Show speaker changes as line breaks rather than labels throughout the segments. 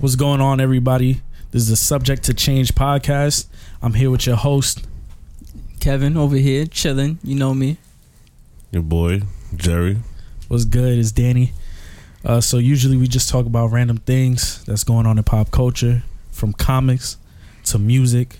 What's going on, everybody? This is the Subject to Change podcast. I'm here with your host.
Kevin over here chilling. You know me.
Your boy, Jerry.
What's good? It's Danny. Uh, so usually we just talk about random things that's going on in pop culture, from comics to music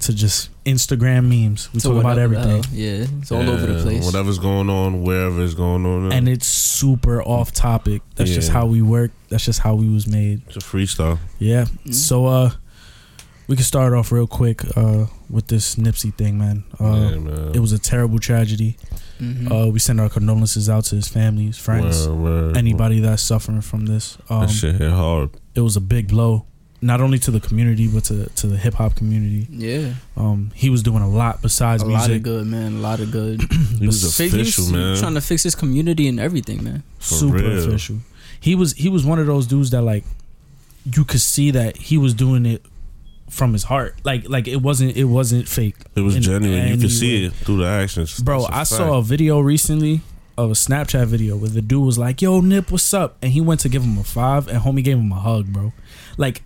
to just Instagram memes. We
So
talk about
whatever the
everything,
hell. Yeah, it's all over the
Yeah,
place.
Whatever's going on, wherever it's going on.
and it's super off topic. That's just
Yeah.
how we work. That's just how we was made.
it's a freestyle.
Yeah.
Mm-hmm.
So uh, we can start off real quick uh with this Nipsey thing, man. Uh,
yeah, man.
It was a terrible tragedy.
Mhm.
Uh, we send our condolences out to his family, his friends,
Mm. Word, word.
anybody that's suffering from this. Um,
that shit hit hard.
It was a big blow, not only to the community but to to the hip hop community.
yeah,
Um, he was doing a lot besides
a lot of
music.
good, man. A lot of good.
He was
Fig- he was
official, man.
Trying to fix his community and everything, man.
Super
real.
official. He was he was one of those dudes that like you could see that he was doing it from his heart. Like like it wasn't it wasn't fake.
it was
in
genuine. You
any
could see
way.
it through the actions.
Bro, I saw a video recently of a Snapchat video where the dude was like, "Yo, Nip, what's up?" and he went to give him a five, and homie gave him a hug, bro. Like,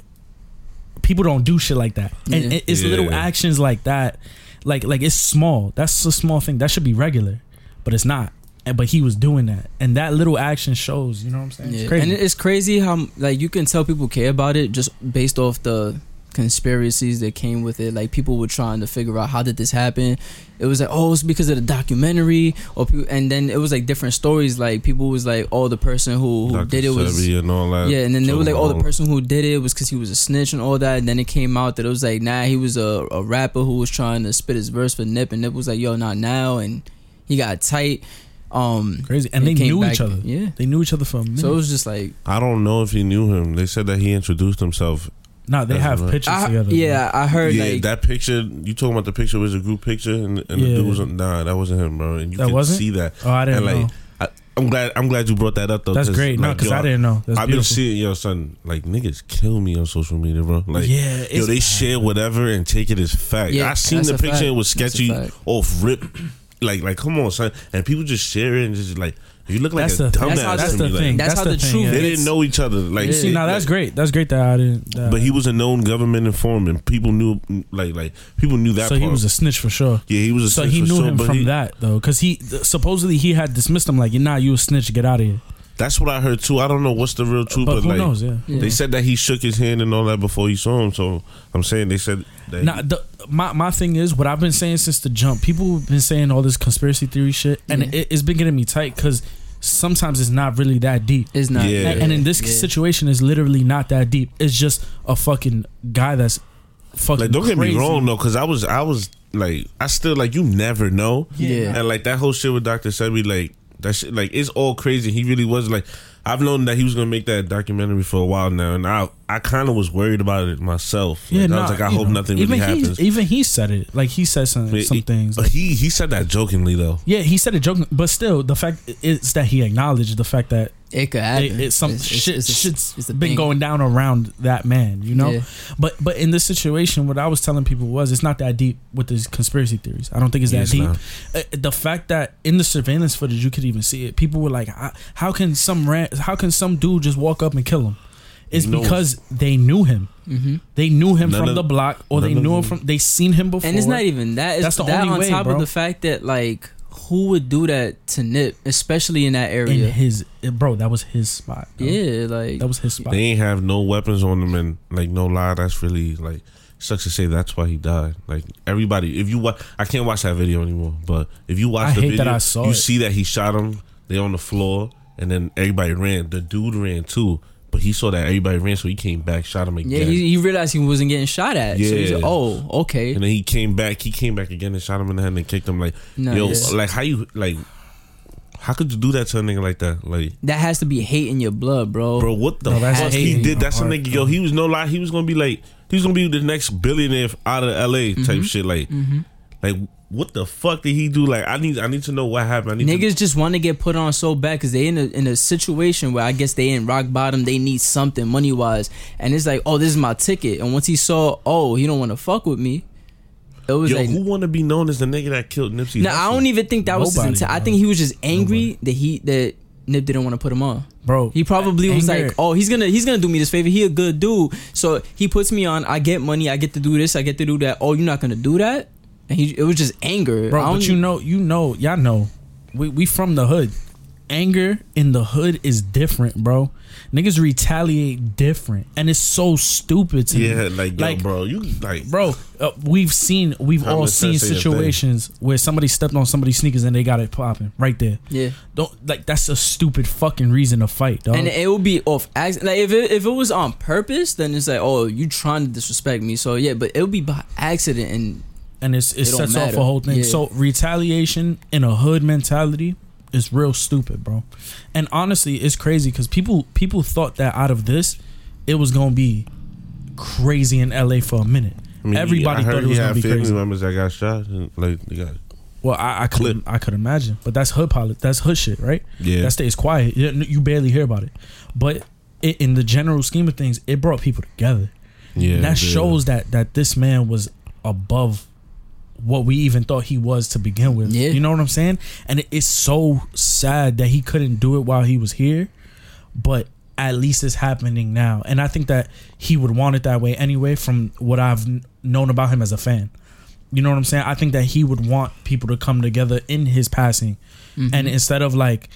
people don't do shit like that, and
Yeah.
it- it's little
Yeah.
actions like that. Like, like it's small. That's a small thing that should be regular, but it's not. And but he was doing that, and that little action shows. You know what I'm saying? It's
Yeah.
crazy.
And it's crazy how like you can tell people care about it just based off the conspiracies that came with it. Like people were trying to figure out how did this happen. It was like oh it's because of the documentary or people, and then it was like different stories. Like people was like oh the person who, who
Dr.
did it was
Sebi and all that.
Yeah, and then they were like, "Oh, the
Talking
person who did it was because he was a snitch and all that." And then it came out that it was like, "Nah, he was a, a rapper who was trying to spit his verse for Nip, and Nip was like, "Yo, not now," and he got tight. Um,
crazy. And
it
they
came
knew
back-
each other.
Yeah,
They knew each other for a minute.
so it was just like,
about- I don't know if he knew him. They said that he introduced himself.
nah, they
That's
have
right.
pictures
I,
together.
yeah, I heard
yeah,
like,
that picture. You talking about the picture was a group picture, and, and the
Yeah.
dude was nah, that wasn't him, bro. And you
That
could
wasn't?
see that.
Oh, I didn't
And, like,
know.
I'm glad. I'm glad you brought that up though.
That's great. No, because
yo,
I didn't know. That's
I've been
beautiful.
seeing yo son like niggas kill me on social media, bro. Like
yeah,
yo,
it's
they
bad.
share whatever and take it as fact.
Yeah,
I seen
that's
the
a
picture
fact.
it was
That's a
sketchy
fact.
off rip. Like like come on son, and people just share it and just like you look like
That's
a
the-
dumbass.
that's
how the-
to me,
that's the
like,
thing.
that's, how
the
the,
thing,
truth.
yeah.
They
gets.
didn't know each other. Like
Yeah.
See, now that's great. That's great that I didn't. uh, that-
But he was a known government informant. People knew like like people knew that.
so he
part.
was a snitch for sure.
yeah he was a
So
snitch
he
for
knew
sure,
him
but
from
he-
that though, because he supposedly he had dismissed him like, "Nah, you a snitch, get out of here."
That's what I heard too. I don't know what's the real truth,
but
but,
who
like
knows? Yeah.
Yeah.
They said that he shook his hand and all that before he saw him. So I'm saying they said that.
Now, the, my my thing is what I've been saying since the jump. People have been saying all this conspiracy theory shit, and
Yeah.
it, it's been getting me tight because sometimes it's not really that deep.
It's not.
Yeah.
And, and in this
yeah.
situation, it's literally not that deep. It's just a fucking guy that's fucking.
like don't get
crazy.
me wrong though, because I was I was like I still like you never know,
Yeah.
and like that whole shit with Doctor Sebi like that shit like it's all crazy. He really was like I've known that he was gonna make that documentary for a while now, and I I kind of was worried about it myself. Like, I was
nah,
like I
you
hope
know,
nothing
even
really
he,
happens.
Even he said it. Like he said some
But
some
he-
things.
but he he said that jokingly though.
Yeah, he said it joking, but still, the fact is that he acknowledged the fact that
It could
it,
happen.
it's some
It's- it's-
shit
it's a-
shit's
it's a
been
thing.
going down around that man, you know.
Yeah.
But but in this situation, what I was telling people was it's not that deep with these conspiracy theories. I don't think it's that
Yes,
deep.
ma'am.
Uh, the fact that in the surveillance footage you could even see it, people were like, "How- "How can some ran- How can some dude just walk up and kill him?" It's
You know-
because they knew him.
Mm-hmm.
They knew him
None
from
of-
the block, or they
none of
knew him
them-
from. They seen him before.
And it's not even that. It's
That's the
that
only
on
way,
top
bro.
of the fact that like who would do that to Nip, especially in that
in
area.
his bro. That was his spot. bro.
yeah, like
that was his spot.
They ain't have no weapons on them, and like no lie, that's really like sucks to say. That's why he died. Like everybody, if you watch, I can't watch that video anymore. But if you watch
I
the
hate
video,
that I saw
you
it.
see that he shot him. They on the floor, and then everybody ran. The dude ran too, but he saw that everybody ran, so he came back, shot him
yeah,
again.
He, he realized he wasn't getting shot at. So he's
Yeah.
like, oh, okay.
and then he came back. He came back again and shot him in the head and kicked him. Like
Nah,
yo,
yeah.
like how you like. How could you do that to a nigga like that? Like,
That has to be hate in your blood, bro.
bro, what the
No, that's
fuck
hating
he
on
did? That's a
art,
nigga. Yo,
bro.
he was no lie. He was gonna be like, he was gonna be the next billionaire out of L.A. type
Mm-hmm.
shit. Like, like what the fuck did he do? Like, I need, I need to know what happened. I need
Niggas just want to get put on so bad because they in a in a situation where I guess they in rock bottom. They need something money wise, and it's like, oh, this is my ticket. And once he saw, oh, he don't want to fuck with me. It
to.
was
Yo,
like,
who want to be known as the nigga that killed Nipsey?
No, I
Hussle?
don't even think that was his
Nobody,
intent. I
bro.
think he was just angry that he that Nip didn't want to put him on.
bro.
He probably was
Anger.
like, "Oh, he's gonna he's gonna do me this favor. He a good dude." So he puts me on. I get money. I get to do this. I get to do that. Oh, you're not gonna do that. And he it was just anger, I
bro.
don't-
But you know, you know, y'all know, we we from the hood. Anger in the hood is different, bro. Niggas retaliate different, and it's so stupid to me.
Yeah, like, yo,
Like-
bro, you like,
Bro, uh, we've seen, we've
I'm
all
gonna
seen
say your thing.
situations where somebody stepped on somebody's sneakers and they got it popping right there.
yeah.
Don't like that's a stupid fucking reason to fight, dog.
And it would be off accident. Like if it, if it was on purpose, then it's like, oh, you trying to disrespect me. So yeah, but it would be by accident. And
and it's, it
It don't
sets off
matter.
a whole thing.
Yeah.
So retaliation in a hood mentality is real stupid, bro. And honestly, it's crazy because people people thought that out of this, it was gonna be crazy in LA for a minute.
I mean,
Everybody
I heard
thought it
he
was gonna
had
be
family
crazy.
members that got shot. And, like, they got,
Well, I, I could
Clip.
I could imagine, but that's hood polit. That's hood shit, right?
Yeah.
that stays quiet. You you barely hear about it, but it, in the general scheme of things, it brought people together.
yeah,
that
yeah.
shows that that this man was above what we even thought he was to begin with.
Yeah.
You know what I'm saying? And it- it's so sad that he couldn't do it while he was here, but at least it's happening now. And I think that he would want it that way anyway from what I've kn- known about him as a fan. You know what I'm saying? I think that he would want people to come together in his passing. And instead of like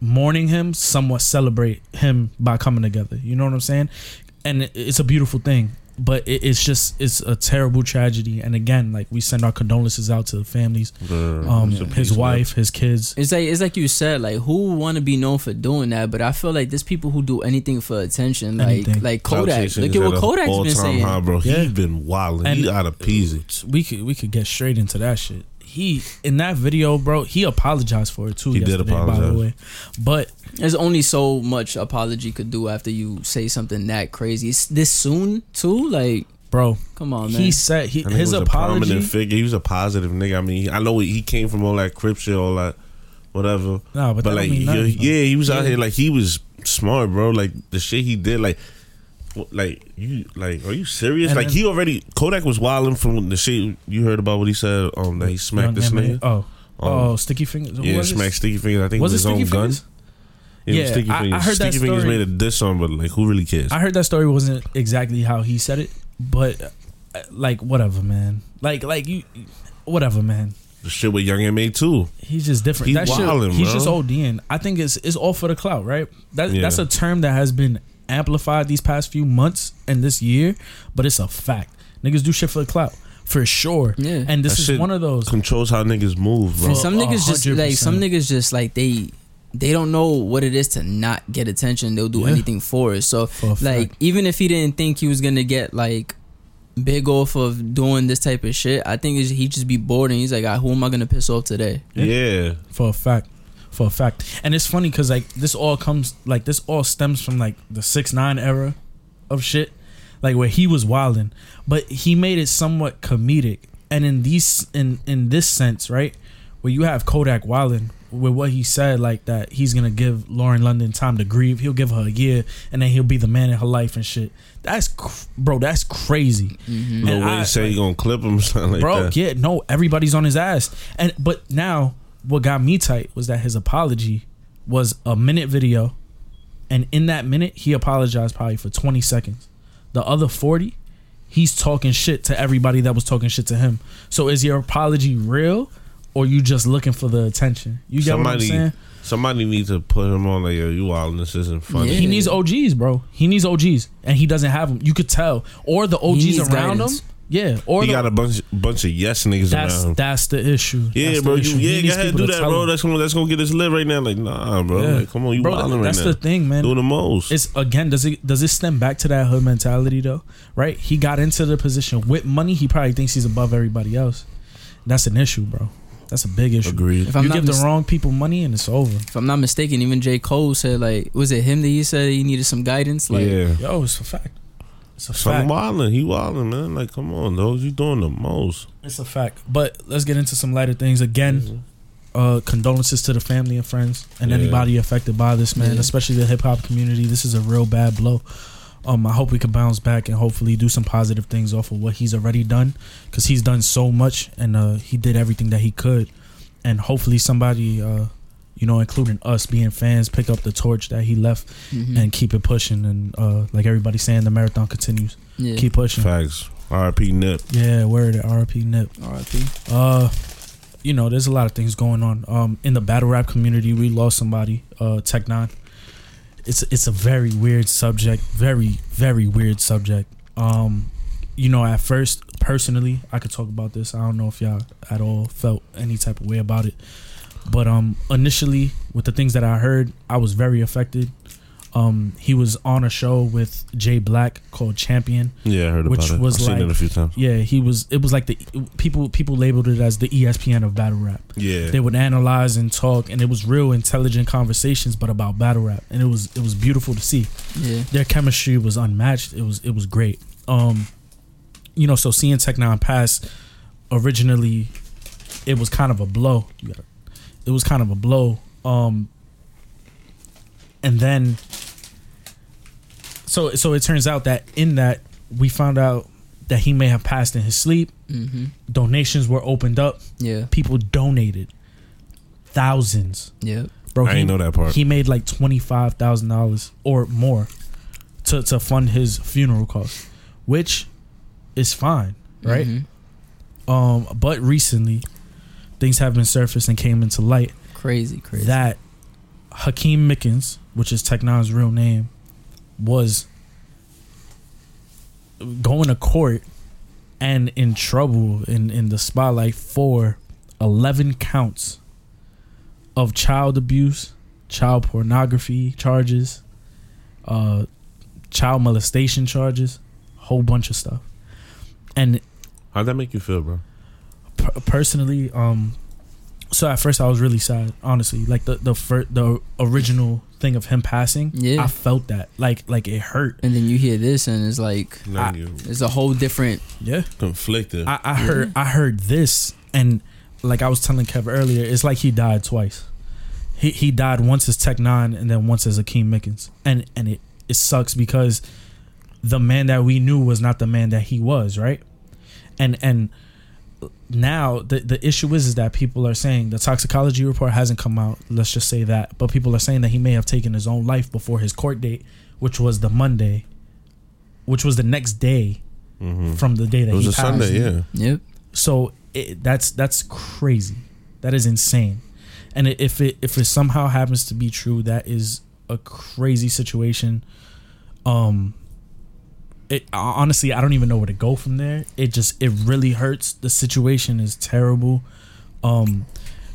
mourning him, somewhat celebrate him by coming together. You know what I'm saying? And it- it's a beautiful thing, but it, it's just it's a terrible tragedy. And again, like we send our condolences out to the families,
Bruh,
um,
it's a piece
his
of-
wife, his kids.
it's like it's like you said, like who want to be known for doing that? But I feel like there's people who do anything for attention, like
Anything.
like
Clout
Kodak.
chasing
Look
is
at what
a
Kodak's been
all-time
saying.
high, bro.
Yeah.
He been wilding.
And-
he out of peasy.
We could we could get straight into that shit. He in that video, bro. He apologized for it too.
He did
yesterday, by
apologize.
the way. But
There's only so much apology could do after you say something that crazy. It's this soon too, like
bro,
come on, man.
he said he,
I mean,
his
he was a
apology.
prominent figure. He was a positive nigga. I mean, he- I know he, he came from all that crip shit, all that, whatever.
Nah, but that don't
like,
mean nothing,
yeah,
though.
yeah, he was out
Yeah.
here like he was smart, bro. Like the shit he did, like, wh- like you, like, are you serious?
And
like
then-
he already Kodak was wilding from the shit you heard about what he said. Um, that he smacked this
Young
nigga.
M.A. Oh,
Um,
oh, sticky fingers. Who
yeah,
was it?
smacked Sticky Fingers. I think
Was it
with his
sticky
own gun.
fingers?
It was
Yeah,
Sticky
I- I
Fingers.
heard that
sticky Fingers
story.
made a diss on, but like, who really cares?
I heard that story wasn't exactly how he said it, but uh, like whatever, man. Like like you, whatever, man.
the shit with Young M A too.
He's just different.
He
that
wildin',
shit, he's
bro.
just ODing. I think it's it's all for the clout, right? That
Yeah.
that's a term that has been amplified these past few months and this year, but it's a fact. Niggas do shit for the clout for sure.
Yeah.
and this
That
is
shit
one of those.
Controls how niggas move, bro.
And some
a
niggas just
hundred
like some
percent.
niggas just like they they don't know what it is to not get attention. They'll do
Yeah.
anything for it. So
a
like
fact.
even if he didn't think he was gonna get like big off of doing this type of shit, I think it's, he just be bored and he's like, "Ah, who am I gonna piss off today?
Yeah.
for a fact for a fact and it's funny because like this all comes like this all stems from like the 6-9 era of shit like where he was wilding but he made it somewhat comedic and in these in in this sense right where you have kodak wilding with what he said like that he's gonna give lauren london time to grieve he'll give her a year and then he'll be the man in her life and shit that's cr- bro that's crazy
No
And
way
I-
you say you gonna clip him or something like
bro
that.
yeah no everybody's on his ass and but now what got me tight was that his apology was a minute video and in that minute he apologized probably for 20 seconds the other 40 he's talking shit to everybody that was talking shit to him so is your apology real or you just looking for the attention you get
somebody
what i'm saying
somebody needs to put him on like yo, you wild this isn't funny.
Yeah.
he needs OGs, bro. He needs OGs, and he doesn't have them. You could tell, or the OGs
needs
around
guidance.
him. Yeah, or
He
the,
got a bunch bunch of yes niggas
that's
around him.
that's the issue.
Yeah,
That's the
bro. You,
issue. He
yeah,
needs
go ahead
people
do
to
that,
tell
bro.
him.
That's gonna that's gonna get us lit right now. Like, nah, bro.
Yeah.
Like, come on, you
Bro,
wilding right
that's
now.
the thing, man.
Do the most.
It's again, does it does it stem back to that hood mentality though? Right? He got into the position with money. He probably thinks he's above everybody else. That's an issue, bro. That's a big issue.
Agreed.
If I'm
you
not
give the
mis-
wrong people money and it's over.
If I'm not mistaken, even J Cole said like, was it him that he said he needed some guidance? Like,
yeah.
Yo, it's a fact. It's a
So I'm
fact.
wilding. He wilding, man. Like, come on, those you doing the most.
It's a fact. But let's get into some lighter things again. Uh, condolences to the family and friends and
Yeah.
anybody affected by this, man.
Yeah.
Especially the hip hop community. This is a real bad blow. Um, I hope we can bounce back and hopefully do some positive things off of what he's already done, because he's done so much and uh, he did everything that he could, and hopefully somebody, uh, you know, including us being fans, pick up the torch that he left
Mhm.
and keep it pushing. And uh, like everybody's saying, the marathon continues.
yeah.
Keep pushing.
Facts. R.I.P. Nip.
Yeah, word. at RP Nip.
R.I.P.
Uh, you know, there's a lot of things going on. Um, in the battle rap community, we lost somebody, uh, Tech Nine. It's it's a very weird subject, very very weird subject. Um, you know, at first, personally, I could talk about this. I don't know if y'all at all felt any type of way about it, but um, initially, with the things that I heard, I was very affected. Um, he was on a show with Jay Black called Champion.
Yeah, I heard
Which
about it.
was
I've seen
like-
it a few times.
Yeah, he was. It was like the people people labeled it as the E ESPN of battle rap.
Yeah.
They would analyze and talk, and it was real intelligent conversations, but about battle rap, and it was it was beautiful to see.
Yeah.
Their chemistry was unmatched. It was it was great. Um, you know, so seeing Tech Nine pass, originally, it was kind of a blow. You gotta, it was kind of a blow. Um, and then, so so it turns out that in that we found out that he may have passed in his sleep.
Mm-hmm.
Donations were opened up
Yeah.
people donated thousands.
Yeah.
Bro,
I
he,
ain't know that part.
he made like twenty five thousand dollars or more to to fund his funeral costs, which is fine, right?
Mhm.
Um, but recently, things have been surfaced and came into light
Crazy. Crazy.
that Hakeem Mickens, which is Tech Nine's real name, was going to court and in trouble in, in the spotlight for 11 counts of child abuse, child pornography charges, uh, child molestation charges, whole bunch of stuff. And
How'd that make you feel, bro?
per- personally, um, so at first I was really sad, honestly. Like the the fir- the original thing of him passing,
Yeah.
I felt that. Like like it hurt.
and then you hear this, and it's like
Now
I-
you
it's a whole different.
Yeah,
conflicted.
I, I heard I heard this, and like I was telling Kev earlier, it's like he died twice. He he died once as Tech Nine, and then once as Akeem Mickens, and and it it sucks because the man that we knew was not the man that he was, right? And and now the the issue is is that people are saying the toxicology report hasn't come out. Let's just say that, but people are saying that he may have taken his own life before his court date, which was the Monday, which was the next day
hmm
from the day that
It was
he
a
passed.
Sunday, yeah.
Yep.
So it, that's that's crazy. That is insane. And i- if it if it somehow happens to be true, that is a crazy situation. Um it hon- honestly, I don't even know where to go from there. It just it really hurts. The situation is terrible. Um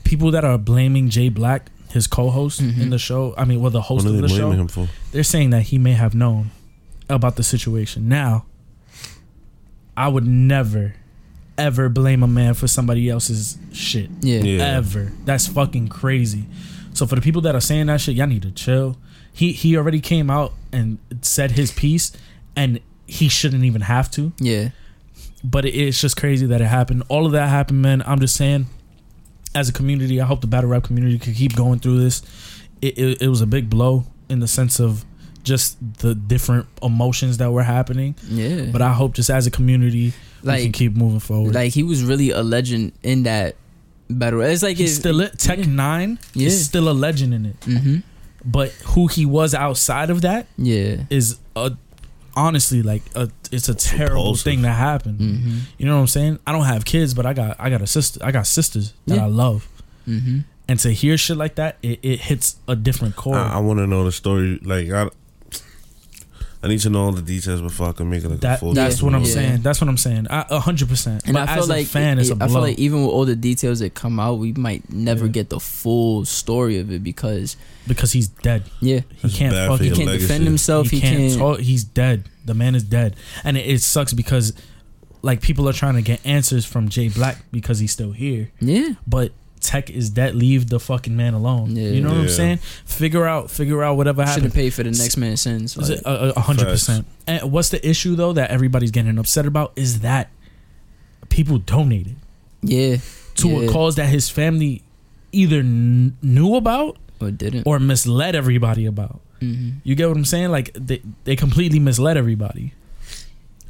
people that are blaming Jay Black, his co-host in the show, I mean, well the
Mm-hmm. What
host
are
of
they
the
blaming
show,
him for?
they're saying that he may have known about the situation. Now, I would never, ever blame a man for somebody else's shit.
Yeah.
Yeah.
Ever. That's fucking crazy. So for the people that are saying that shit, y'all need to chill. He he already came out and said his piece, and he shouldn't even have to
Yeah.
but it, it's just crazy that it happened. All of that happened, man. I'm just saying, as a community, I hope the battle rap community could keep going through this. It, it, it was a big blow in the sense of just the different emotions that were happening.
Yeah.
But I hope just as a community, we can
like,
keep moving forward.
like he was really a legend in that battle. It's like
He's
it's
still it. Tech Nine
Yeah.
is still a legend in it.
hmm
But who he was outside of that
Yeah.
is a honestly like a, it's a terrible
Repulsive.
thing that happened.
Mm-hmm.
You know what I'm saying? I don't have kids, but I got I got a sister. I got sisters that
Yeah.
I love.
Mm-hmm.
and to hear shit like that, it, it hits a different chord.
I, I want to know the story. Like, I, I need to know all the details before I can make it like a
that,
full.
that's what I'm
Yeah.
saying. That's what I'm saying. I- A hundred percent.
And
But
I feel
as
like
a fan, it's a blow.
I feel like even with all the details that come out, we might never
Yeah.
get the full story of it because
because he's dead.
yeah,
He
That's
can't
bad for
fucking.
he
Your
can't
legacy.
defend himself. He,
he
can't.
can't talk. He's dead. The man is dead, and it, it sucks because like people are trying to get answers from Jay Black because he's still here,
Yeah,
but. Tech is dead. Leave the fucking man alone.
Yeah.
You know what I'm
Yeah.
saying? Figure out, figure out whatever
should
happened.
have paid for the next man's sins.
Is
like-
it- a- a- a hundred
Facts.
percent. And what's the issue though that everybody's getting upset about is that people donated
yeah,
to
yeah,
a cause that his family either kn- knew about
or didn't.
or misled everybody about.
hmm
You get what I'm saying? Like they they completely misled everybody.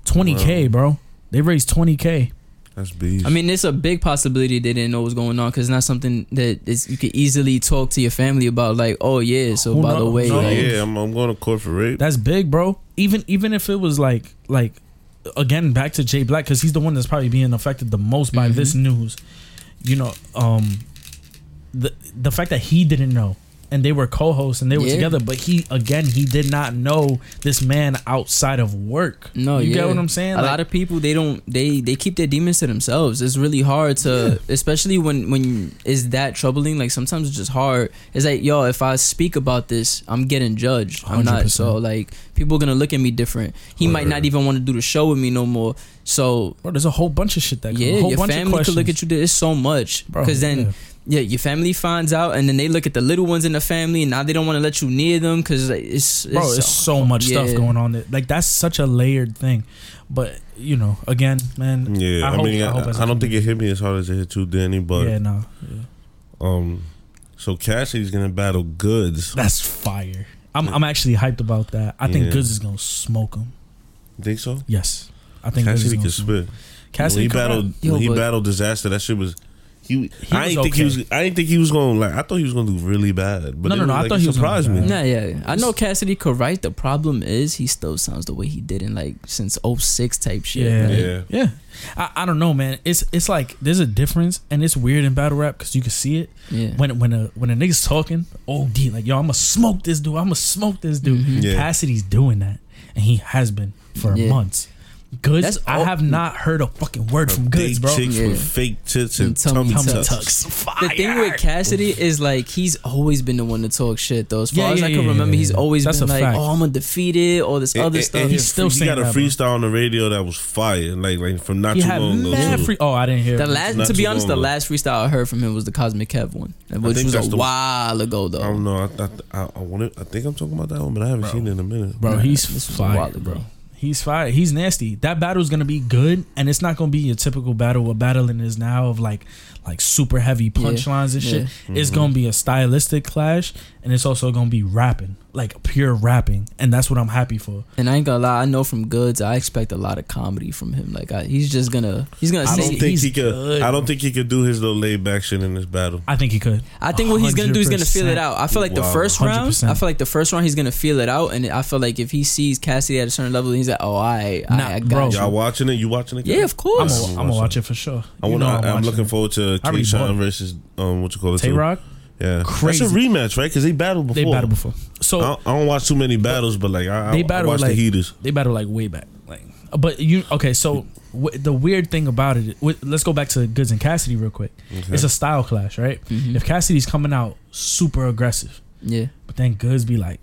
Twenty k, bro. They raised twenty k.
That's beast.
I mean, it's a big possibility they didn't know what was going on because it's not something that is, you could easily talk to your family about. Like, oh yeah, so
Who
by the
knows?
way,
so,
no.
like,
yeah, I'm, I'm going to court for rape.
That's big, bro. Even even if it was like like again back to Jay Black because he's the one that's probably being affected the most by this
Mm-hmm.
news. You know, um, the the fact that he didn't know and they were co-hosts and they were
Yeah.
together, but he again he did not know this man outside of work.
No,
you
yeah.
get what I'm saying?
A lot of people they don't they they keep their demons to themselves. It's really hard to, especially when when it's that troubling. Like sometimes it's just hard. It's like yo, if I speak about this, I'm getting judged. I'm not
100%.
so like people gonna look at me different. He might not
Word.
even want to do the show with me no more. So
bro, there's a whole bunch of shit that
yeah,
a whole
your
bunch of
family could
questions.
look at you. It's so much
Bro,
because then
yeah.
yeah, your family finds out, and then they look at the little ones in the family, and now they don't want to let you near them because it's, it's
bro it's so much stuff
yeah.
going on that like that's such a layered thing but you know again man
yeah, I,
hope-
mean, I,
hope it's-
I don't think it hit me as hard as it hit you, Danny. But
yeah no yeah.
um, so Cassidy's gonna battle Goods.
that's fire I'm, I'm actually hyped about that I think
Yeah.
Goods is gonna smoke him
You think so?
yes I think Goods is
Cassidy
gonna
can
smoke.
spit.
Cassidy
when he
come out.
battled
Yo,
when he
but-
battled disaster, that shit was. He, I
was
didn't think he
okay.
was. I didn't think he was going. to Like I thought he was going to do really bad. But
No, no,
it
no, I
like,
thought
it
he was gonna
surprised
do
me.
bad.
Nah, yeah. I know Cassidy could write. The problem is he still sounds the way he did in like since 06 type shit.
yeah
Like,
yeah,
Yeah.
I, I don't know man it's it's like there's a difference and it's weird in battle rap because you can see it
yeah.
when when a when a nigga's talking OD like yo I'ma smoke this dude I'ma smoke this dude
Mhm.
Yeah.
Cassidy's doing that, and he has been for
Yeah.
months. Goods,
That's
I
all-
have not heard a fucking word from Goods,
Big
bro.
Chicks
Yeah.
with fake tits and,
And tummy
tummy,
Tummy
tucks.
tucks, fire.
The thing with Cassidy is like he's always been the one to talk shit though. As far
Yeah,
as
yeah,
I can
yeah,
remember,
yeah,
he's
yeah.
always
That's
been
a
like,
fact.
"Oh, I'm undefeated," all this
And-
other
and-
stuff.
and
He's
he-
still
he
saying
got a
that, bro.
freestyle on the radio that was fire, like like from not
he
too
had
long ago.
mad
too.
free. Oh, I didn't hear.
the
it.
last,
not
to be
too
honest, the
long ago.
last freestyle I heard from him was the Cosmic Kev one, which
think
was
that's
a
the-
while ago though.
I don't know. I I, I, I, wanted, I think I'm talking about that one, but I haven't seen it in a minute.
bro,
Nah,
he's
this was a
fire,
while ago.
bro. He's fire. He's nasty. That battle's gonna be good, and it's not gonna be your typical battle. What battling is now of like, like super heavy punchlines and shit. It's
Mm-hmm.
gonna be a stylistic clash, and it's also gonna be rapping, like pure rapping, and that's what I'm happy for.
And I ain't gonna lie, I know from Goods, I expect a lot of comedy from him. Like I, he's just gonna, he's gonna.
I
say-
don't think
he's
he could.
good,
I don't
bro.
think he could do his little laid back shit in this battle.
I think he could.
I think what he's gonna do is gonna feel it
100%.
out. I feel like the
Wow.
first round, I
100%.
feel like the first round he's gonna feel it out, and I feel like if he sees Cassidy at a certain level, he's like, "Oh, I,
Nah,
I, I got
bro.
you."
Y'all watching it? You watching it?
Yeah, of
I'm
course.
gonna watch it for sure.
I
You
want.
know
I'm,
watching
looking
it.
forward to
I already bought it.
Keyshawn versus um, what you call it?
Tay
too?
Rock.
Yeah,
Crazy.
That's a rematch, right? Because they battled before.
They battled before. So
I don't, I don't watch too many battles, but like I, I,
they
I
battled
watch
like
the heaters.
they battled like way back. Like, but you okay? So w- the weird thing about it, w- let's go back to Goods and Cassidy real quick. It's a style clash, right?
Mm-hmm.
If Cassidy's coming out super aggressive,
Yeah,
but then Goods be like,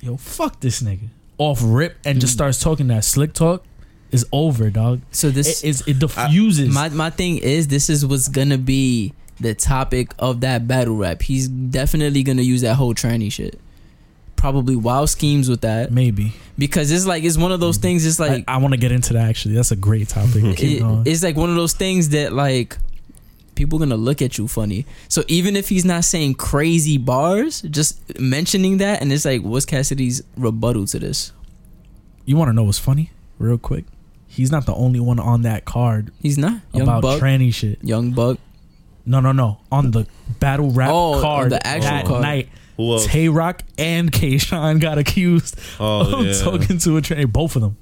"Yo, fuck this nigga," off rip, and
Mm.
just starts talking that slick talk, is over, dog.
So this-
it, it's- it diffuses.
my my thing is this is what's gonna be the topic of that battle rap. He's definitely gonna use that whole tranny shit. Probably wild schemes with that
maybe
because it's like it's one of those things. It's like
Mm-hmm. I, want to get into that. Actually, that's a great topic. Keep
it-
going.
it's like one of those things that like people gonna look at you funny. So even if he's not saying crazy bars, just mentioning that, and it's like, what's Cassidy's rebuttal to this?
You want to know what's funny? Real quick, he's not the only one on that card
He's not young
about
buck.
tranny shit.
young buck.
No, no, no. On the battle rap
Oh, on
card
the actual
that
card.
night,
Who else?
Tay Rock and Kayshawn got accused
Oh,
of
yeah.
talking to a tranny. Both of them.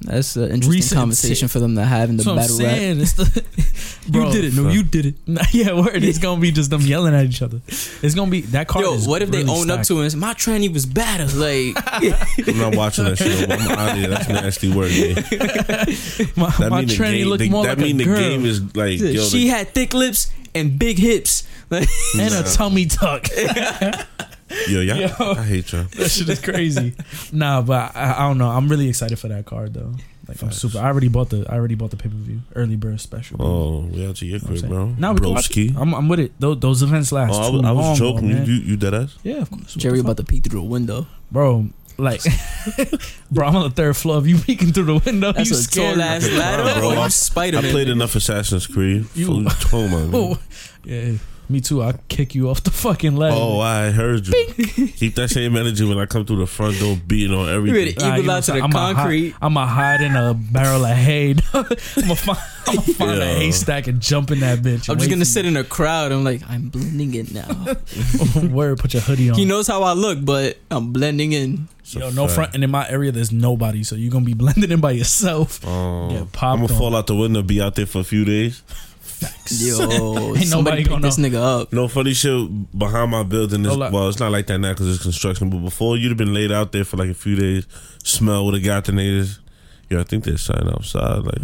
That's an interesting
Recent
conversation for them to have in the
That's what I'm
battle rap.
saying. It's the,
you did it. No,
fuck.
you did it.
Nah, yeah, word. It's gonna be just them yelling at each other. It's gonna be that card.
Yo,
is
what if they
really
own up
stacked.
to it? My tranny was better. Like,
I'm not watching that shit. I'm out of here. That's nasty work. Man.
my,
That
my
mean the
tranny
game.
looked
they-
more
that
like
mean
a
the
girl
game is like yo,
she
the-
had thick lips and big hips. Like,
and a
Nah.
tummy tuck.
yo, y'all,
Yo.
I hate y'all.
that shit is crazy. nah, but I, I don't know. I'm really excited for that card though. Like I'm
Facts.
super. I already bought the. I already bought the pay per view early bird special.
Oh, we out to your
I'm
crib,
saying?
bro.
Now we can watch
Broski.
I'm, I'm with it. Those, those events last.
Oh, I
too
was, I was
long,
joking.
bro, man.
you, you, you deadass?
yeah, of course. What the
Jerry
fuck?
about to peek through the window.
bro, like, bro, I'm on the third floor. If you peeking through the window,
That's
you
a tall
scared.
ass
Bro,
ladder.
I-
Or
I
you Spider
I
Man.
played enough Assassin's Creed.
You-
You, oh, man.
Oh, yeah, Me too. I kick you off the fucking leg.
Oh, I heard you. Keep that same energy when I come through the front door, beating on everything.
Really? eagle out to the concrete.
I'm gonna hide in a barrel of hay. I'm gonna find, I'ma find a
Yeah.
haystack and jump in that bitch.
I'm just gonna sit in a crowd. I'm like, I'm blending in now.
in. Word, put your hoodie on.
he knows how I look, but I'm blending in.
Yo, no front. And in my area, there's nobody, so you're gonna be blended in by yourself.
Um,
Yeah,
I'm
popped
gonna
on.
fall out the window, be out there for a few days.
Ain't
Yo,
nobody
somebody pick
gonna
this nigga up.
No funny shit behind my building. Is,
Oh, like-
well, it's not like that now because it's construction. But before you'd have been laid out there for like a few days, smell would have got the niggas. Yo, I think they're signing outside. Like,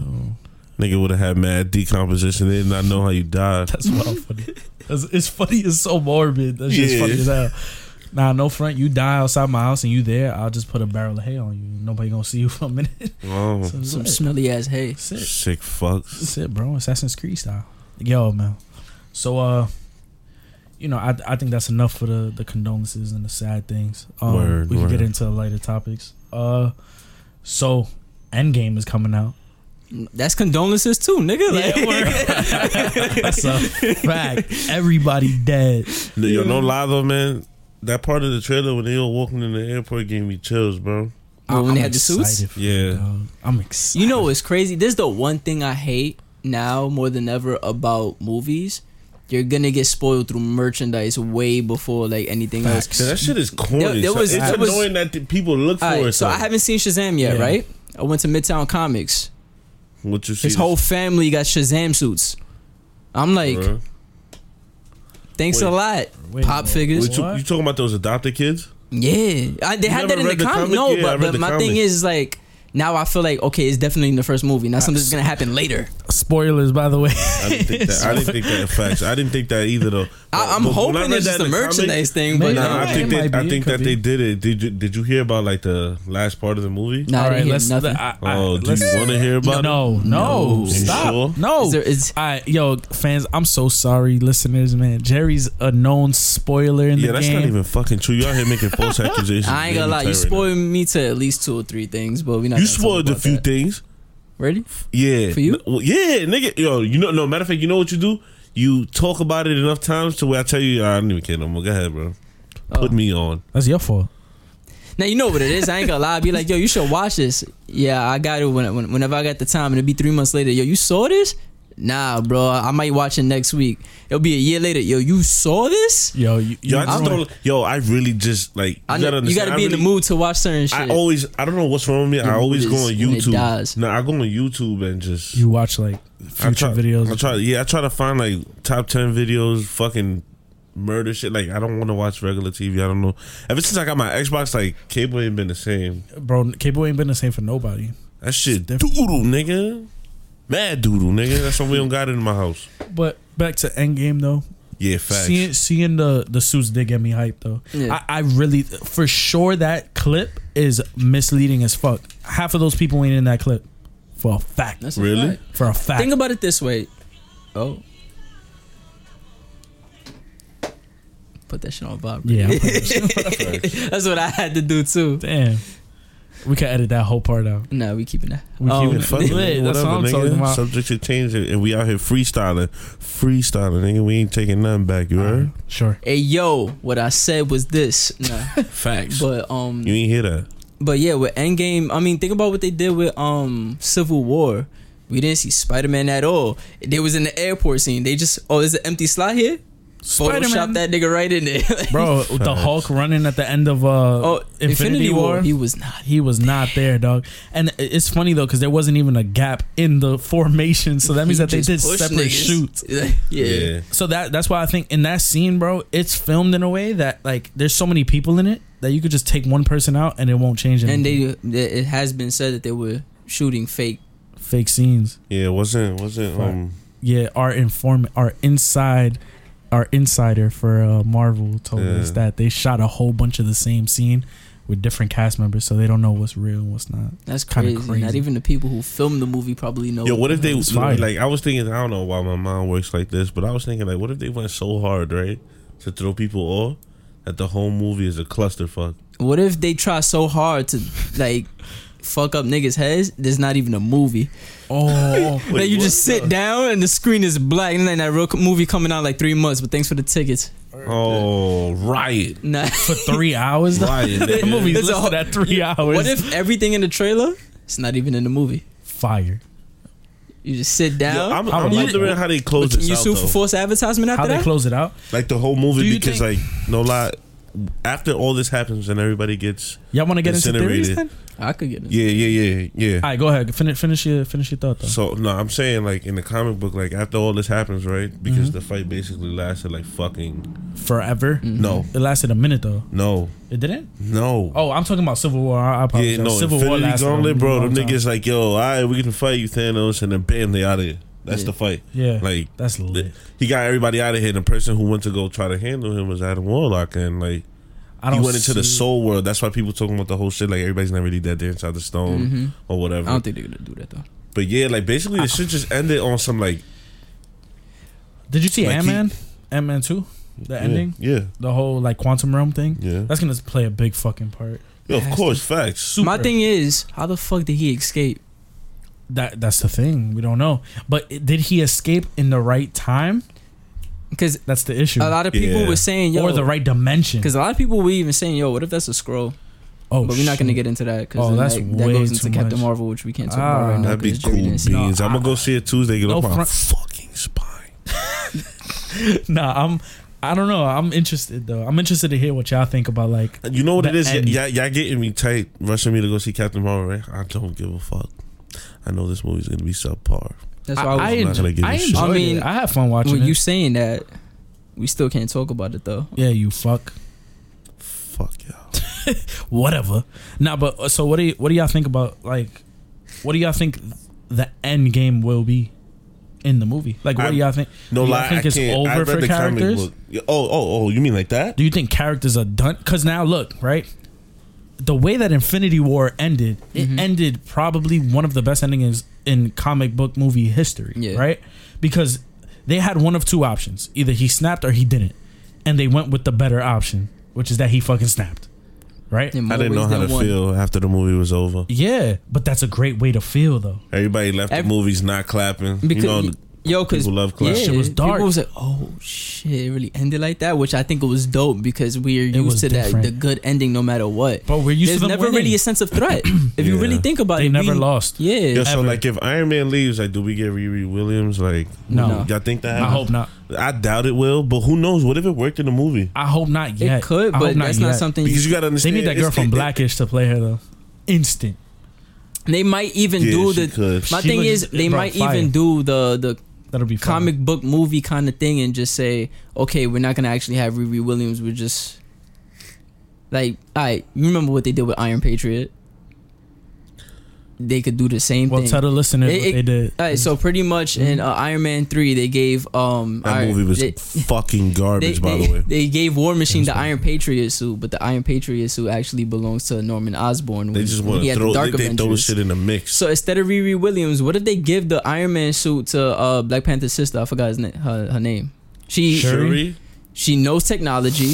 nigga would have had mad decomposition. They did not know how you died.
That's wild funny. That's- it's funny. It's so morbid. That's just
Yeah.
funny as hell. Nah, no front. You die outside my house and you there. I'll just put a barrel of hay on you. Nobody gonna see you for a minute.
Oh,
So it's
Some
like,
smelly ass hay.
sit.
sick fucks.
That's it, bro. Assassin's Creed style. Yo, man. So, uh, you know, I, I think that's enough for the, the condolences and the sad things. Um,
Word,
we can get
word.
into lighter topics. Uh, so Endgame is coming out.
That's condolences too, nigga. Like,
that's a fact. Everybody dead.
Yo, no lie though, man. That part of the trailer when they all walking in the airport gave me chills, bro.
Well, when they had the
excited
suits?
for
Yeah.
it, dog. I'm excited.
You know what's crazy? This is the one thing I hate now more than ever about movies. You're gonna get spoiled through merchandise way before like anything
Facts.
else.
Yo, that shit is corny.
There- there
So
was-
it's
there was-
annoying that th- people look for
Alright,
it.
so I haven't seen Shazam yet,
Yeah.
right? I went to Midtown Comics.
What you see?
His whole family got Shazam suits. I'm like,
Bruh.
thanks a
Wait.
lot.
Wait,
Pop
what?
figures.
What you, you talking about those adopted kids?
Yeah, I, they
You
had
never
that in the,
read the
comic.
comic?
No,
Yeah, I
but,
read
but
the
my
comic.
thing is like, now I feel like okay, it's definitely in the first movie. Now something's gonna happen later.
Spoilers, by the way.
I didn't think that. I didn't think that. Facts. I didn't think that either, though.
I, I'm
But when I
hoping
read
it's
that
just a
in the comic-
merchandise thing, but
Maybe.
Nah,
no.
Nah,
I think
it might
they, I
be,
think
it could
that they
be.
did it. Did you Did you hear about like the last part of the movie?
All
Nah, I didn't
right,
hear
let's.
nothing.
I, I,
Oh, do
let's
you want to hear about it?
no, no,
No.
stop.
You sure?
No.
Is there- is-
I, yo, fans, I'm so sorry, listeners, man. Jerry's a known spoiler in
Yeah,
the
that's
game.
not even fucking true. You out here making false accusations.
I ain't gonna lie,
Let me
you
tell right now.
spoiled me to at least two or three things, but we not.
You
gonna talk
spoiled a
about
few
that.
things.
Ready?
Yeah.
For you?
N- well, yeah, nigga. Yo, you know. No matter of fact, you know what you do. You talk about it enough times to where I tell you, I don't even care no more. Go ahead, bro.
Oh.
Put me on.
that's your fault.
Now you know what it is. I ain't gonna lie. I be like, yo, you should watch this. Yeah, I got it when, when, whenever I got the time, and it'll be three months later. Yo, you saw this? Nah, bro. I might watch it next week. It'll be a year later. Yo, you saw this?
Yo, you,
Yo, I just
ruined-
don't. Yo, I really just like. You
I know, you
understand,
gotta
I
be in
really-
the mood to watch certain shit.
I always. I don't know what's wrong with me. I
mood
always go
is
on
when it
YouTube.
dies.
No, I go on YouTube and just.
You watch like
I
future
try,
videos.
I try. Yeah, I try to find like top ten videos. Fucking murder shit. Like I don't want to watch regular TV. I don't know. Ever since I got my Xbox, like cable ain't been the same.
Bro, cable ain't been the same for nobody.
That shit doodle,
different.
nigga. Mad doodle, nigga. That's why we don't got it in my house.
But back to Endgame though.
Yeah, facts.
Seeing seeing the the suits did get me hyped though.
Yeah.
I, I really for sure that clip is misleading as fuck. Half of those people ain't in that clip. For a fact.
That's a
really?
fact.
for a fact.
Think about it this way. Oh. Put that shit on Bob.
yeah. I'm pretty-
That's what I had to do too.
Damn. We could edit that whole part out.
Nah, we keeping that.
We
Um,
keeping it.
Fuck it,
Yeah,
nigga,
that's
whatever,
what I'm
nigga.
talking about.
Subject to change, and we out here freestyling, freestyling, nigga. We ain't taking nothing back, you heard?
Sure.
Hey yo, what I said was this. Nah.
Facts.
But um
you ain't hear that.
but yeah, with Endgame, I mean think about what they did with um Civil War. We didn't see Spider Man at all. They was in the airport scene. They just oh, there's an empty slot here? Photoshop
Spider-Man.
that nigga right in there.
Bro, the Hulk running at the end of uh oh,
oh,
Infinity, War.
He
He,
was not.
was not there, dog. And i- it's funny though cuz there wasn't even a gap in the formation, so that means
He
that they
just
did
pushed
separate
niggas.
shoots.
yeah.
So that that's why I think in that scene, bro, it's filmed in a way that like there's so many people in it that you could just take one person out and it won't change anything.
and they they- it has been said that they were shooting fake
fake scenes.
Yeah, wasn't wasn't
Fuck.
um
Yeah, our informant, our inside, our insider for uh, Marvel told
Yeah.
us that they shot a whole bunch of the same scene with different cast members, so they don't know what's real and what's not.
that's
Kinda
crazy.
crazy.
not even the people who filmed the movie probably know
yo. What if they
It's fire.
like? I was thinking. I don't know why my mind works like this, but I was thinking like, what if they went so hard, right, to throw people off that the whole movie is a clusterfuck?
what if they try so hard to like fuck up niggas' heads, there's not even a movie.
Oh,
Wait,
like you
what?
just sit down and the screen is black, and then that real movie coming out in, like three months. But thanks for the tickets.
Oh, riot.
Nah.
for three hours. though?
Riot.
The
nigga.
movie's
It's a
listed
whole-
at three hours.
what if everything in the trailer? It's not even in the movie.
fire?
You just sit
Yo,
down.
I'm,
How
I'm
would-
wondering how they
but
close
can
this
you
out,
sue
though.
for false advertisement
How
after
they
that?
close it out?
like the whole
Do
movie
you
because
think-
like no lie after all this happens and everybody gets
Y'all want to get into
Incinerated.
theories? Then?
I could get it.
yeah yeah yeah yeah
All right, go ahead. Finish, finish your, finish your thought though.
so no i'm saying like in the comic book like after all this happens right because the fight basically lasted like fucking
Forever.
no
It lasted a minute though.
no
It didn't.
no
Oh, I'm talking about Civil War. I, I apologize.
yeah no
Civil War
infinity
lasted a
gauntlet bro
long
them
time.
niggas like yo all right we can fight you thanos and then bam they out of here that's
Yeah.
the fight
Yeah,
like
that's lit.
he got everybody out of here and the person who went to go try to handle him was adam warlock and like
I
he went into the
see-
soul world. That's why people talking about the whole shit. Like everybody's not really dead. They're inside the stone or whatever.
Mm-hmm. I don't think they're gonna do that though.
But yeah, like basically
Ah.
the shit just ended on some like
Did you see
Like,
Ant
he-
Man? Ant Man two, the ending,
Yeah,
the whole like quantum realm thing.
yeah.
That's gonna play a big fucking part.
Yo, of
Has
course, facts.
Super.
My thing is, how the fuck did he escape?
That that's the thing. We don't know. But it- did he escape in the right time?
Because
That's the issue.
a lot of people
Yeah.
were saying, yo,
or the right dimension.
because a lot of people were even saying, yo, what if that's a scroll?
Oh,
but we're not gonna
shit.
get into that because
Oh, that's
that, that
way
goes into
too
Captain
much.
Marvel, which we can't talk
Ah.
about right now.
That'd be
'cause
cool
Jerry didn't
beans.
see it.
I'm gonna go see it Tuesday. Get
No
up my
front-
fucking spine.
Nah, I'm. I don't know. I'm interested though. I'm interested to hear what y'all think about like.
You know what
The
it is? Y-
end.
y'all, y'all getting me tight, rushing me to go see Captain Marvel. Right? I don't give a fuck. I know this movie's gonna be subpar.
That's
I,
why I,
I,
was.
I'm not gonna
enjoy,
give a
I
shit.
enjoyed
I mean,
it. I had fun watching
when you
it.
saying that, we still can't talk about it though.
Yeah, you fuck.
Fuck y'all.
Whatever. Nah, but uh, so what do you, what do y'all think about like? What do y'all think the end game will be in the movie? Like, what
I-
do y'all think?
No
do y'all
lie,
think
I
it's
can't. I
over
read
for
the
characters?
comic book. Yeah, Oh, oh, oh! You mean like that?
Do you think characters are done? Because now, look, right? The way that Infinity War ended,
Mm-hmm.
it ended probably one of the best endings in comic book movie history,
Yeah.
right? Because they had one of two options either he snapped or he didn't. And they went with the better option, which is that he fucking snapped, right?
In
I
more
didn't know
ways
how
than
to
one.
feel after the movie was over.
Yeah, but that's a great way to feel, though.
Everybody left
Ev-
the movies not clapping.
Because
you know,
yo, because
people love class.
Yeah,
Shit was dark.
People was like, "Oh shit, it really ended like that," which I think it was dope because we're
was
used to
different.
that the good ending no matter what.
But we're used
There's
to them
never
winning.
really a sense of threat if you
Yeah.
really think about
they
it.
never
we-
lost.
Yeah,
Yo, so
Ever.
like if Iron Man leaves, like do we get Riri Williams? Like
No.
No.
y'all think that?
I hope not.
I doubt it will, but who knows? What if it worked in the movie?
I hope not
it
yet.
could,
I hope
but that's not
yet.
something. You,
Because you gotta
They
understand,
need that
it's-
girl from
it-
Blackish to play her, though. Instant.
they might even
Yeah,
do
she
the.
could.
My
She
thing
was-
is, they
bro,
might
fire.
even do the the
That'll be fun.
comic book movie kind of thing and just say, okay, we're not gonna actually have Riri Williams. We're just like, all right, you remember what they did with Iron Patriot? They could do the same
Well,
thing.
tell the Mm-hmm. listeners what
It- it- uh,
they did.
All right, so pretty much in uh, Iron Man three, they gave um
That
Iron-
movie was
they,
fucking
they,
garbage, by
they-
the way.
they gave War Machine
was
the
bad.
Iron Patriot suit, but the Iron Patriot suit actually belongs to Norman Osborn.
They
when-
just
when
want
he
to
had the
throw they,
Dark
they throw the
Avengers.
shit in the mix.
So instead of Riri Williams, what if they give the Iron Man suit to uh, Black Panther's sister? I forgot his na- her, her name. She
Sure. Shuri?
she knows technology.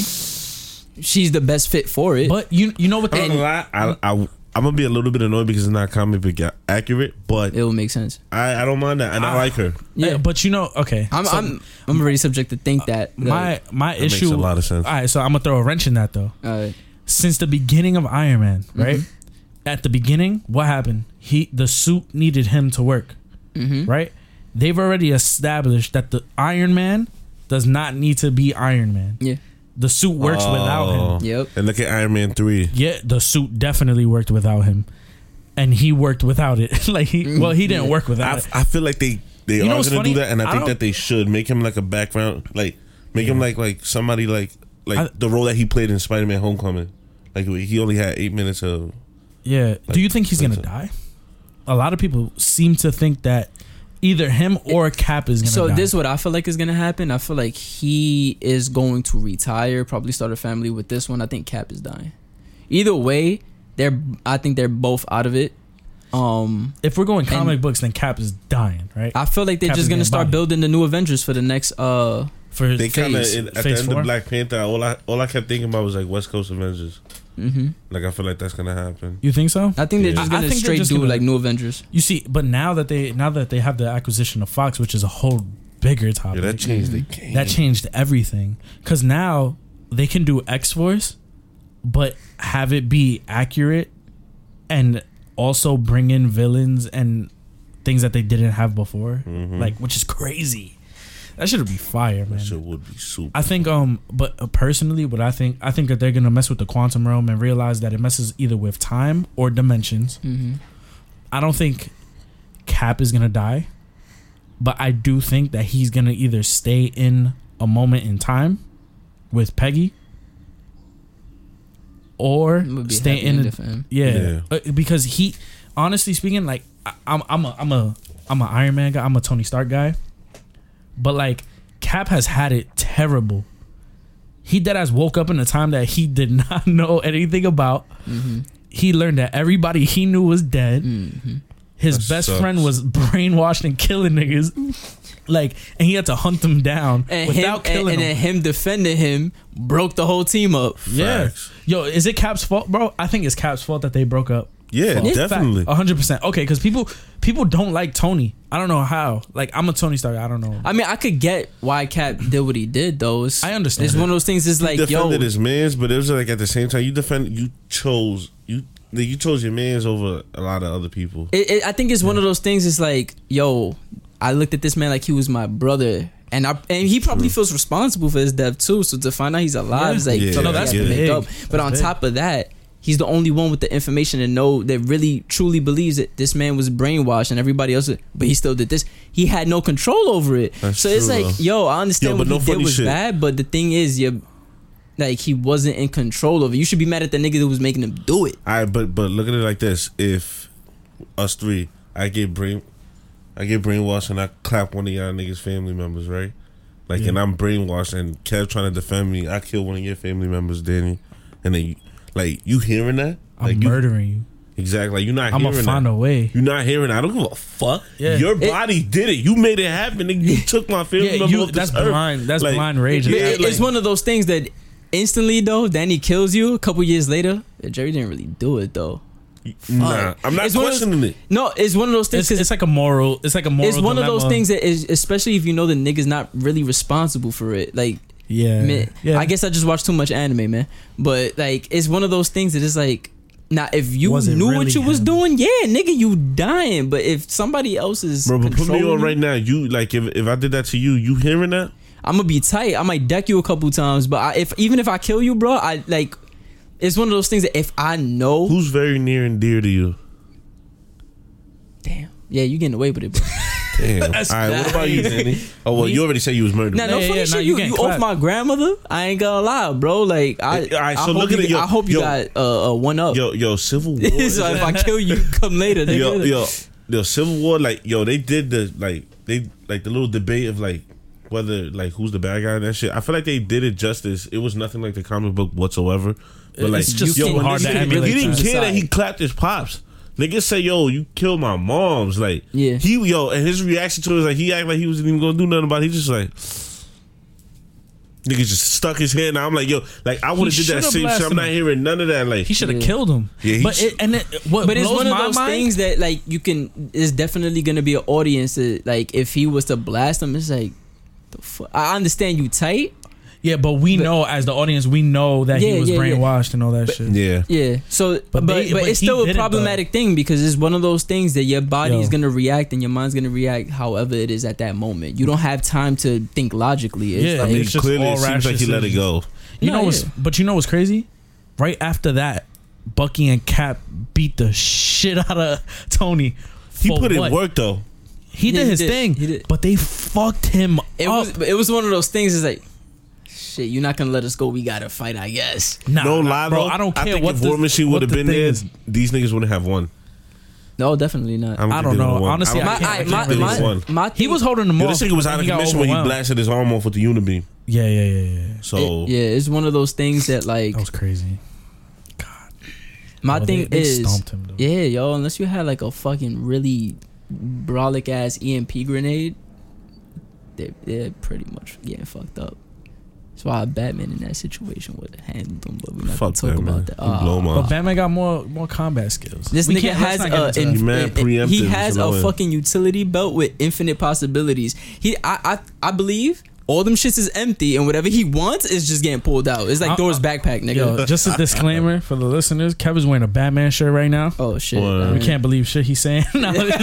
She's the best fit for it.
But you you know what
I'm not
they
gonna lie. I, I, am gonna be a little bit annoyed because it's not comic book ac- accurate, but
it will make sense.
I, I don't mind that, and I,
I-
like her.
yeah.
Yeah,
but you know okay.
I'm,
so
I'm I'm already subject to think that.
my my
That
issue
makes a lot of sense.
All right, so I'm gonna throw a wrench in that though.
like, uh,
Since the beginning of Iron Man,
Mm-hmm.
right? At the beginning, what happened? He the suit needed him to work,
Mm-hmm.
right? They've already established that the Iron Man does not need to be Iron Man.
yeah,
The suit works without
Oh.
him.
Yep.
And look at Iron Man three.
Yeah, the suit definitely worked without him, and he worked without it. like he well, he didn't work
I,
without it.
f- I feel like they they
You know
are
what's
gonna
funny?
do that, and I,
I
think
don't-
that they should make him like a background, like make him like like somebody like like
I-
the role that he played in Spider Man Homecoming. Like he only had eight minutes of.
Yeah. Do you think he's gonna
that's
die? A lot of people seem to think that either him or Cap is gonna
So
die.
this is what I feel like is gonna happen. I feel like he is going to retire, probably start a family with this one. I think Cap is dying. Either way, they're I think they're both out of it. Um,
if we're going comic books, then Cap is dying, right?
I feel like they're
Cap is
just gonna
getting
start
bodied.
building the new Avengers for the next uh
for
They kind of at
Phase-
the
phase
end
four?
of Black Panther. All I all I kept thinking about was like West Coast Avengers.
hmm
Like I feel like that's gonna happen.
you think so?
I think they're
Yeah.
just
I- I
gonna
think they're
straight
just
do
gonna-
like new Avengers.
You see, but now that they now that they have the acquisition of Fox, which is a whole bigger
Yeah,
topic,
that
that,
changed the game.
changed everything. Because now they can do X Force, but have it be accurate, and also bring in villains and things that they didn't have before,
Mhm.
like which is crazy. That should be fire, man.
That shit would be super.
I think um but uh, personally what I think I think that they're going to mess with the quantum realm and realize that it messes either with time or dimensions.
Mm-hmm.
I don't think Cap is going to die, but I do think that he's going to either stay in a moment in time with Peggy or stay in a, yeah. Uh, because he honestly speaking like I, I'm I'm a I'm a I'm a Iron Man guy, I'm a Tony Stark guy. But like Cap has had it terrible. He dead ass woke up in a time that he did not know anything about.
Mm-hmm.
He learned that everybody he knew was dead.
Mm-hmm.
His
That
best
sucks.
friend was brainwashed and killing niggas. Like, and he had to hunt them down
And
without
him, and,
killing
and
them.
then him defending him broke the whole team up.
yeah.
Facts.
Yo, is it Cap's fault, bro? I think it's Cap's fault that they broke up.
Yeah,
Yeah,
definitely.
fact. 100%. Okay, cuz people people don't like Tony. I don't know how. Like I'm a Tony Stark. I don't know.
I mean, I could get why Cap did what he did, though. It's-
I understand
It's
that.
one of those things. It's like, yo,
defended his man's, but it was like at the same time you defend you chose you like, you chose your man's over a lot of other people.
it, it, I think it's one of those things. It's like, yo, I looked at this man like he was my brother, and I and he probably feels responsible for his death too. So to find out he's alive is like,
Yeah.
something he
No, that's
has to
big.
make up. But
That's
on
big.
top of that, he's the only one with the information and know that really truly believes that this man was brainwashed and everybody else. But he still did this. He had no control over it.
That's
so it's
true,
like,
though.
yo, I understand
Yo, but
what
no
he did
funny
was
shit.
bad, but the thing is, you like he wasn't in control of it. You should be mad at the nigga that was making him do it.
I but but look at it like this: if us three, I get brain, I get brainwashed, and I clap one of y'all niggas' family members, right? Like, and I'm brainwashed, and Kev trying to defend me. I kill one of your family members, Danny, and then you, like you hearing that?
I'm
Like you,
murdering you.
exactly. Like you're not
I'm
hearing
gonna find
that.
a way.
You're not hearing. that. I don't give a fuck.
Yeah.
Your
It-
body did it. You made it happen. nigga. You took my family
Yeah,
member.
you,
off
that's
this earth.
blind. That's
Like,
blind rage.
yeah,
It- it's
like-
one of those things that instantly though Danny kills you a couple years later yeah, Jerry didn't really do it though
Nah,
Fuck.
I'm not
It's one of those-
questioning it.
no it's one of those things
It's,
'cause
it's like a moral. It's like a moral.
it's, one of those
dilemma.
things that is especially if you know the nigga's not really responsible for it like
Yeah.
man,
yeah.
I guess I just watched too much anime man but like it's one of those things that is like now if you
Was it
knew what
really
you was
him?
doing yeah nigga you dying but if somebody else is
Bro, but put me
controlling
on
you,
right now. You like if, if I did that to you, you hearing that?
I'm gonna be tight. I might deck you a couple times, but I, if even if I kill you, bro, I like. It's one of those things that if I know,
Who's very near and dear to you?
damn, yeah, you getting away with it, bro.
Damn.
That's
All right, what about you, Danny? Oh well, you already said you was murdered.
Nah, no
Yeah,
funny
yeah,
shit.
nah, you
you you,
getting
off
clapped.
my grandmother. I ain't gonna lie, bro. Like I,
Eh, alright,
I
so
hope
look
you,
at it, yo-
I hope you
yo-
got uh, a one up.
Yo, yo, Civil War. is
so if I kill you, come later. nigga.
yo, yo, yo, Civil War. Like, yo, they did the like they like the little debate of like whether like who's the bad guy and that shit. I feel like they did it justice. It was nothing like the comic book whatsoever. But like,
It's just
so
when
hard
niggas-
to emulate
He didn't
that.
care that he clapped his pops. Niggas say, "Yo, you killed my mom's." Like,
Yeah.
he yo, and his reaction to it was like he act like he wasn't even gonna do nothing about. it. He just like. Niggas just stuck his hand. Now I'm like, yo, like I would have did that
should've
same shit.
blasted
I'm not
him.
hearing none of that. Like,
he should have
Yeah.
killed him.
Yeah, he
but
should-
it, and it, what
but it's
blows
one of
my
those
mind-
things that like you can. There's definitely gonna be an audience that like if he was to blast him, it's like, the fuck. I understand you tight.
Yeah, but we
But-
know as the audience, we know that
Yeah,
he was
yeah, yeah.
brainwashed and all that shit.
yeah,
Yeah. So, but
But
but,
they- but
it's
he
still
did
a
it, though.
problematic thing because it's one of those things that your body
Yo.
is gonna react and your mind's gonna react however it is at that moment. You don't have time to think logically. It's
Yeah,
like,
I mean,
It
It's just
clearly
all
it seems
rash
like he let it go.
You
No,
know what's
yeah.
but you know what's crazy? Right after that, Bucky and Cap beat the shit out of Tony.
He
for
put
what?
in work though.
He did
Yeah, he
his
did.
thing,
He did.
but they fucked him
it
up.
was it was one of those things. Is like, shit, you're not gonna let us go. We gotta fight. I guess.
nah,
no
nah,
lie,
bro.
though,
I don't care
think
what
if
the,
War Machine
what
would have
the
been
thing
there,
is.
these niggas wouldn't have won.
No, definitely not.
don't,
I
think
don't
they would've
know.
won.
Honestly,
I don't
I
my,
think
can't-
I,
can't
my,
really
my,
say.
my, my
He
thing-
was holding them
Yo,
off.
this nigga was out
and
of
he got
commission when he
overwhelmed.
blasted his arm off with the unibeam.
Yeah, yeah, yeah, yeah.
So
yeah, it's one of those things that like
That was crazy.
my
Oh, they-
thing
they
is.
stomped him, though.
Yeah, yo, unless you E had like a fucking really brolic ass EMP grenade, they they're pretty much getting fucked up. That's why Batman in that situation would have handled them, but we're not
Fuck
gonna
that,
talk
man.
about that.
You blow
Ah.
'em
But
up.
Batman got more more combat skills.
This
We
nigga
can't- let's
has
not get into
a
that.
You mad
inf- in- eh,
preemptive
he
is
has a
annoying.
fucking utility belt with infinite possibilities. He I I, I believe all them shits is empty and whatever he wants is just getting pulled out. It's like
I-
Thor's
I-
backpack,
Uh,
nigga.
Yo, just a disclaimer for the listeners: Kevin's wearing a Batman shirt right now.
oh shit.
Word.
We can't believe shit he's saying. no,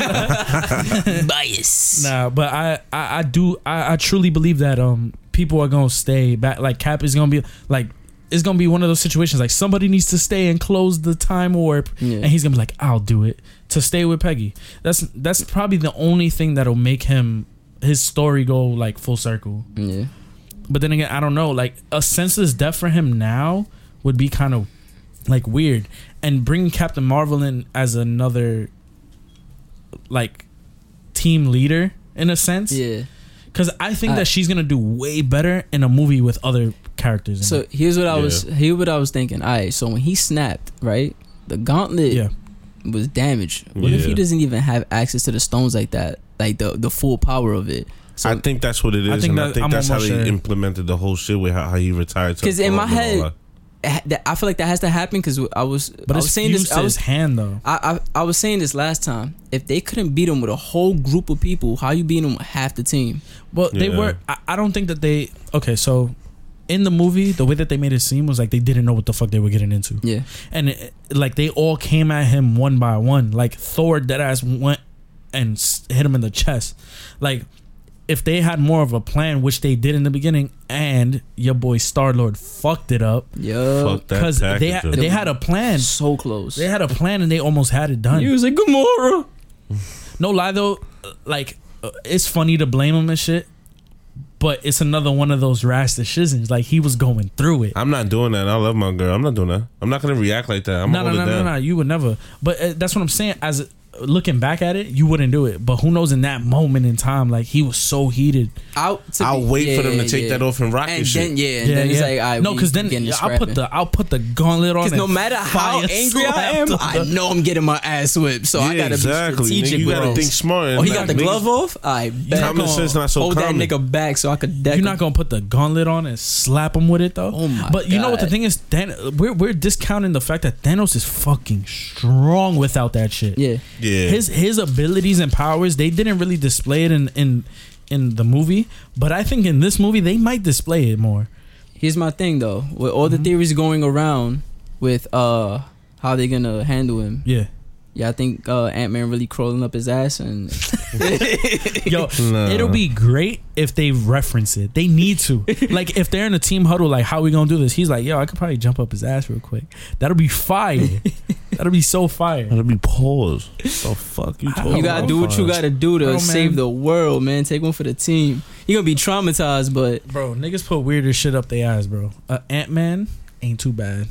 bias.
nah, but I, I, I do, I, I truly believe that um people are gonna stay back. Like Cap is gonna be like, it's gonna be one of those situations. Like somebody needs to stay and close the time warp,
Yeah.
and he's gonna be like, I'll do it to stay with Peggy. That's that's probably the only thing that'll make him his story go like full circle.
yeah.
But then again, I don't know. Like a senseless death for him now would be kind of like weird, and bringing Captain Marvel in as another like team leader in a sense,
Yeah.
because I think
I-
that she's gonna do way better in a movie with other characters. In
So
it.
here's what I was
Yeah.
here what I was thinking. All right, so when he snapped, right? The gauntlet
yeah,
was damaged. What if he
Yeah.
doesn't even have access to the stones like that? Like the the full power of it. So
I think that's what it is,
I think
and I
that-
think
I'm
that's how
almost
they
sure.
implemented the whole shit with how, how he retired. to
'Cause in
the
my
club and all
head- ha- that- I feel like that has to happen because I was
but
I
it's
was saying this
fused
I
to
was
his hand though.
I, I I was saying this last time. If they couldn't beat him with a whole group of people, how you beat him with half the team?
Well, they
Yeah.
were. I, I don't think that they. Okay, so in the movie, the way that they made it seem was like they didn't know what the fuck they were getting into.
Yeah,
and it, like they all came at him one by one. Like Thor, dead ass went and s- hit him in the chest. Like if they had more of a plan, which they did in the beginning, and your boy Star Lord fucked it up
yo,
Fuck that
because they had,
tactic.
they had a plan.
so close.
They had a plan and they almost had it done.
He was like Gamora.
No lie though, uh, like uh, it's funny to blame him and shit. But it's another one of those rash decisions. Like he was going through it.
I'm not doing that. I love my girl. I'm not doing that. I'm not gonna react like that. I'm
No,
gonna
no,
hold
no,
it
no,
down.
no. You would never. But uh, that's what I'm saying. As uh, looking back at it, you wouldn't do it. But who knows? In that moment in time, like he was so heated.
I'll, to
I'll
be-
wait for them to
yeah,
take
yeah.
that off and rock
And
and
then
shit.
yeah, and then it's like all right,
no,
we
because then
getting to
I'll put
scrapping.
the I'll put the gauntlet on.
'Cause
and
no matter how
fire
angry I
slapped
am,
him.
I know I'm getting my ass whipped. So I
Yeah,
gotta
exactly.
be strategic.
Nigga, you
with
gotta
it.
think smart. and
Oh, he
not-
got the
niggas-
glove off. I bet.
Common sense not so
Hold that
common.
nigga back so I could deck
You're
him.
not gonna put the gauntlet on and slap him with it though.
Oh my
But you know what the
God.
thing is, Dan, we're we're discounting the fact that Thanos is fucking strong without that shit.
Yeah,
Yeah.
his his abilities and powers they didn't really display it in in in the movie but i think in this movie they might display it more
here's my thing though. With all
Mm-hmm.
the theories going around with uh how they gonna handle him,
yeah
Yeah, I think uh, Ant Man really crawling up his ass, and
yo
Nah.
it'll be great if they reference it they need to like if they're in a team huddle like how we gonna do this he's like yo i could probably jump up his ass real quick that'll be fire that'll be so fire
That'll be pause. The fuck you talking
you gotta
about?
do what you gotta do to
Oh, Bro, man.
save the world, man. Take one for the team. You're gonna be traumatized, but
bro niggas put weirder shit up their ass bro uh, ant-man ain't too bad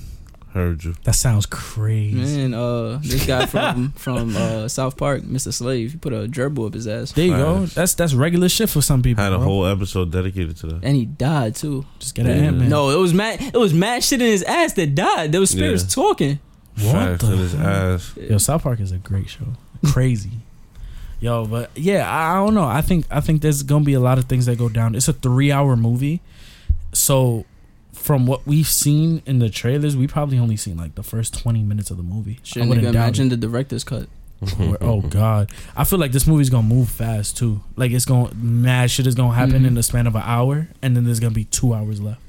Heard you.
that sounds crazy
man, uh, this guy from from uh, South Park, Mr. Slave, he put a gerbil up his ass,
there you go that's that's regular shit for some people
Had a
bro.
whole episode dedicated to that.
and he died too.
just get an
Yeah.
ant-man
No, it was mad. It was mad shit in his ass that died. There was spirits
Yeah.
talking.
what
Facts in his
the hell?
ass.
Yo, South Park is a great show. Crazy. Yo, but yeah, I, I don't know. I think I think there's gonna be a lot of things that go down. It's a three hour movie. So from what we've seen in the trailers, we probably only seen like the first twenty minutes of the movie.
Shit,
I
nigga,
wouldn't doubt
imagine the director's cut.
it. Oh god. I feel like this movie's gonna move fast too. Like it's gonna mad shit is gonna happen
Mhm.
in the span of an hour and then there's gonna be two hours left.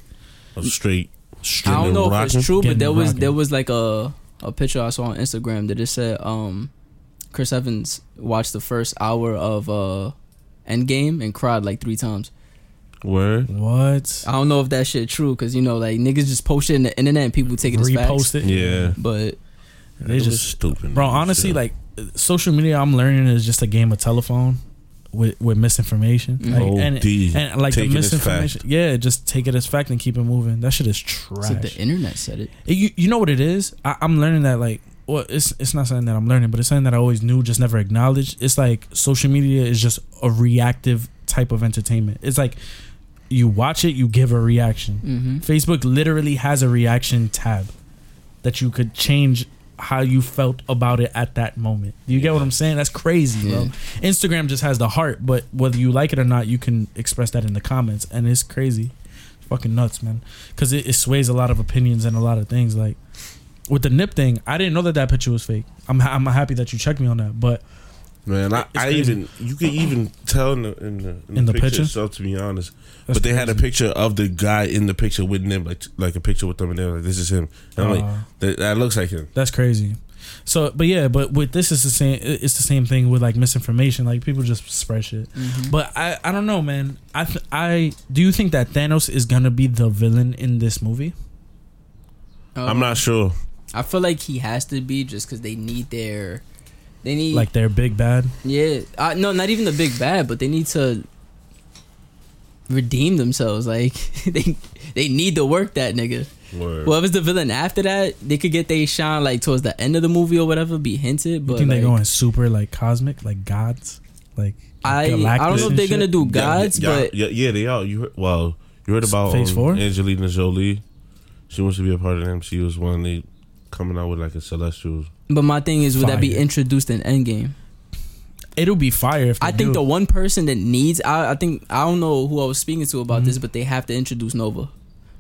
I'm straight.
I
Getting
don't
them
know if
rocking.
it's true,
Getting
but there
them
was
rocking.
there was like a a picture I saw on Instagram that it said um Chris Evans watched the first hour of uh Endgame and cried like three times.
Word.
What?
I don't know if that shit true because you know like niggas just post shit in the internet and people take it as facts.
Repost it.
Yeah.
But
They
It was
just
stupid.
Bro, honestly,
Shit.
like uh, social media, I'm learning is just a game of telephone with with misinformation. Like,
OD.
and, and like the
Oh, Take it as
misinformation, yeah, just take it as fact and keep it moving. That shit is trash.
it's like the internet said it.
you you know what it is? I, I'm learning that like. Well, it's it's not something that I'm learning, but it's something that I always knew, just never acknowledged. It's like social media is just a reactive type of entertainment. It's like you watch it, you give a reaction.
Mm-hmm.
Facebook literally has a reaction tab that you could change how you felt about it at that moment. You get what I'm saying? That's crazy, bro.
Yeah.
Instagram just has the heart, but whether you like it or not, you can express that in the comments, and it's crazy, it's fucking nuts, man. Because it, it sways a lot of opinions and a lot of things. Like with the nip thing, I didn't know that that picture was fake. I'm ha- I'm happy that you checked me on that, but
Man, I,
It's
I
crazy.
even you can even tell in the in the, in
In the
the picture
picture?
itself. To be honest,
That's
but they had a
crazy.
picture of the guy in the picture with them, like like a picture with them, and they were like, "This is him." And I'm like,
uh,
that, "That looks like him."
That's crazy. So, but yeah, but with this, it's the same. It's the same thing with like misinformation. Like people just spread shit.
Mm-hmm.
But I, I don't know, man. I, th- I do you think that Thanos is gonna be the villain in this movie?
I'm not sure.
Um, I feel like he has to be just because they need their. They need
Like their big bad.
Yeah, uh, no, not even the big bad, but they need to redeem themselves. Like they they need to work that nigga.
Word.
Whoever's the villain after that, they could get they shine like towards the end of the movie or whatever, be hinted.
You
But
think
like,
they're going super like cosmic, like gods, like
I I don't know if they're gonna do gods,
yeah,
but
yeah, yeah, they are. You heard, well, you heard about
Phase
um,
four?
Angelina Jolie. She wants to be a part of them. She was one they coming out with like a celestial.
but my thing is, would that be
Fire.
introduced in Endgame?
It'll be fire if they
I think the
do.
one person that needs I, I think I don't know who I was speaking to
Mm-hmm.
about this, but they have to introduce Nova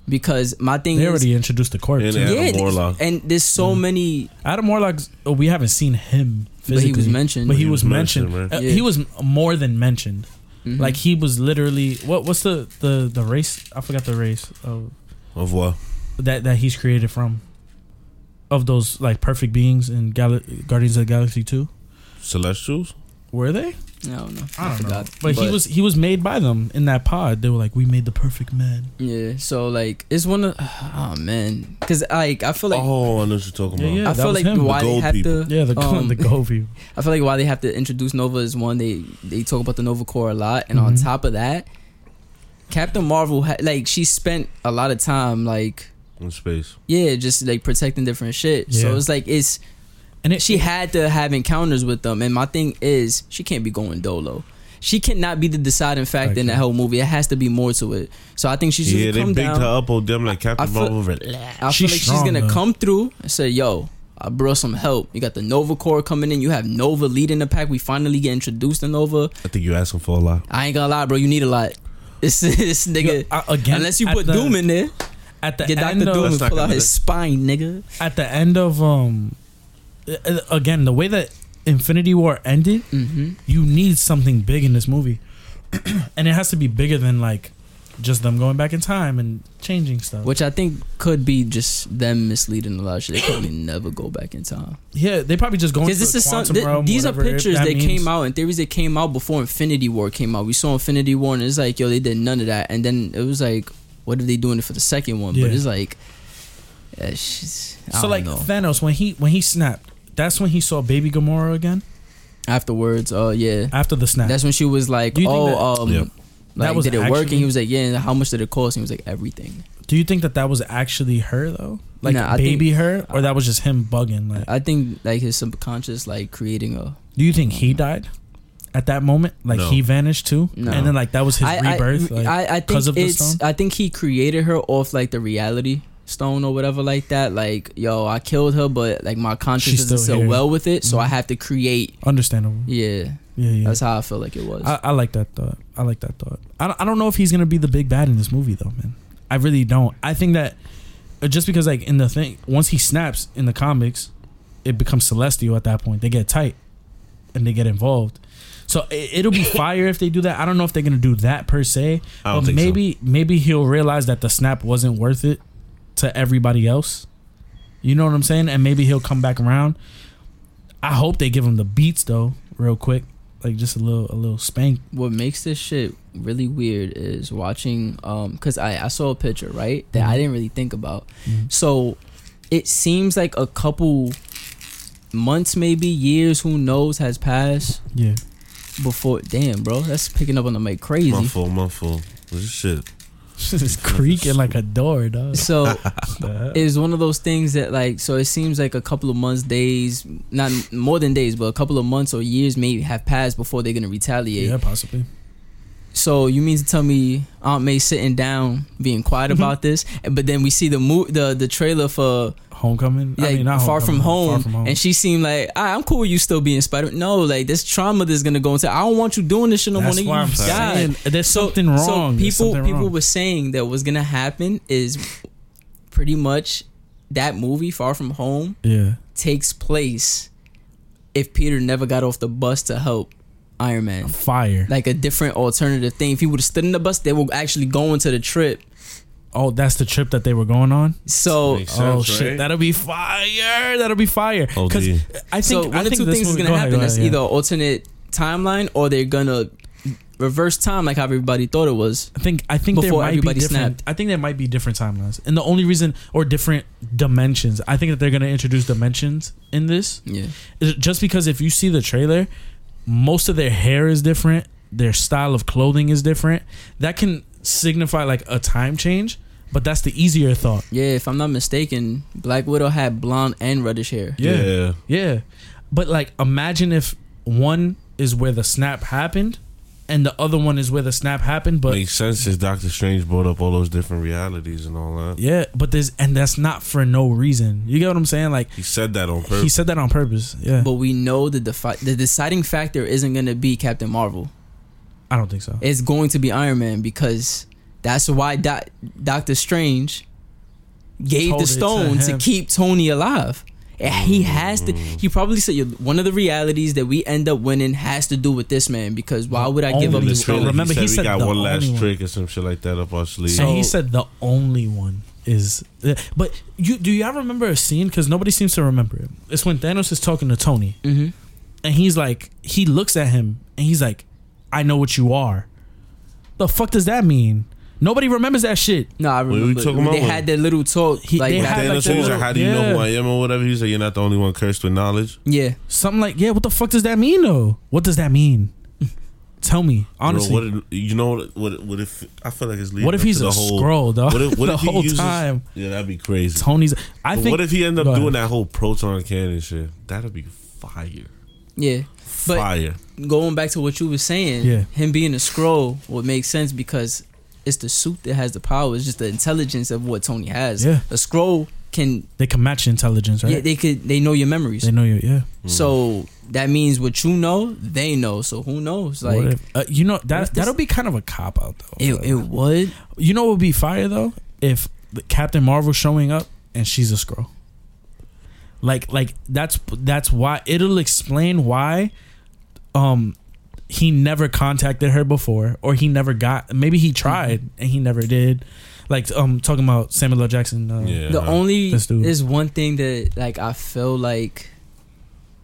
because my thing
they
is
already Mm-hmm. introduced the corpse.
And
too.
Adam
yeah, th-
Warlock.
and there's so many
Adam Warlock, oh, we haven't seen him
But
physically,
he was mentioned.
But he, was, mentioned.
right?
Uh,
Yeah.
He was m- more than mentioned. Like he was literally what? What's the the the race? I forgot the race of
Of what?
that that he's created from. Of those like perfect beings in Gal- Guardians of the Galaxy two,
Celestials?
were they?
I don't know.
I don't know.
forgot.
But, he was he was made by them in that pod. They were like, we made the perfect man.
Yeah, so like it's one of oh man, because like I feel like
oh, I know what you're talking
Yeah,
about.
yeah.
I
that
feel
was
like
him. The
why they
gold
have
people.
to
Yeah, the
um,
the go view.
I feel like why they have to introduce Nova is one they they talk about the Nova Corps a lot, and on
Mhm.
top of that, Captain Marvel ha- like she spent a lot of time like
In space.
yeah just like protecting different shit. So
Yeah.
it's like it's
And it,
she had to have encounters with them, and my thing is she can't be going dolo. She cannot be the deciding factor in that
Okay.
whole movie. It has to be more to it. So I think she should
Yeah, they
come
bigged
down.
her up on them like Captain
I feel-
Marvel. relax.
I
She's
feel like
strong,
she's gonna
though.
come through and say, "Yo, I brought some help. You got the Nova Corps coming in. You have Nova leading the pack. We finally get introduced to Nova.
I think you asking for a lot.
I ain't gonna lie, bro. You need a lot. It's this
Yeah,
nigga.
uh, again,
Unless you
at
put
the-
Doom in there,
at the
get
end
Doctor
of,
Doom
That's
and
not
pull out
gonna
his spine, nigga.
at the end of um uh, uh, again the way that Infinity War ended,
Mm-hmm.
you need something big in this movie, and it has to be bigger than like just them going back in time and changing stuff.
Which I think could be just them misleading a lot of shit. They probably never go back in time
Yeah, they probably just going to
because
this
this
the
is some.
quantum
th-
realm,
these are
whatever
pictures
that
that,
means.
came out and theories that came out before Infinity War came out. We saw Infinity War and it's like, yo, they did none of that. And then it was like, what are they doing for the second one?
Yeah.
But it's like, yeah, she's, I
So
don't
like
know.
Thanos when he when he snapped, that's when he saw baby Gamora again
afterwards, oh yeah,
after the snap.
that's when she was like,
Do you think
oh, um,
Yeah.
like
That was
did it work? And
actually-
he was like, yeah. And how much did it cost? And he was like, everything.
Do you think that that was actually her though, like
Nah, I
baby her, or that was just him bugging? Like,
I think like his subconscious like creating a.
do you think he died at that moment? Like
No.
he vanished too,
No.
and then like that was his
I,
rebirth.
I,
like,
I, I think
'cause of the
it's.
stone?
I think he created her off like the reality stone or whatever like that. Like yo, I killed her, but like my conscience
She's
doesn't
still
sit
here.
well with it, so I
Mhm.
have to create.
Understandable.
Yeah,
Yeah, yeah.
that's how I feel like it was.
I, I like that thought. I like that thought. I don't, I don't know if he's gonna be the big bad in this movie though, man. I really don't. I think that uh, just because like in the thing, once he snaps in the comics, it becomes celestial at that point. They get tight and they get involved. So it, it'll be fire if they do that. I don't know if they're gonna do that per se,
I don't
but
think so.
maybe maybe he'll realize that the snap wasn't worth it to everybody else. You know what I'm saying? And maybe he'll come back around. I hope they give him the beats though, real quick, like just a little a little spank.
what makes this shit really weird is watching um because I, I saw a picture right that
Mm-hmm.
i didn't really think about
Mhm.
so it seems like a couple months maybe years who knows has passed
Yeah,
before damn bro that's picking up on the mic crazy
Mouthful, mouthful. This is shit.
it's creaking like a door, dog.
so
The hell?
it was one of those things that like so it seems like a couple of months days not more than days but a couple of months or years maybe have passed before they're gonna retaliate
yeah, possibly.
So you mean to tell me Aunt May sitting down, being quiet
Mm-hmm.
about this, but then we see the mo- the the trailer for
Homecoming.
like
I mean, not
far,
homecoming,
from home,
Far from home.
and she seemed like "Ah, I'm cool with you still being Spider. No, like this trauma that's gonna go into. I don't want you doing this shit no more.
That's
nigga.
why I'm
You died.
saying there's something wrong.
So
There's
people
something
people
wrong.
were saying that what's gonna happen is pretty much that movie Far From Home
yeah.
takes place if Peter never got off the bus to help Iron Man.
Fire.
Like a different alternative thing. If he would have stood in the bus, they were actually going to the trip.
Oh, that's the trip that they were going on.
So
Makes
oh
sense,
shit,
right?
that'll be fire. That'll be fire.
Oh,
Because
dear.
I think
so
I
one of
think
two
this
things is
movie-
gonna
go ahead,
happen.
go
That's
ahead,
either
yeah.
alternate timeline or they're gonna reverse time like how everybody thought it was.
I think I think there
Before
might
everybody
be different.
snapped.
I think there might be different timelines, and the only reason or different dimensions. I think that they're gonna introduce dimensions in this,
Yeah.
Is it just because if you see the trailer, most of their hair is different, their style of clothing is different. That can signify like a time change, but that's the easier thought.
Yeah, if I'm not mistaken, Black Widow had blonde and reddish hair.
Yeah. Yeah. But like imagine if one is where the snap happened and the other one is where the snap happened but
Makes sense since Doctor Strange brought up all those different realities and all that.
yeah, but there's and that's not for no reason. You get what I'm saying? Like
He said that on
he
purpose.
said that on purpose. Yeah.
But we know the defi- the deciding factor isn't going to be Captain Marvel.
I don't think so.
It's going to be Iron Man because that's why Doc Doctor Strange gave
Told it
the
to
stone to,
him. Mm.
keep Tony alive. And he has to. He probably said "Yo, one of the realities that we end up winning has to do with this man because why would I give up
Only
In the
this?
so-
trailer,
remember,
he said
he
we
said
got
the
one
only
last
one.
trick or some shit like that up our sleeve.
and
So-
he said the only one is but you do y'all remember a scene cuz nobody seems to remember it. It's when Thanos is talking to Tony
Mm-hmm.
and he's like he looks at him and he's like I know what you are. The fuck does that mean? Nobody remembers that shit.
No, I
we
remember.
talking about
they
when-
had that little talk.
He-
like
they
back-
had,
Thanos
like,
was like,
little-
"How do you know
yeah.
who I am or whatever?" He said, "You're not the only one cursed with knowledge."
yeah.
something like yeah what the fuck does that mean though what does that mean tell me honestly
Bro,
what,
what if, you know what, what? What if I feel like it's leading. up
if
to
he's
the
a
whole,
scroll though
What if, what
the
if he
whole
uses-
time
Yeah, that'd be crazy.
tony's i
But
think
what if he end up
Go ahead.
doing that whole proton cannon shit? That'd be fire.
Yeah. But-
Fire.
uh,
going back to what you were saying,
Yeah.
him being a scroll would make sense because it's the suit that has the power. It's just the intelligence of what Tony has.
Yeah.
A scroll can
they can match intelligence right
yeah, they could they know your memories.
they know you yeah
So that means what you know, they know. So who knows? Like
what if, uh, you know
what
that
if this-
that'll be kind of a cop out though
it,
Like,
it would.
you know what would be fire though if the captain marvel showing up and she's a scroll like like that's that's why it'll explain why um he never contacted her before or he never got maybe he tried and he never did like um talking about samuel l jackson uh,
Yeah.
The only
Let's do it.
is one thing that like I feel like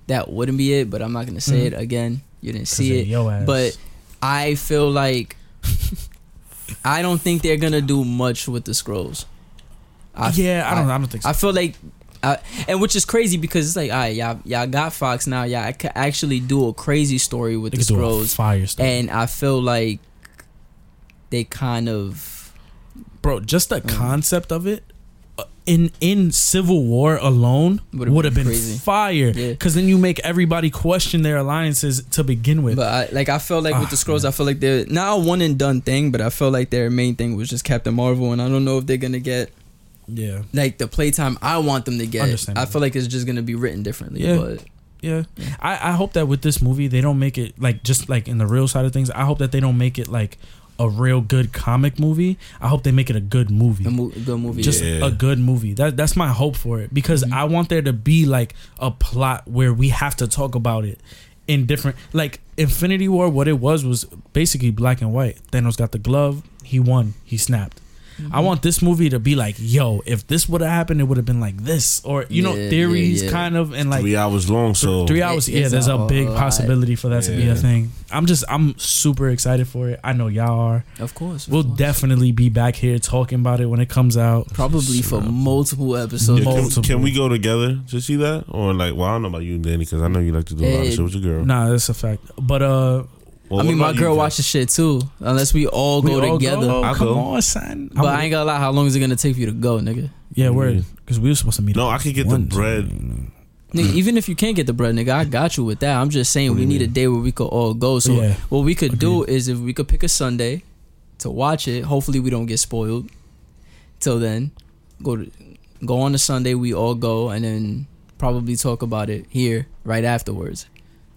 that wouldn't be it, but I'm not gonna say
Mhm.
it again. You didn't
'cause
see
of
it.
your ass.
but I feel like I don't think they're gonna do much with the scrolls. I,
yeah i don't i, don't think so
I feel like, I, and which is crazy because it's like, all right, y'all, y'all got Fox now. Y'all I could actually do a crazy story with
They
the
could do a
scrolls,
fire stuff
and I feel like they kind of
bro just the
Mm.
concept of it uh, in in civil war alone
Would've
would have
been
been,
crazy.
fire
Yeah.
because then you make everybody question their alliances to begin with
But I, like I felt like with
Ah,
the scrolls, I feel like they're not a one and done thing, but I felt like their main thing was just Captain Marvel, and I don't know if they're gonna get
yeah
like the playtime I want them to get. I
Understandable.
feel like it's just gonna be written differently.
Yeah.
But
yeah I, I hope that with this movie they don't make it like just like in the real side of things i hope that they don't make it like a real good comic movie i hope they make it a good movie
a mo- good movie.
just
Yeah. Mm-hmm.
a good movie. That that's my hope for it because I want there to be like a plot where we have to talk about it in different like Infinity War. What it was was basically black and white. Thanos got the glove. He won. He snapped. I
Mm-hmm.
want this movie to be like, yo, if this would have happened, it would have been like this, or you know,
Yeah, yeah,
theories
yeah.
kind of, and like
three hours long. So
three hours.
It-
yeah,
it's
there's a,
a
big
lot.
possibility for that to be
Yeah.
a thing. I'm just, I'm super excited for it. I know y'all are.
Of course, of
We'll
course.
definitely be back here talking about it when it comes out.
probably for multiple episodes.
Yeah, can,
Multiple.
can we go together to see that? Or like, well, I don't know about you, Danny, because I know you like to do a lot of
Eh,
shit with your girl.
Nah, that's a fact. But uh,
Well,
I
what
mean, my
about you,
girl
Jen?
watches shit too. Unless we all
we
go
all
together.
go?
I'll
Come
go.
on, son.
But I ain't gonna lie, how long is it gonna take for you to go, nigga?
yeah, word. Because we were supposed to meet.
No, I could get the
One
bread.
time.
Mm-hmm.
Nigga, even if you can't get the bread, nigga, I got you with that. I'm just saying we need a day where we could all go. So
Yeah.
what we could do is if we could pick a Sunday to watch it. Hopefully we don't get spoiled. Till then, go to go on a Sunday. We all go and then probably talk about it here right afterwards.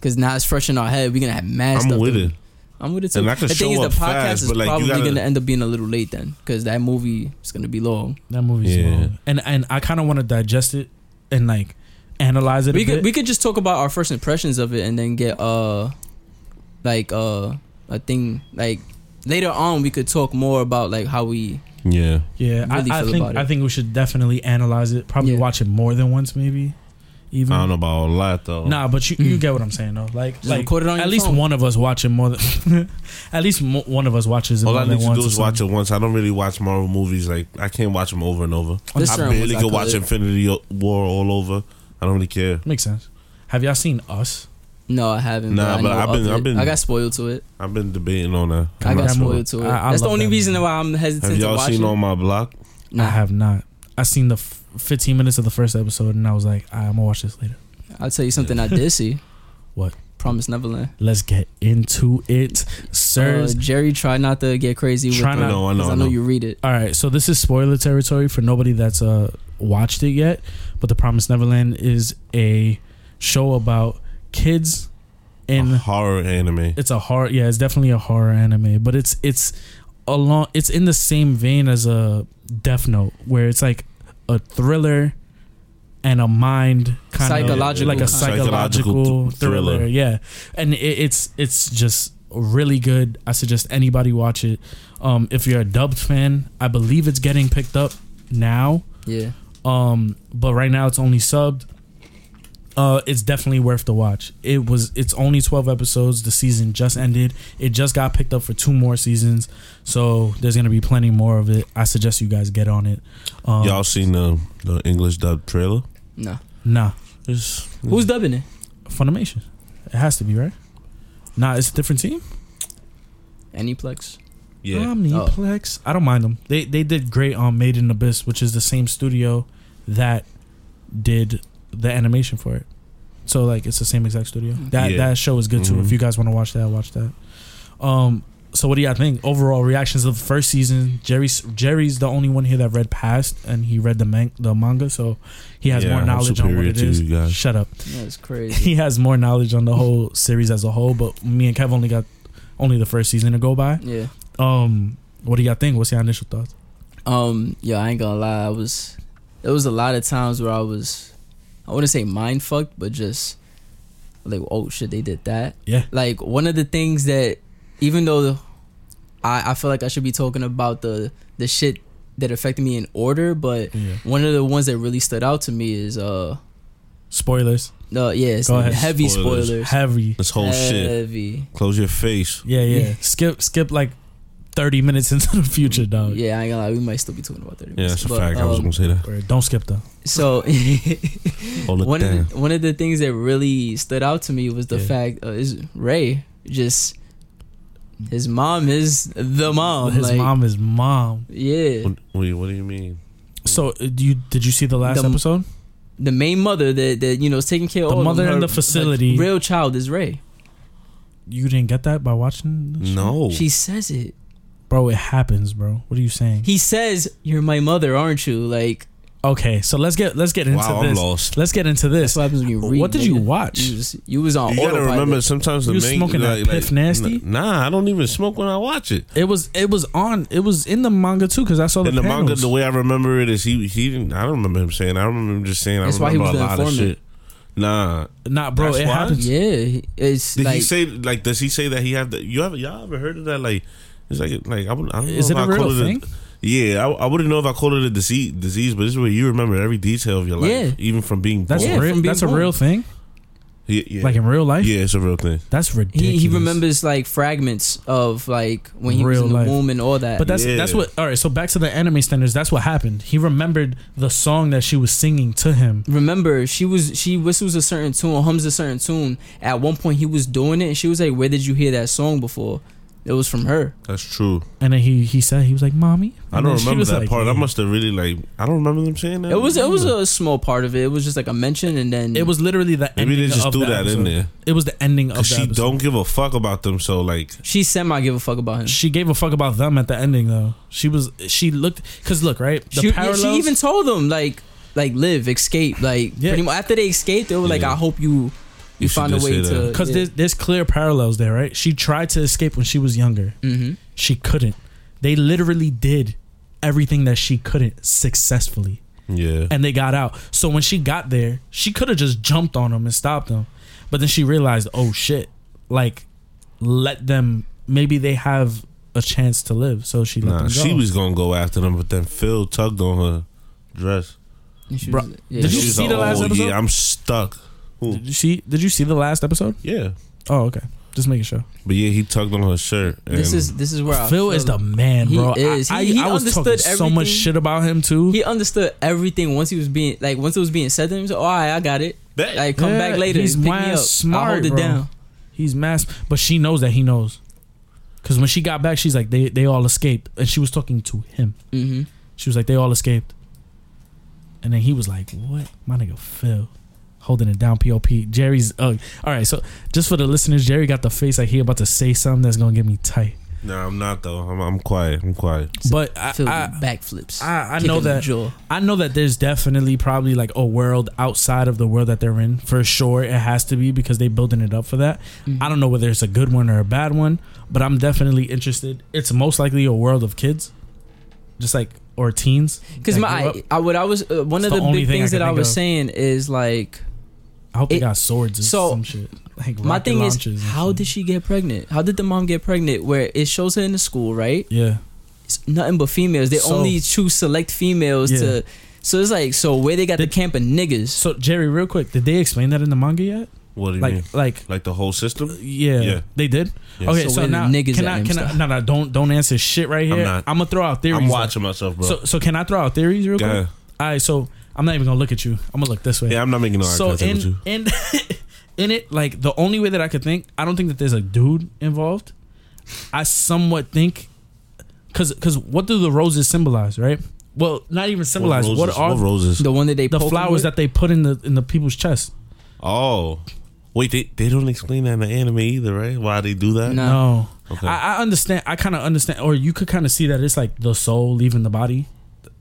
Cause now it's fresh in our head. We're gonna have mad
I'm
stuff.
with
to-
it.
I'm with it too.
And I can
the
show
thing is, the
up
podcast
fast,
is
but, like, you
probably
gotta-
gonna end up being a little late then, because that movie is gonna be long.
That movie's
Yeah.
long, and and I kind of want to digest it and like analyze it.
we
a
could
bit.
we could just talk about our first impressions of it and then get uh like uh a thing like later on we could talk more about like how we
Yeah.
yeah,
really
I, I
feel
think
about it.
I think we should definitely analyze it. Probably
Yeah.
watch it more than once, maybe. Even
I don't know about a lot though.
Mm-hmm. Nah, but you, you get what I'm saying though. Like,
Mm. Just
like
record it on
at
your
least
phone.
one of us watching more than at least mo- one of us watches it
All
more
I
than
need to
once.
do
or
is watch
something.
it once. I don't really watch Marvel movies. Like I can't watch them over and over.
There's
I
certain ones
barely
I
could watch
could.
Infinity War all over. I don't really care.
Makes sense. Have y'all seen Us?
no I haven't I
Nah, but
know
I've
of
been-
it.
I've been-
I got spoiled to it
I've been debating on that.
I got
that movie.
spoiled to it
I- I
that's the
love
only
that
reason why I'm hesitant
Have
to
y'all
watch
seen
it
on my block?
I have not. I seen the f- 15 minutes of the first episode and I was like, "All right, I'm gonna watch this later.
I'll tell you something I did see
What?
Promise Neverland
Let's get into it,
uh,
sirs.
Jerry try not to get crazy with
Try
it,
I
not-
know, I
'cause
know,
I know you read it
All right, so this is spoiler territory for nobody that's uh watched it yet, but The Promised Neverland is a show about kids in
a horror anime.
it's a horror yeah it's definitely a horror anime but it's it's along it's in the same vein as a death note where it's like a thriller and a mind kind
Psychological
of like a
kind.
psychological
Psychological th-
thriller.
thriller.
yeah and it, it's it's just really good i suggest anybody watch it um if you're a dubbed fan i believe it's getting picked up now
yeah
um but right now it's only subbed uh it's definitely worth the watch it was it's only 12 episodes the season just ended it just got picked up for two more seasons so there's gonna be plenty more of it i suggest you guys get on it um
Y'all seen the the English dub trailer?
no
nah
It's,
who's dubbing it
funimation it has to be right Nah, it's a different team.
Aniplex
yeah?
Um, Omniplex. Oh. I don't mind them. They they did great on Made in Abyss, which is the same studio that did the animation for it. So like it's the same exact studio. That
Yeah.
that show is good too. If
Mhm.
you guys want to watch that, watch that. Um so what do y'all think? Overall reactions of the first season. Jerry's Jerry's the only one here that read past and he read the man- the manga, so he has
Yeah,
more
I'm
knowledge on what
superior
it
to
is.
you guys.
Shut up
that's crazy
he has more knowledge on the whole series as a whole, but me and Kev only got only the first season to go by.
yeah
Um, what do y'all think? What's your initial thoughts?
Um, yo, I ain't gonna lie, I was there was a lot of times where I was I wouldn't say mind fucked, but just like, oh shit, they did that.
Yeah.
Like one of the things that even though I, I feel like I should be talking about the the shit that affected me in order, but
Yeah.
one of the ones that really stood out to me is uh
Spoilers.
no yeah, it's
Go ahead.
heavy
Spoilers.
spoilers.
Heavy.
This whole
Uh,
shit.
heavy.
Close your face.
Yeah, yeah.
Yeah.
Skip skip like thirty minutes into the future, dog.
Yeah, I ain't gonna lie, we might still be talking about thirty
Yeah,
minutes.
that's a
but,
fact. I was
um,
gonna say that.
Or don't skip though.
so
Hold it
one
down.
of the, one of the things that really stood out to me was the
Yeah.
fact uh, is Ray just his mom is the mom.
His
like,
mom is mom.
Yeah,
what, wait, what do you mean?
So uh, do you did you see the last
The-
episode?
the main mother that that you know is taking care of
The
all of
mother in
them, her-
the facility.
her real child is Ray.
You didn't get that by watching? this shit?
No.
She says it.
Bro, it happens, bro. What are you saying?
He says, "You're my mother, aren't you?" Like
Okay, so let's get let's get into
wow, I'm
this.
lost.
Let's get into this.
that's what happens when you read.
What did you
nigga.
watch?
You was, you was on
You gotta
autopilot.
remember sometimes the
You
main
smoking that
like, like,
Piff Nasty?
n- Nah, I don't even smoke when I watch it.
It was it was on it was in the manga too because I saw Oh, the,
In the manga,
panels.
the way I remember it is he he didn't. I don't remember him saying. I remember him just saying. I
That's why he
remember
was
a
the
lot of
informant.
shit. Nah,
Nah, bro,
That's
it
why?
happens.
Yeah, he- it's
did
like
he say like? Does he say that he have that? You ever y'all ever heard of that? Like, it's like like I, would, I don't
Is
know
it
if
a
I
real
call
thing?
it. A, yeah, I, I wouldn't know if I called it a disease, disease, but this is where you remember every detail of your life,
Yeah.
even from being
That's
Yeah,
born.
real,
from being
that's a
born.
real thing.
Yeah, yeah.
Like in real life.
yeah, it's a real thing.
That's ridiculous.
he, he remembers like fragments of like when he was
Real
in the
life.
womb and all that.
But that's
Yeah.
that's what. All right, so back to the anime standards. That's what happened. He remembered the song that she was singing to him.
remember she was she whistles a certain tune hums a certain tune at one point he was doing it and she was like where did you hear that song before It was from her.
That's true.
And then he he said he was like, "Mommy."
I
And
don't
then she
remember
was
that
like,
part. I
"Yeah."
must have really like. I don't remember them saying that.
It was it was a small part of it. It was just like a mention, and then
It was literally the
Maybe they
ending
just
of
threw
the
that in
episode.
there
It was the ending of
because
the
she
episode.
don't give a fuck about them. So like,
she semi give a fuck about him.
She gave a fuck about them at the ending though. She was she looked because look right the
she, yeah,
parallels.
she even told them like like live escape like
Yeah.
pretty much after they escaped they were like
Yeah.
I hope you you
You
find a
should
way
just say
to
because there's, there's clear parallels there right. She tried to escape when she was younger.
hmm
She couldn't. They literally did everything that she couldn't successfully.
yeah,
and they got out. So when she got there, she could have just jumped on them and stopped them. But then she realized, oh shit, like let them maybe they have a chance to live. So she let
nah,
them go.
she was gonna go after them, but then Phil tugged on her dress.
And she
Bro,
was- yeah.
did
And
you
she was
see the last
"Oh,
episode?"
Yeah, I'm stuck. Who?
Did you see did you see the last episode?
Yeah,
Oh, okay. Just making sure.
but yeah, he tugged on her shirt. And
this is this is where I
Phil is the man,
He
bro.
is.
I, I,
He- he
I was talking
understood
so much
everything.
shit about him too.
he understood everything once he was being like once it was being said to him. He said, "All right, I got it.
Bet.
Like come
Yeah,
back later.
he's
He's pick me
mad
up.
smart,
Smart, I'll hold it
bro.
down."
He's masked, but she knows that he knows. Cause when she got back, she's like, they they all escaped, and she was talking to him.
hmm
She was like, they all escaped. And then he was like, what? My nigga Phil. Holding it down, POP. Jerry's ugh. All right, so just for the listeners, Jerry got the face like he about to say something that's gonna get me tight.
nah, I'm not though. I'm, I'm quiet. I'm quiet.
But I,
Phil
I,
backflips.
I, I
Kick
know
in the
that
jaw.
I know that there's definitely probably like a world outside of the world that they're in for sure. It has to be because they building it up for that.
Mm-hmm.
I don't know whether it's a good one or a bad one, but I'm definitely interested. It's most likely a world of kids, just like or teens.
Because
that
my
grew up.
I, I what I was uh, one
It's
of
the
the,
only
big
thing I
things
can
that I
think
was
of.
saying is like
I hope they
It-
got swords and
so,
some shit. Like
my
rocket
thing is
launchers and
how
shit.
did she get pregnant? How did the mom get pregnant? Where it shows her in the school, right?
Yeah,
It's nothing but females. They
So-
only choose select females
Yeah.
to. So it's like so where they got the,
Did-
camp of niggas.
so Jerry, real quick, did they explain that in the manga yet?
What do you mean?
Like, like,
Like the whole system?
yeah,
Yeah.
they did.
Yeah.
Okay,
So
so,
where the
now
niggas
can
at
I?
and
Can I?
stuff?
No, no, don't don't answer shit right
I'm
here. I'm,
not.
gonna throw out theories.
I'm
though.
watching myself, bro.
So, so can I throw out theories real
Go
quick?
ahead.
All right, so I'm not even gonna look at you. I'm gonna look this way.
Yeah, I'm not making no eye
so
contact
in
with you.
in in it, like the only way that I could think, I don't think that there's a dude involved. I somewhat think, cause cause what do the roses symbolize, right? Well, not even symbolize. What,
roses?
are
what roses?
the one that they
the
poke 'em
flowers
with?
that they put in the in the people's chest?
Oh, wait, they, they don't explain that in the anime either, right? Why they do that?
No.
No,
Okay.
I, I understand. I kind of understand, or you could kind of see that it's like the soul leaving the body,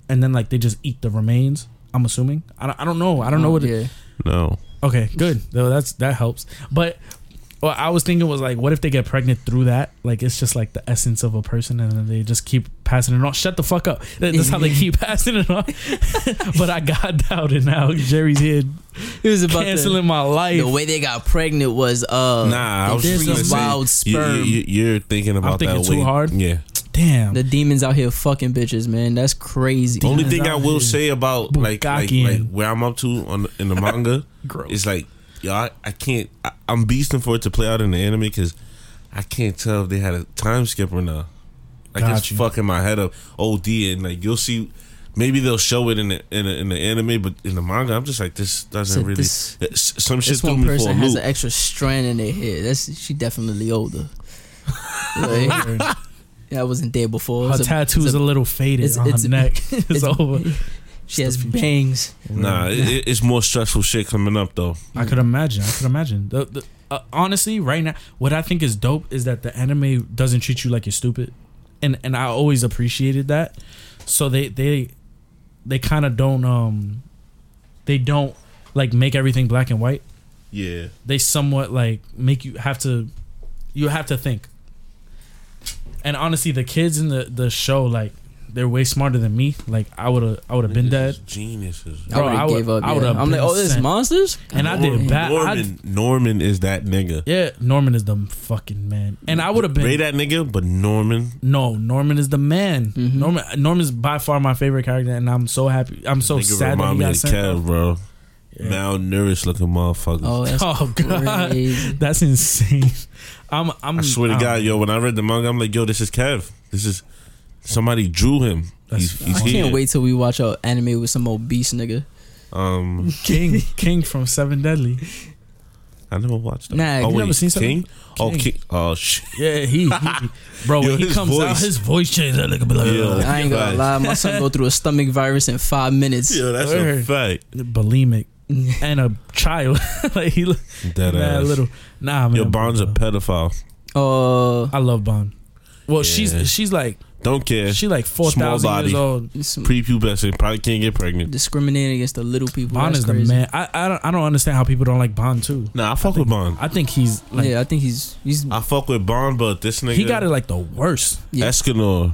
and then like they just eat the remains. I'm assuming. I don't, I don't know. I don't know what. It,
Oh, Yeah.
no.
okay, good. Though that's that helps. But what I was thinking was like, what if they get pregnant through that? Like it's just like the essence of a person, and then they just keep passing it on. Shut the fuck up. That- That's how they keep passing it on. but I got out, and now Jerry's here
It was about
canceling
the,
my life.
the way they got pregnant was uh
Nah, I was
there's
just gonna
some
say,
wild
you,
sperm.
are thinking about
thinking
that
too
way.
hard.
Yeah.
Damn.
The demons out here fucking bitches, man. That's crazy.
The only thing
out
I will
here.
say about like, like
Bukkakian.
like where I'm up to on the, in the manga
Gross.
is like, yo, I, I can't. I, I'm beasting for it to play out in the anime because I can't tell if they had a time skip or not. Like
Got
it's
you.
fucking my head up. OD and like you'll see. Maybe they'll show it in the in the, in the anime, but in the manga, I'm just like this doesn't
So
really. uh,
this-
s- some shit
This
threw
one
me for a
person has
loop.
an extra strand in their hair. That's she definitely older. Like,
Word.
yeah, I wasn't there before.
Her
It's a-
tattoo's
it's
a, little faded
it's-
on
it's-
her neck. It's,
it's-
over.
she
the
has
future.
bangs.
Nah, it, it- it's more stressful shit coming up though.
I could imagine. I could imagine. The, the, uh, honestly, right now, what I think is dope is that the anime doesn't treat you like you're stupid, and and I always appreciated that. So they they they kind of don't um they don't like make everything black and white.
Yeah.
They somewhat like make you have to you have to think. And honestly, the kids in the the show like they're way smarter than me. Like I would have I would have been dead.
Geniuses.
Bro,
I would
I
have
would-
gave up.
I
I
would've
yeah. I'm
been
like, oh, this
sent.
monsters.
And I did
Norman.
bad. I,
Norman, Norman is that nigga.
yeah, Norman is the fucking man. And I would have been
Ray that nigga, but Norman.
No, Norman is the man. Norman Norman's by far my favorite character, and I'm so happy. I'm so
nigga
sad that he
remind me
got
of
sent.
Kev, bro.
Yeah.
Malnourished looking motherfucker.
Oh, that's
oh god,
crazy.
that's insane. I'm. I'm
I swear to
I'm-
God, yo, when I read the manga, I'm like, yo, this is Kev. This is somebody drew him.
That's-
He's, he's
I
here.
can't wait till we watch an anime with some obese nigga.
Um,
King King from Seven Deadly.
I never watched that.
Nah,
oh,
you
wait,
never seen something?
King? Oh,
King.
King. Oh, shit.
Yeah, he, he- bro.
Yo,
when he
his
comes out,
voice.
his voice changes. That nigga be like,
Yo.
I ain't gonna
Right.
lie, my son go through a stomach virus in five minutes.
Yo, that's
Word.
a fact.
bulimic and a child. like he look
That
mad
ass.
little. Nah, man.
Yo, Bond's a
bro.
pedophile.
Uh,
I love Bond. Well,
Yeah.
she's she's like
Don't care.
she like four thousand
Small
years
body.
old.
it's
Prepubescent. Probably can't get pregnant.
discriminating against the little people.
Bond
That's
is the
crazy.
man. I, I don't I don't understand how people don't like Bond too.
Nah, I fuck with Bond.
I think he's like
yeah, I think he's he's.
I fuck with Bond, but this nigga.
he got it like the worst.
Yeah.
Escanor.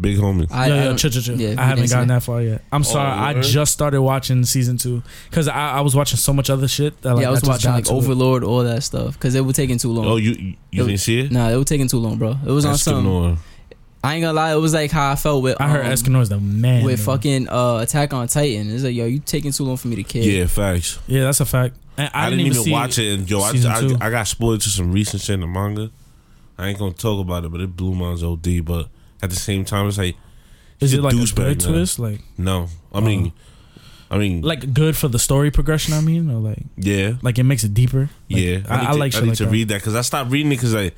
Big homie.
I,
yo,
I
yo,
don't-
chill, chill, chill.
yeah, we
I haven't
didn't say
gotten
that.
that far yet. I'm sorry. I
Oh, word?
just started watching season two because I, I was watching so much other shit. That, like,
yeah, I was
just
watching
got
like
to it.
Overlord, all that stuff, because it was taking too long.
Oh, you you
Yo,
didn't see it?
Nah, it was taking too long, bro. It was on some.
Escanor.
I ain't gonna lie, it was like how I felt with.
I heard
um,
Escanor's the man.
with
bro.
fucking uh, Attack on Titan. It's like, yo, you taking too long for me to care.
Yeah, facts.
Yeah, that's a fact. And I,
I, didn't, even
see
watch it. And yo, I,
season
I,
two.
I got spoiled to some recent shit in the manga. I ain't gonna talk about it, but it blew mine's OD. But at the same time, it's like
Is
He's
it
a
like a
douchebag,
good
man.
twist? Like,
no. I mean, I mean,
like good for the story progression? I mean, or like,
yeah,
like it makes it deeper. Like,
yeah.
I, I,
need to,
like
I
shit
need
like
to
that.
read that because I stopped reading it because I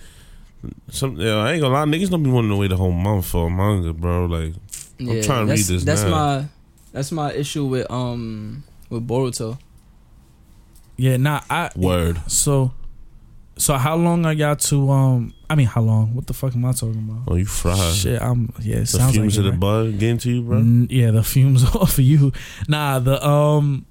some. You know, I ain't gonna lie, niggas don't be wanting to wait a whole month for a manga, bro. Like
Yeah,
trying to read
that's,
this
That's
now.
my that's my issue with um with Boruto.
Yeah, nah. I
word.
so, so how long I got to? Um, I mean, how long? What the fuck am I talking about?
Oh, you fried.
Shit, I'm yeah. It
The
sounds like
fumes
it,
of
right? Mm.
the bud getting to you, bro.
N- yeah, the fumes off of you. Nah, the um,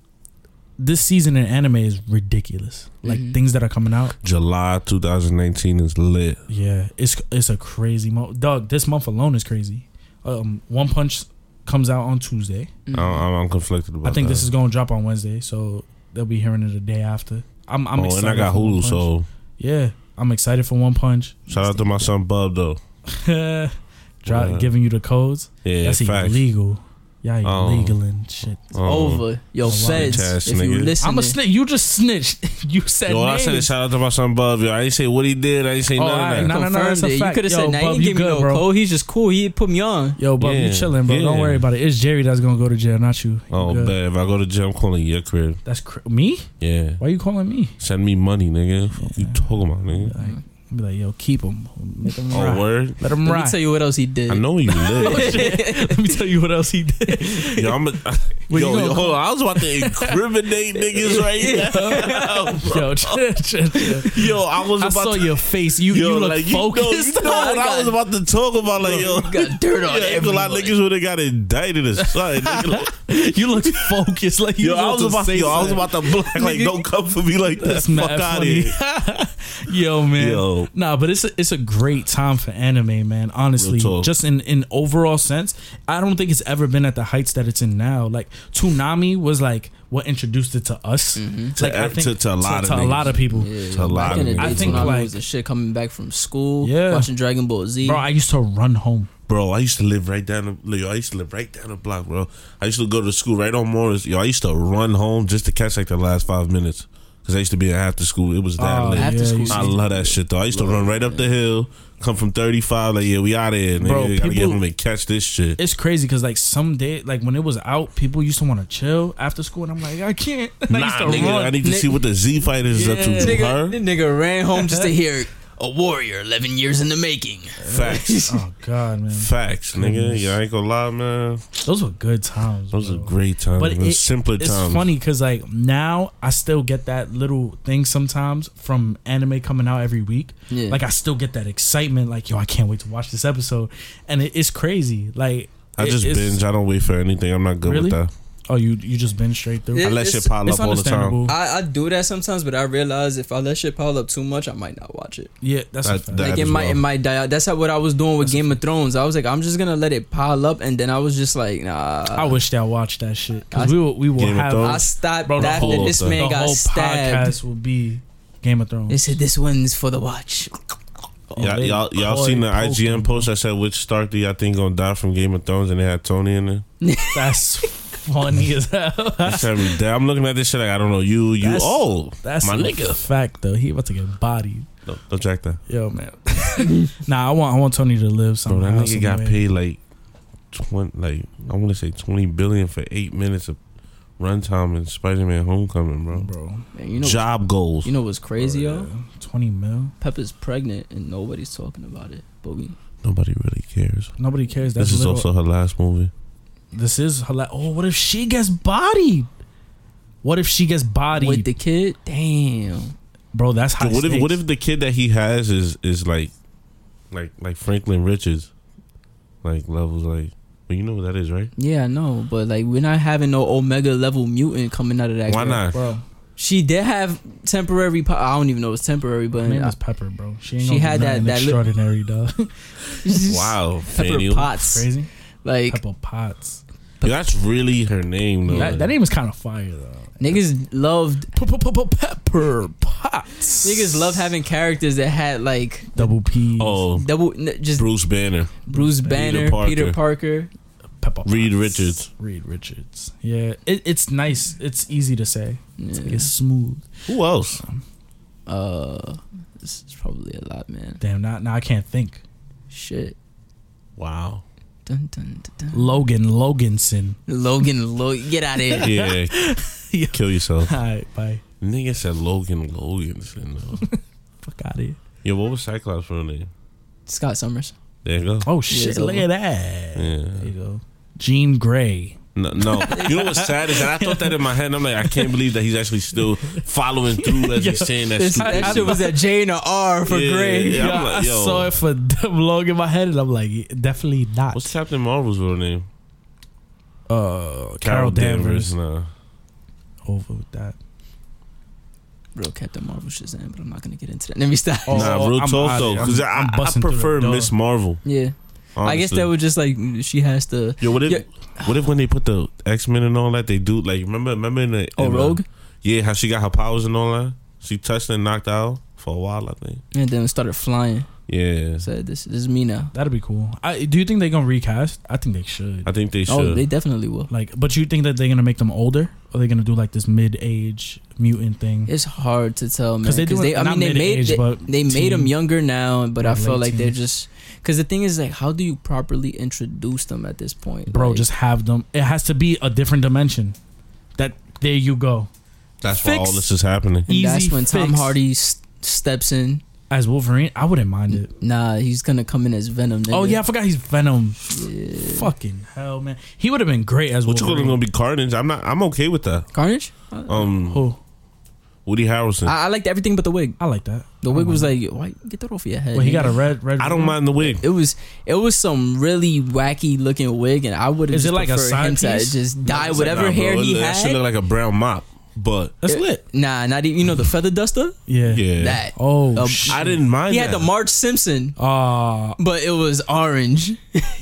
this season in anime is ridiculous. Like
Mhm.
things that are coming out.
July 2019 is lit.
Yeah, it's it's a crazy month. Dog, this month alone is crazy. Um, One Punch comes out on Tuesday.
I- I'm, I'm conflicted about.
I think
that.
this is going to drop on Wednesday, so they'll be hearing it the day after. I'm, I'm
oh,
excited.
and I got
for One
Hulu,
Punch.
so
yeah, I'm excited for One Punch.
shout out to my son Bub though.
Drop,
Wow.
giving you the codes.
Uh, Yeah,
That's
facts.
illegal. Yeah,
Oh.
illegal and shit.
Um,
Over yo
Snitch
feds,
ass
if you
nigga.
listen,
I'm a snitch. You just snitched. You said
Yo, I
names.
said it, shout out to my son Bub. Yo, I ain't say what he did. I ain't say
Oh,
none
alright,
of that.
No, no, no, that's a
You
fact.
could have
Yo,
said, nah,
Bub,
he didn't
you
give me
good,
no
bro.
code. He's just cool. He put me on.
Yo, bro,
Yeah,
you chilling, bro. Don't
yeah.
worry about it. It's Jerry that's gonna go to jail, not you. You
Oh,
good.
bad. If I go to jail, I'm calling your crib.
That's cr- me.
Yeah.
Why you calling me?
Send me money, nigga. Fuck you talking about, nigga?
Like, be like, yo, keep him. Make him
Oh,
ride.
word?
Let him
Let
ride.
me tell you what else he did.
I know Oh, where you
Oh,
live.
Let me tell you what else he did.
yo, I'm a,
Where you
yo,
gonna
yo, hold on. I was about to incriminate niggas right now.
Yo, chill, chill, chill.
Yo, I was
I
about
saw
to.
your face. You,
yo,
you look
like,
focused.
You know, you know what
got-
I was about to talk about. Like, yo.
You got dirt on
Yeah, a lot of
everybody.
niggas would have got indicted or something. nigga. Like,
you look focused. Like you
Yo, I was
to
about
say
yo, I was
something.
about to black like
Nigga.
don't come for me like that.
That's
Fuck
mad
out
funny.
here.
Yo, man.
Yo.
Nah, but it's a, it's a great time for anime, man. Honestly,
Real talk.
just in in overall sense, I don't think it's ever been at the heights that it's in now. Like Toonami was like what introduced it to us. Like
Mm-hmm. To- to- to a lot of
to a
niggas.
lot of people.
Yeah,
a lot
back
of
in the
niggas,
day,
I think,
Tsunami
like-
was the shit coming back from school,
Yeah.
watching Dragon Ball Z.
Bro, I used to run home.
Bro, I used to live right down the yo, I used to live right down the block, bro. I used to go to school right on Morris. Yo, I used to run home just to catch like the last five minutes. Cause I used to be in after school. It was that
Oh,
late.
yeah,
after
you
school,
see-
I love that shit though. I used to run right up the hill, come from thirty five, like yeah, we out of here, nigga.
Bro,
Gotta get
people-
home and catch this shit.
It's crazy because like some day, like when it was out, people used to want to chill after school, and I'm like, I can't. And I
Nah,
used to
nigga,
run.
I need to
Nick-
see what the Z fighters is up
This
to.
nigga,
Her
this nigga ran home just to hear a warrior, eleven years in the making.
facts,
oh God, man,
facts, nigga. Yeah, I ain't gonna lie, man.
those were good times.
Those
bro.
are great times.
But
Those
it-
simpler
It's
times.
funny because like now I still get that little thing sometimes from anime coming out every week.
Yeah.
Like I still get that excitement. Like yo, I can't wait to watch this episode, and it, it's crazy. Like
I
it-
just
it's-
binge. I don't wait for anything. I'm not good
Really?
with that.
Oh, you you just binge straight through.
Yeah,
I let
it's-
shit pile
it's
up all the time.
understandable.
I, I do that sometimes, but I realize if I let shit pile up too much, I might not watch it.
yeah, that's a
That-
fact.
that-
like it
as
might it
well.
might die out. That's how what I was doing with Game of Thrones. I was like, I'm just gonna let it pile up, and then I was just like, nah.
I wish y'all watched that shit because
I-
we will we will
Game of
have
Thrones?
I stopped
Bro, the
after
whole-
this
the
man
the
got
whole
stabbed.
podcast will be Game of Thrones.
They said this one's for the watch.
y'all,
they
y'all, y'all
call
seen the
it Oh, poking.
IGN post that said which Stark do y'all think gonna die from Game of Thrones and they had Tony in there?
That's funny as hell.
They said, "Damn, I'm looking at this shit like I don't know you, you
That's-
oh
That's
my
a
nigga.
fact though. He about to get bodied.
Don't, don't jack that.
Yo man. nah, I want I want Tony to live
Bro,
somehow.
that nigga got
some way.
paid like twenty like I wanna say twenty billion for eight minutes of Runtime and Spider Man Homecoming, bro.
bro.
Man, you know,
Job goals.
you know what's crazy,
Bro,
yo?
yeah. Twenty mil.
Pepper's pregnant and nobody's talking about it. But we,
Nobody really cares.
Nobody cares. That's
this is
little-
also her last movie.
This is hila- oh, what if she gets bodied? What if she gets bodied,
with the kid, damn.
bro? That's high
Dude, what if
stakes.
what if the kid that he has is is like like like Franklin Richards? Like levels like well, you know what that is, right?
Yeah, I know, but like we're not having no Omega level mutant coming out of that. girl.
Why not?
bro?
She did have temporary. Po- I don't even know it's temporary,
Her
but
name is Pepper, bro. She, ain't
she
gonna had
had
that,
that- that li-
extraordinary, dog.
Wow,
Pepper
Faneuil.
Potts.
Crazy.
Like
Pepper Potts.
Yo, that's really her name though.
That, that name is kind of fire though.
niggas loved
Pepper Potts.
niggas love having characters that had like
double P.
oh,
double n- just Bruce,
Bruce Banner,
Banner, Peter Parker.
Parker.
Pepper.
Reed
Potts.
Richards.
Reed Richards. Yeah, it, it's nice. It's easy to say.
Yeah.
It's smooth.
Who else?
Uh, this is probably a lot, man.
Damn, now, now I can't think.
Shit.
Wow.
Dun, dun, dun, dun.
Logan Loganson.
Logan, Logan, get out of here.
Yeah,
Yeah.
kill yourself.
All right, bye.
Nigga said Logan Loganson. Though.
Fuck out of here.
Yo, what was Cyclops' real name?
Scott Summers.
There you go.
Oh shit!
it's
Look
over.
at that.
Yeah.
There you go. Jean Grey.
No, no. You know what's sad is that I thought that in my head. and I'm like, I can't believe that he's actually still following through as he's saying that.
This,
stupid
that
shit.
shit was a J and a R for
Yeah,
Gray.
yeah, I'm
Yeah,
like,
I
yo.
saw it for damn long in my head, and I'm like, yeah, definitely not.
What's Captain Marvel's real name?
uh, Carol Danvers.
Nah.
Over with that.
Real Captain Marvel Shazam, but I'm not gonna get into that. Let me stop.
Oh,
nah, real
I'm
talk
outta
though,
here. I'm-
because I,
I'm
I,
busting through
prefer
the door.
Miss Marvel.
Yeah, I guess
honestly.
that was just like she has to.
Yo, what if
Yeah.
what if when they put the X Men and all that, they do like remember remember in the
Oh,
in the-
Rogue,
yeah, how she got her powers and all that. She touched and knocked out for a while, I think.
and then started flying.
Yeah,
Said this, this is me now.
That'd be cool. I do you think they're gonna recast? I think they should.
I think they should.
Oh, they definitely will.
Like, but you think that they're gonna make them older, or they're gonna do like this mid-age mutant thing?
It's hard to tell, man.
'Cause they
Because
do
they,
it-
I
not
mean, they made
mid-age,
they,
but
they made them
teen.
younger now, but I
Like
feel
late
like they're
teens.
just because the thing is like, how do you properly introduce them at this point,
Bro,
Like,
just have them. It has to be a different dimension. That there you go.
That's why
fix-
all this is happening.
and that's
easy
when Tom
fix.
Hardy s- steps in.
As Wolverine, I wouldn't mind it.
Nah, he's gonna come in as Venom. Nigga.
Oh yeah, I forgot he's Venom.
Yeah.
Fucking hell, man. He would have been great as
What you
Wolverine.
calling gonna be Carnage? I'm not. I'm okay with that.
Carnage. I,
Um,
Who?
Woody Harrelson. I,
Uh, I liked everything but the wig.
Oh, I like that.
The
I
wig
don't
was
mind
like, why get that off your head?
Well, he
nigga."
got a red, red.
don't mind the wig.
It was it was some really wacky looking wig, and I would have
Is
just
it like a
preferred him to
sidepiece?
just dye
It's like,
whatever
nah,
hair
bro,
he
it- That should look
had.
like a brown mop, but
That's lit.
Nah, not even you know the feather duster.
Yeah.
yeah,
That
Oh,
Um,
shit.
I didn't mind.
he had
that.
the March Simpson,
Ah,
but it was orange.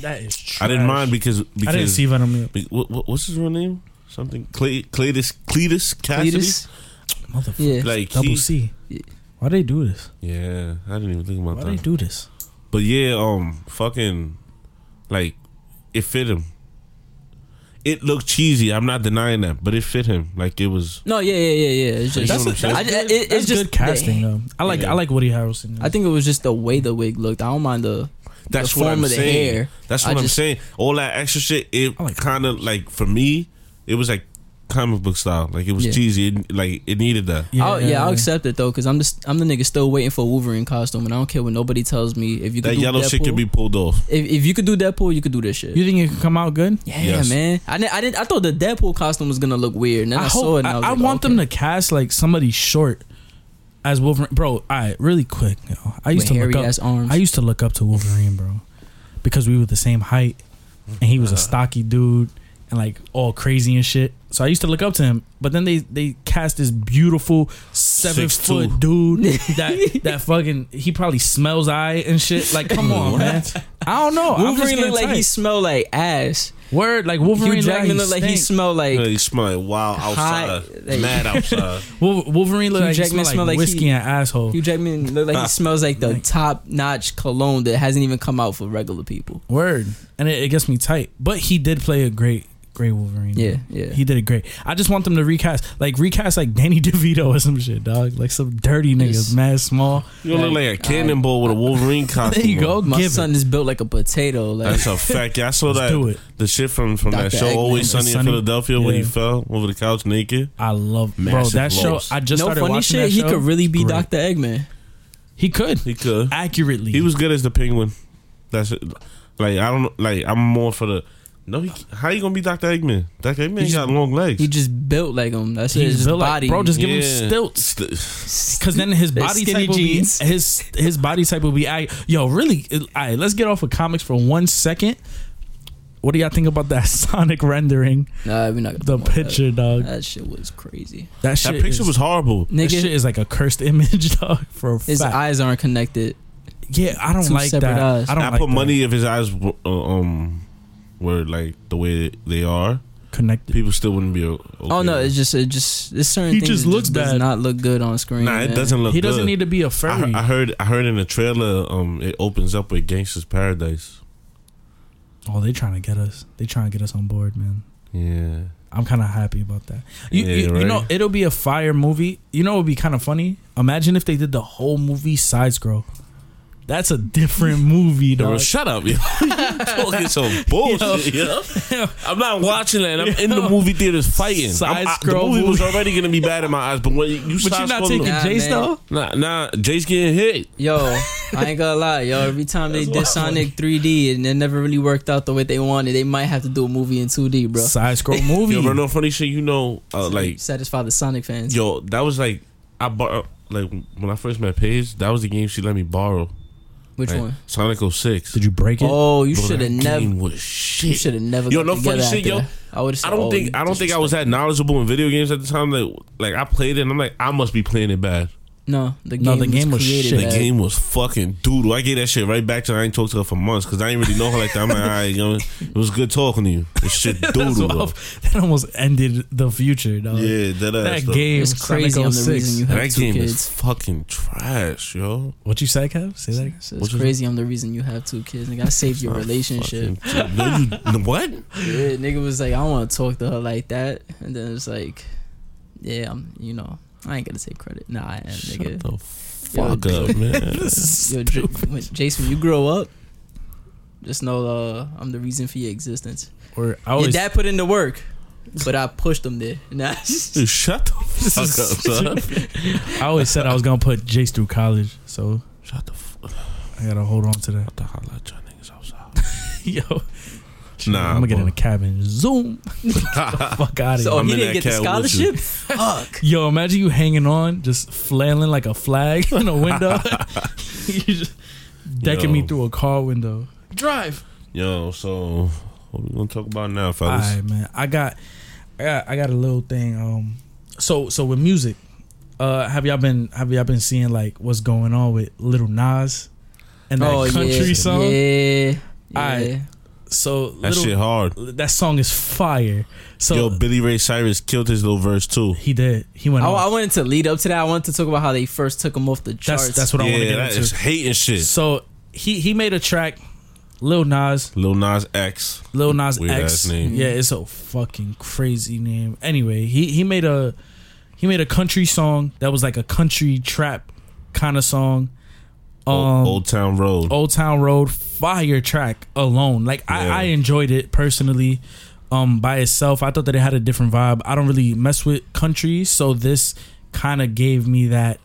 that is true.
I didn't mind because because
I didn't see Venom yet.
be- what, what, what's his real name? Something Clay, Cletus Cletus Cassidy.
Cletus.
Motherfucker.
Yeah,
Like
Double
he,
C.
Yeah.
Why they do this?
yeah, I didn't even think about
Why
that.
they do this?
But yeah, um, fucking, like, it fit him. It looked cheesy. I'm not denying that, but it fit him. Like it was.
no, yeah, yeah, yeah, yeah. It's just,
That's what I'm
I- I-
saying.
it- it's
That's
just
good casting though. I like
Yeah.
I like Woody Harrelson.
I think it was just the way the wig looked. I don't mind the
That's
the
what
form
I'm
of the
saying.
hair.
That's
I
what I'm
just-
saying. All that extra shit. It
I like that.
kind of like for me, it was like comic book style. Like it was
Yeah.
cheesy. It, like it needed that.
Yeah, I'll, yeah, I'll accept it though, cause I'm just I'm the nigga still waiting for a Wolverine costume, and I don't care what nobody tells me. If you could
That
do
yellow
Deadpool,
shit could be pulled off.
if, if you could do Deadpool, you could do this shit.
You think it could come out good?
yeah,
Yes.
man. I didn't, I didn't. I thought the Deadpool costume was gonna look weird, and then I,
I,
saw it.
hope.
And
I,
I, was
I
like,
want
okay.
them to cast like somebody short as Wolverine, bro. All right, really quick. You know, I used
With
to
hairy
look up.
ass arms.
I used to look up to Wolverine, bro, because we were the same height, and he was a stocky dude and like all crazy and shit. So I used to look up to him. But then they they cast this beautiful seven
6'2".
foot dude that that fucking he probably smells eye and shit. Like, come on, man. I don't know. I'm just
Wolverine
getting
looked like
tight.
he smelled like ass.
word like
Hugh
Wolverine.
Jackman looked
looked
like he smelled like
Like, it smelled like wild
High-
outside,
like-
mad outside.
Wol- Wolverine looked
Hugh
like he smelled
Jackman
like,
smelled like
whiskey
he-
and asshole.
Hugh Jackman look like he smells like the
Like-
top notch cologne that hasn't even come out for regular people.
Word, and it, it gets me tight. But he did play a great Great Wolverine.
Yeah, yeah.
He did it great. I just want them to recast, like recast like Danny DeVito or some shit, dog. Like some dirty
Yes.
niggas, mad small.
You look like a cannonball with a Wolverine costume.
there you go.
on.
My
Give it.
son is built like a potato. Like
That's a fact. Yeah, I saw
Let's
that.
do it.
The shit from from that
Dr.
show,
Eggman.
Always Sunny,
Sunny.
in Philadelphia, when he
Yeah.
fell over the couch naked.
I love bro.
Massive
That
loss.
show. I just
no
started
funny
watching
shit.
that
He
show.
could really be
Great.
Doctor Eggman.
He could
He could.
accurately.
He was good as the penguin. That's it. Like I don't like. I'm more for the. No, he, how you gonna be Doctor Eggman? Doctor Eggman
He just-
got long legs.
He just built like him. That's
He's
his
built like-
body.
bro, just give him
Yeah.
stilts.
St-
Cause then his
They're
body
skinny
type will be
jeans.
his his body type will be. I yo really. All right, let's get off of comics for one second. What do y'all think about that Sonic rendering
nah, we're not gonna
the
talk about that.
picture, dog?
That shit was crazy.
That shit.
that picture
is,
was horrible.
That
Nigga,
shit is like a cursed image, dog. For a
his
fact.
eyes aren't connected.
yeah, I don't
two
like
separate
that.
eyes.
I
I,
don't like
put
that.
money if his eyes were, uh, um were like the way they are,
connected.
people still wouldn't be. o- Okay.
Oh no, it's just it just it's certain
He
things
just
that
looks
does
bad.
not look good on screen.
nah. It
man.
doesn't look.
He doesn't
good.
need to be a
I,
furry.
he- I heard. I heard in the trailer. Um, it opens up with Gangster's Paradise.
oh, they trying to get us. They trying to get us on board, man.
Yeah.
I'm kind of happy about that. You,
Yeah,
you, you
right?
know, it'll be a fire movie. You know, it would be kind of funny. Imagine if they did the whole movie Size Girl. That's a different movie,
Yo,
though.
shut up, yo. Talking some bullshit, yo. I'm not watching that. I'm in the
Yo.
movie theaters fighting. I'm,
Side
I, the
scroll
movie was
movie.
already gonna be bad in my eyes, but when you
but you're not taking
Nah,
Jace,
man.
though?
Nah, nah, Jay's getting hit.
Yo, I ain't gonna lie, yo. Every time they did Sonic 3D and it never really worked out the way they wanted, they might have to do a movie in 2D, bro.
Side Scroll movie.
Yo, bro, no funny shit. You know, uh, like,
satisfy the Sonic fans.
yo, that was like, I bought uh, like when I first met Paige. That was the game she let me borrow.
Which
Like,
one?
Sonic 06.
Did you break it?
Oh, you
Bro,
should
that
have never.
Game was
You
shit.
should have never.
Yo,
got
no funny
together
shit,
after
yo.
that. I oh, would.
I don't think I don't think I was that knowledgeable in video games at the time. Like, like I played it, and I'm like, I must be playing it bad.
No, the game.
No, the game was
was created
shit.
The
bad.
game was fucking doodle. I gave that shit right back to her. I ain't talked to her for months because I ain't really know her like that. I'm like, all right, you know, it was good talking to you. This shit
That's
doodle.
wild.
though.
That almost ended the future, though.
yeah, that, ass,
That
though.
game,
It's crazy
Sonic
on the
06.
reason you
And
have
That
two
game
kids.
is fucking trash, yo.
What you say, Kev? Say that. again.
So
Which
it's
is-
crazy. I'm the reason you have two kids. Nigga, I saved your relationship.
Fucking- no, you, what?
Yeah, nigga was like, I don't want to talk to her like that, and then it's like, yeah, I'm, you know, I ain't gonna take credit. Nah, I am,
Shut
nigga.
the fuck
Yo,
up, man.
Yo, J- when, Jason, when you grow up, just know uh, I'm the reason for your existence.
Or I
Your
always.
dad put in the work, but I pushed him there. Nah,
Dude, shut the fuck up, son.
I always said I was gonna put Jace through college, so
Shut the fuck up.
I gotta hold on to that.
What the hell, I try niggas outside.
Yo,
Nah,
I'm gonna get
bro.
in a cabin. Zoom, fuck out of
so
here.
I'm
he
in
didn't
that
get the
cat with you.
scholarship. Fuck.
Yo, imagine you hanging on, just flailing like a flag in a window. you just decking me
Yo.
through a car window. Drive.
Yo, so what we gonna talk about now,
All
fellas?
right, man. I got, I got, I got a little thing. Um, so so with music, uh, have y'all been have y'all been seeing like what's going on with Little Nas and that
Oh
country
yeah.
song?
Yeah.
All
Yeah.
right. So
That shit
little,
hard.
that song is fire. So
Yo, Billy Ray Cyrus killed his little verse too.
he did. He went.
I,
off.
I wanted to lead up to that. I wanted to talk about how they first took him off the charts.
That's that's what I want to
yeah,
get
that
into.
is hating shit.
So he he made a track, Lil Nas,
Lil Nas X.
Lil Nas
Weird
X.
ass name.
Yeah, it's a fucking crazy name. Anyway, he he made a he made a country song that was like a country trap kind of song. Um, oh,
Old,
old,
Old Town Road.
Town Road fire track alone. Like
Yeah.
I, I enjoyed it personally. Um, by itself, I thought that it had a different vibe. I don't really mess with country, so this kind of gave me that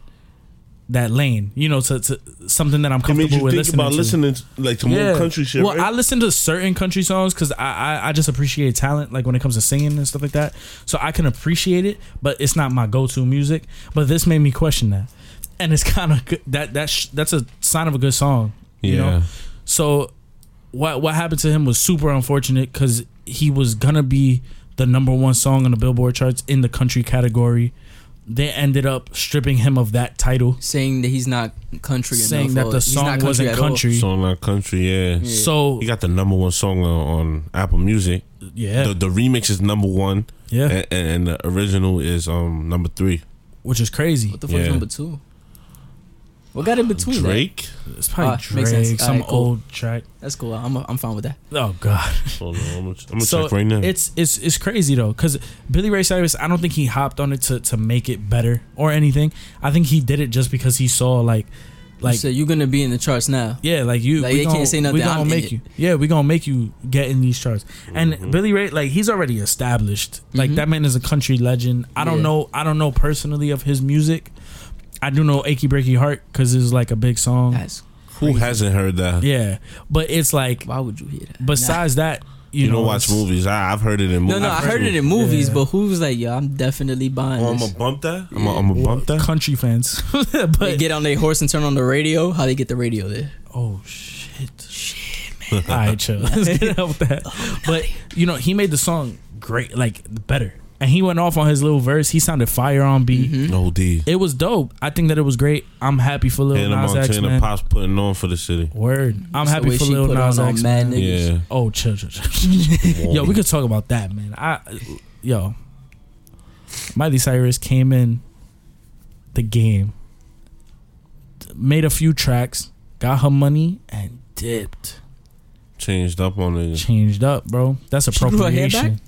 that lane, you know, to, to something that I'm
it made
comfortable
you
with
think
listening
about
to.
listening to, like to more country shit.
Well,
right?
I listen to certain country songs because I, I I just appreciate talent, like when it comes to singing and stuff like that. So I can appreciate it, but it's not my go-to music. But this made me question that, and it's kind of that that sh- that's a sign of a good song.
yeah.
You know? So what what happened to him was super unfortunate because he was gonna be the number one song on the Billboard charts in the country category. They ended up stripping him of that title,
saying that he's not country.
saying
enough,
that
or
the
he's not
song wasn't
at all.
country.
Song like country, yeah.
Yeah.
So
He got the number one song on, on Apple Music.
yeah,
The, the remix is number one,
yeah,
and, and, and the original is um number three.
which is crazy.
What the fuck is
Yeah.
number two? What got in between? that?
Drake.
It's probably
Ah,
Drake,
makes sense.
some
Alright, cool.
old track.
That's cool. I'm I'm fine with that.
Oh God,
Hold on, I'm gonna, I'm gonna
So,
check right now.
it's it's it's crazy though, because Billy Ray Cyrus, I don't think he hopped on it to to make it better or anything. I think he did it just because he saw like,
Like,
like
you said you're gonna be in the charts now.
yeah, like you,
Like,
we
they
gonna,
can't say nothing,
We gonna
I'm in
make
it. Mm-hmm.
you, yeah, we gonna make you get in these charts. And Billy Ray, like he's already established. Like
Mhm.
that man is a country legend. I don't
Yeah.
know, I don't know personally of his music. I do know "Achy Breaky Heart" because it's like a big song.
That's
Who hasn't heard that?
yeah, but it's like
why would you hear that? Nah.
besides that, you,
You,
know,
don't watch
it's-
movies. I, I've heard it in
No,
movies.
no, I
I've
heard it in movies, but who was like, yo, I'm definitely buying
Oh, I'm
this.
gonna bump that. I'm gonna bump that.
country fans.
they
but
get on their horse and turn on the radio. How they get the radio there?
oh shit, shit, man. All right, chill. Let's get out with that. but you know, he made the song great, like better, and he went off on his little verse. He sounded fire on beat.
Mm-hmm.
No D.
It was dope. I think that it was great. I'm happy for Lil
Hannah
Nas X,
Montana
man.
pops putting on for the city.
Word. I'm
That's the
happy
way
for
she
Lil
put
Nas
on all
X,
mad
man.
niggas.
Yeah.
Oh, chill, chill, chill. yo, we could talk about that, man. I, yo, Miley Cyrus came in the game, made a few tracks, got her money, and dipped.
changed up on it.
Changed up, bro. That's
She grew her hair
appropriation.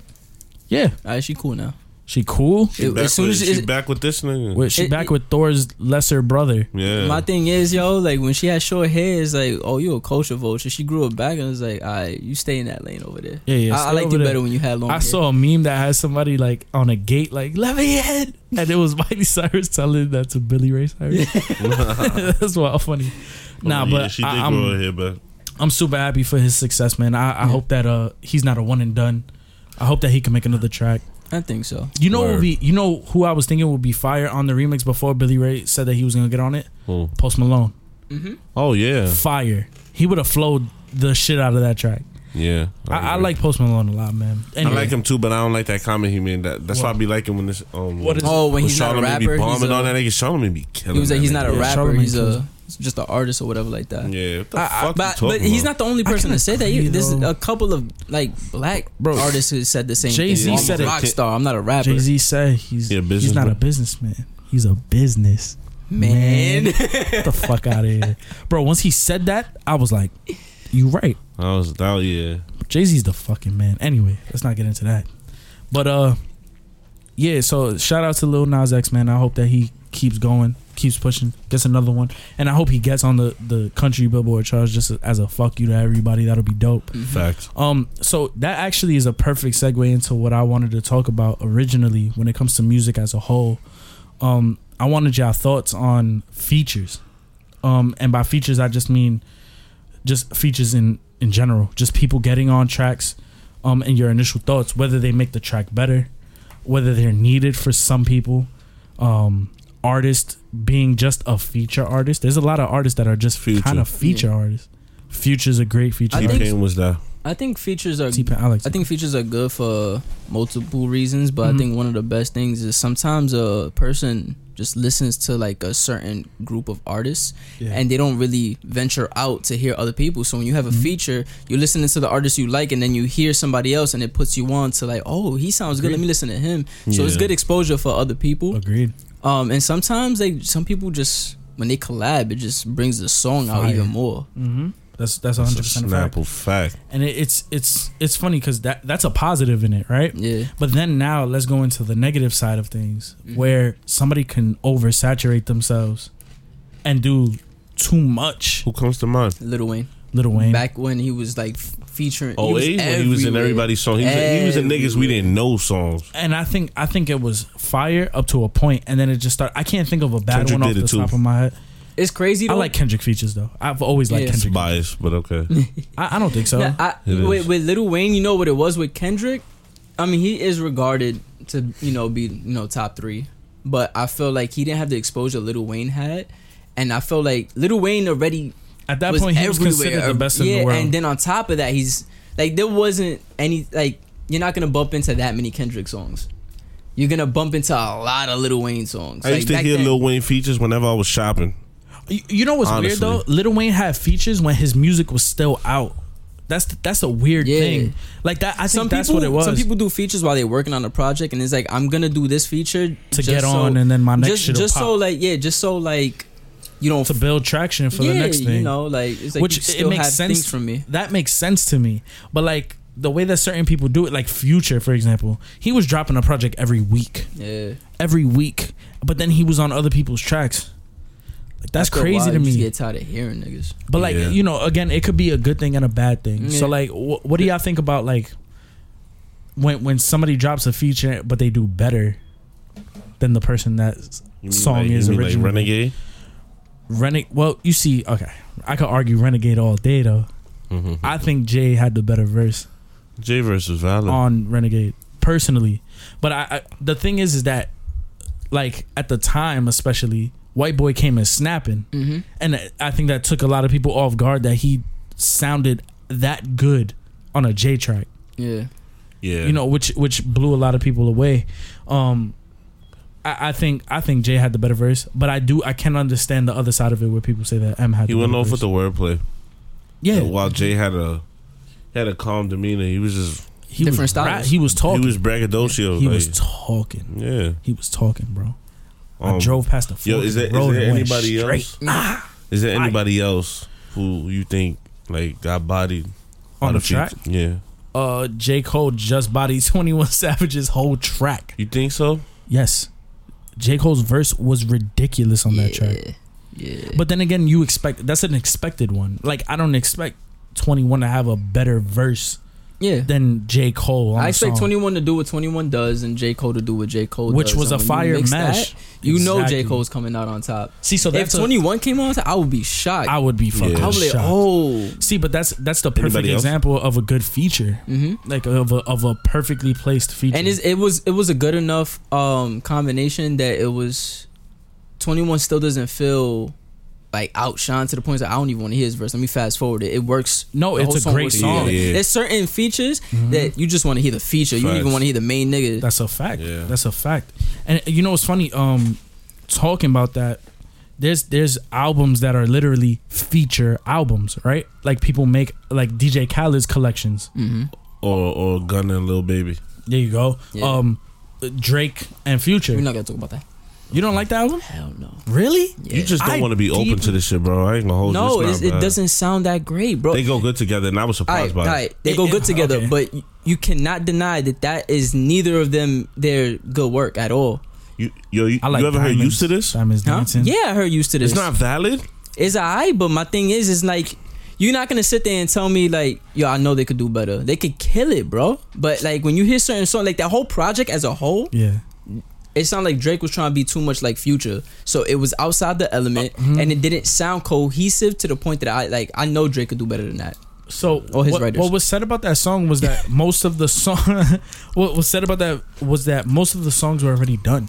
Yeah,
All right, she cool now.
she cool.
She
It-
back
as soon
with-
as
she
it-
back with this nigga.
Wait, she
It-
back
it-
with Thor's lesser brother.
yeah.
My thing is, yo, like when she had short hair, it's like, oh, you a culture vulture. She grew up back and was like, all right, you stay in that lane over there.
Yeah, yeah,
I, I
stay
liked
over
it
there.
better when you had long.
I
hair.
saw a meme that had somebody like on a gate, like "Let me in," and it was Miley Cyrus telling that to Billy Ray Cyrus. That's wild funny. Nah,
Oh, yeah,
but
she did
I,
grow
am
her hair back.
I'm super happy for his success, man. I, I hope that uh he's not a one and done. I hope that he can make another track.
I think so.
You know, what
Word.
would be you know who I was thinking would be fire on the remix before Billy Ray said that he was gonna get on it.
Who?
Post Malone,
Oh yeah,
fire. He would have flowed the shit out of that track.
yeah.
I, I
agree.
like Post Malone a lot, man. Anyway,
I like him too, but I don't like that comment he made. That, that's why I be liking when this. Um,
What is-
Oh, when he's not a
Charlamagne
rapper,
be
he's
bombing
a-
on that nigga. Charlamagne be killing.
He was like,
that
he's not a
nigga.
Yeah,
rapper.
Charlamagne
He's
kills
a he's just an artist or whatever like that.
Yeah, what the
I- I-
fuck?
But, but he's not the only person
can
to say that.
agree,
You, there's
though.
a couple of like black
Bro,
artists who said the same
Jay-Z
thing.
said it.
I'm a rock star. I'm not a rapper.
Jay Z said he's
He a
he's not
businessman.
a businessman. He's a business
Man.
Get the fuck out of here, bro. Once he said that, I was like, "You right."
I was oh yeah.
Jay Z's the fucking man. Anyway, let's not get into that. But uh, yeah. So shout out to Lil Nas X, man. I hope that he keeps going, keeps pushing, gets another one, and I hope he gets on the the country billboard chart just as a fuck you to everybody. That'll be dope.
Mm-hmm.
Facts.
Um, so that actually is a perfect segue into what I wanted to talk about originally when it comes to music as a whole. Um, I wanted y'all thoughts on features. Um, and by features, I just mean just features in in general, just people getting on tracks. Um, and your initial thoughts, whether they make the track better, whether they're needed for some people. Um, artist being just a feature artist. There's a lot of artists that are just
Future.
kind of feature artists. Future's a great feature.
I
T
artist.
think-
Pain was that.
I think features are
T-Pain, I like
I think features are good for multiple reasons, but
Mhm.
I think one of the best things is sometimes a person just listens to like a certain group of artists
Yeah.
and they don't really venture out to hear other people. So when you have a
Mm-hmm.
feature, you're listening to the artist you like and then you hear somebody else and it puts you on to like, oh, he sounds good. Let me listen to him. So it's
Yeah.
good exposure for other people.
Agreed.
Um, and sometimes they some people just when they collab, it just brings the song out
Fire.
even more.
Mm-hmm. That's that's one
That's
hundred percent
a
fact.
snapple fact.
And it, it's it's it's funny because that that's a positive in it, right?
Yeah,
But then now let's go into the negative side of things, where somebody can oversaturate themselves and do too much.
Who comes to mind?
Lil Wayne.
Little Wayne,
Back when he was like f- featuring.
Oh,
he
he
was,
when he was in
everywhere.
everybody's song. He was, he was in niggas we
Everywhere.
didn't know songs.
and I think I think it was fire up to a point, and then it just started. I can't think of a bad
Kendrick
one off
did it
the
too.
top of my head.
It's crazy.
I
though.
like Kendrick features though. I've always liked
Yeah.
It's
Kendrick.
biased, but okay.
I, I don't think so.
Nah, I,
It is.
with, with Lil Wayne, you know what it was with Kendrick. I mean, he is regarded to you know be you know top three, but I feel like he didn't have the exposure Lil Wayne had, and I feel like Lil Wayne already
At that
was
point, he was
everywhere.
considered the best
yeah,
in the world.
and then on top of that, he's like there wasn't any like you're not gonna bump into that many Kendrick songs. You're gonna bump into a lot of Lil Wayne songs.
I
Like,
used to
back
hear
then-
Lil Wayne features whenever I was shopping.
You, you know what's
Honestly.
weird though? Little Wayne had features when his music was still out. That's that's a weird
Yeah.
thing. Like that, I think
Some
that's
people,
what it was.
some people do features while they're working on a project, and it's like I'm gonna do this feature
To get on, and then my next
just,
shit'll
just
pop.
so like yeah, just so like you don't
to build traction for
yeah,
the next thing.
You know, like it's like
Which
you
it
still
makes
have
sense
things from me.
That makes sense to me. But like the way that certain people do it, like Future, for example, he was dropping a project every week,
Yeah,
every week. But then he was on other people's tracks. Like that's
After a
crazy
while,
to
you
me.
Just get tired of hearing niggas.
But like
Yeah.
you know, again, it could be a good thing and a bad thing.
Yeah.
So like, wh- what do y'all think about like when when somebody drops a feature but they do better than the person that
You mean
Song
like- you
is
mean like
original.
Renegade.
renegade? Well, you see, okay, I could argue renegade all day though.
Mm-hmm.
I think Jay had the better verse
J versus Valid.
on renegade personally. But I, I the thing is, is that like at the time, especially white boy came in snapping,
Mm-hmm.
and I think that took a lot of people off guard that he sounded that good on a J track.
Yeah,
yeah,
you know, which which blew a lot of people away. Um, I, I think I think Jay had the better verse, but I do I can understand the other side of it where people say that M had.
he
the
went
better
off
verse.
with the wordplay.
yeah.
while Jay had a he had a calm demeanor. He was just
he
different
was
styles.
ra- he was talking.
he was braggadocio.
He
like,
was talking.
yeah.
He was talking, bro. I
Um,
drove past the
Yo,
fucking
is there, is
road
there
and went
anybody
straight
else? Is there
Fire.
anybody else who you think like got bodied
on
out
the
of
track?
feat- Yeah,
Uh, J Cole just bodied Twenty One Savage's whole track.
you think so?
Yes, J Cole's verse was ridiculous on
yeah,
that track.
Yeah,
But then again, you expect that's an expected one. Like I don't expect Twenty One to have a better verse
yeah.
than J Cole. On
I
the
expect
song,
Twenty One to do what Twenty One does, and J Cole to do what J Cole
which
does.
was a
And when you
fire
mix
mesh.
that, you know J
Exactly.
Cole's coming out on top.
See, so
if
that's
Twenty
twenty.
One came on top, I would be shocked.
I would be fucking
Yeah.
I would be like,
shocked.
oh,
See, but that's that's the perfect
Anybody else?
example of a good feature,
hmm
like of a of a perfectly placed feature.
and it's, it was it was a good enough um combination that it was twenty one still doesn't feel like outshone to the point that I don't even want to hear his verse. Let me fast forward it. It works.
no,
The whole
it's a
song
great
works
song.
together.
Yeah, yeah.
There's certain features that you just want to hear the feature. You don't even
Facts.
want to hear the main nigga.
That's a fact.
Yeah.
That's a fact. And uh, you know what's funny? Um, talking about that, there's there's albums that are literally feature albums, right? Like people make like DJ Khaled's collections.
hmm
Or or Gunna and Lil Baby?
There you go.
Yeah.
Um, Drake and Future.
We're not gonna talk about that.
you don't like that album?
Hell no.
Really?
Yeah.
You just don't
I
want to be open
deep-
to this shit, bro. I ain't gonna hold
No,
you.
it's,
It's
it
not bad.
doesn't sound that great, bro.
They go good together, and I was
All right,
surprised
all
by it.
right. They go
It-
good together,
okay.
but you- you cannot deny that that is neither of them their good work at all.
You yo, you,
I like
you ever heard
Diamonds-
used to this?
Diamonds
Huh?
dancing.
Yeah, I heard used to this.
It's not valid.
It's alright, but my thing is, is like you're not gonna sit there and tell me like, yo, I know they could do better. They could kill it, bro. But like when you hear certain song, like that whole project as a whole,
Yeah.
it sounded like Drake was trying to be too much like Future, so it was outside the element,
Uh, mm-hmm.
and it didn't sound cohesive to the point that I like. I know Drake could do better than that.
So
Or his
what,
writers.
what was said about that song was that most of the song, what was said about that was that most of the songs were already done.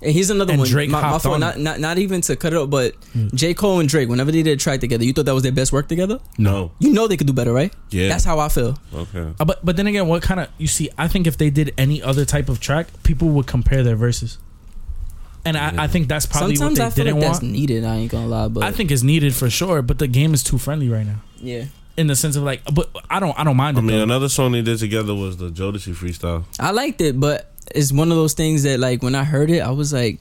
And here's another
And
one.
Drake
my, my
hopped
fault,
on
not,
it.
not not even to cut it up, but
Mm.
J Cole and Drake, whenever they did a track together, you thought that was their best work together.
No.
You know they could do better, right?
Yeah.
That's how I feel.
okay.
Uh, but but then again, what kind of you see? I think if they did any other type of track, people would compare their verses, and I, I think that's probably
Sometimes I
what they
feel like
didn't
that's
want.
needed. I ain't gonna lie, but
I think it's needed for sure, but the game is too friendly right now
yeah,
in the sense of like, but I don't I don't mind
I
it.
mean,
though.
another song they did together was the Jodeci freestyle.
I liked it, but it's one of those things that like when I heard it, I was like,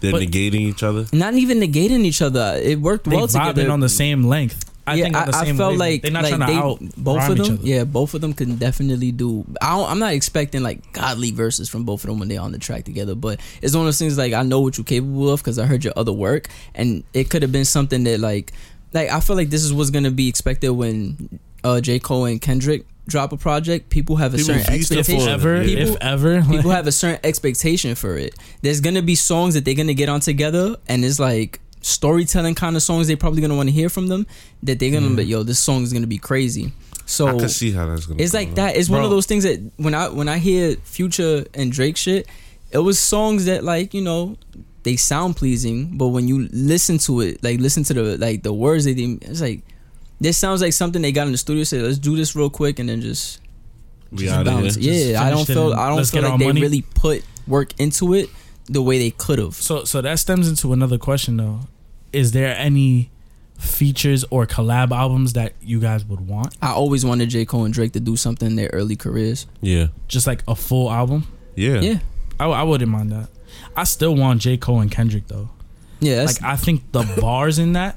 They're
But-
negating each other.
not even negating each other. It worked
they
well
vibing
together.
on the same length. I think on the same wavelength.
felt like
they're not
like
trying to
they-
out
both
rhyme
of
each
them.
other.
Yeah, both of them can definitely do. I don't, I'm not expecting like godly verses from both of them when they're on the track together, but it's one of those things like I know what you're capable of because I heard your other work, and it could have been something that like like I feel like this is what's gonna be expected when uh J Cole and Kendrick drop a project. People have a
People
certain
feast upon it.
expectation.
ever
Yeah.
if ever
people have a certain expectation for it. There's gonna be songs that they're gonna get on together, and it's like storytelling kind of songs they're probably gonna want to hear from them. That they're gonna, be yo, this song is gonna be crazy.
I
So
can see how that's gonna.
it's
go
like
down.
that. It's one of
Bro.
those things that when I when I hear Future and Drake shit, it was songs that like you know they sound pleasing, but when you listen to it, like listen to the like the words they did, it's like this sounds like something they got in the studio. Say let's do this real quick and then just
We
just
outta here.
bounce.
Just
Yeah, I don't
finished it
feel
and
I don't
let's
feel
get
like
our
they
money.
really put work into it the way they could have.
So so that stems into another question though. Is there any features or collab albums that you guys would want?
I always wanted J Cole and Drake to do something in their early careers.
Yeah.
Just like a full album?
Yeah.
Yeah,
I, I wouldn't mind that. I still want J. Cole and Kendrick though.
Yeah, that's,
like I think the bars in that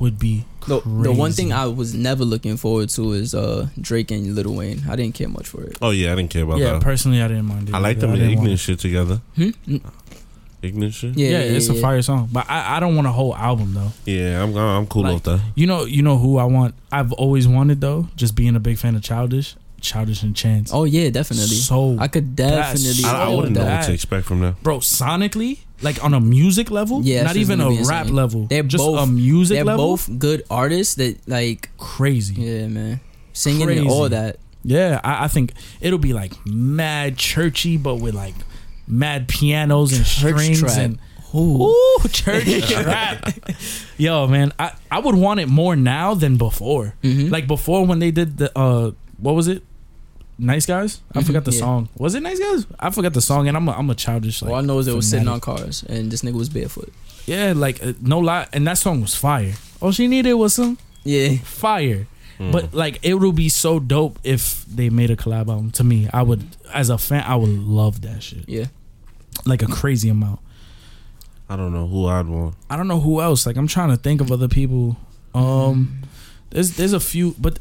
would be
the, the one thing
crazy.
I was never looking forward to is uh, Drake and Lil Wayne. I didn't care much for it.
Oh yeah, I didn't care about
yeah.
that.
Personally, I didn't mind it.
I like
either.
them in the
didn't want-
ignorant shit together.
Hmm?
Ignorant shit.
Yeah, it's a fire song, but I, I don't want a whole album though.
Yeah, I'm I'm cool
Like-
off that.
You know, you know who I want. I've always wanted though, just being a big fan of Childish, Childish and Chance.
Oh yeah, definitely.
so
I could
That's
definitely.
I, I
so
roll
wouldn't know
that.
what
bad.
to expect from them.
bro, sonically, like on a music level,
Yeah, it's
not
just
even a
gonna be
rap
insane.
level.
They're
just
both-
a music
They're
level.
both good artists that like.
crazy. Yeah,
Yeah, man. Singing
Crazy.
and all that.
I, I think it'll be like mad churchy, but with like mad pianos and
Church
strings
trap.
and
Ooh.
ooh, church trap. Yo, man, I I would want it more now than before.
Mhm.
Like before when they did the uh what was it? Nice guys? I
Mhm,
forgot the
yeah.
song. Was it Nice Guys? I forgot the song and I'm a, I'm a childish like
all I know is they were sitting on
fanatic.
cars and this nigga was barefoot.
Yeah, like uh, no lie and that song was fire. All she needed was some
Yeah.
fire.
Mm.
But like it would be so dope if they made a collab album to me. I would as a fan I would love that shit.
Yeah.
Like a crazy amount.
I don't know who I'd want.
I don't know who else. Like I'm trying to think of other people. Um, there's there's a few, but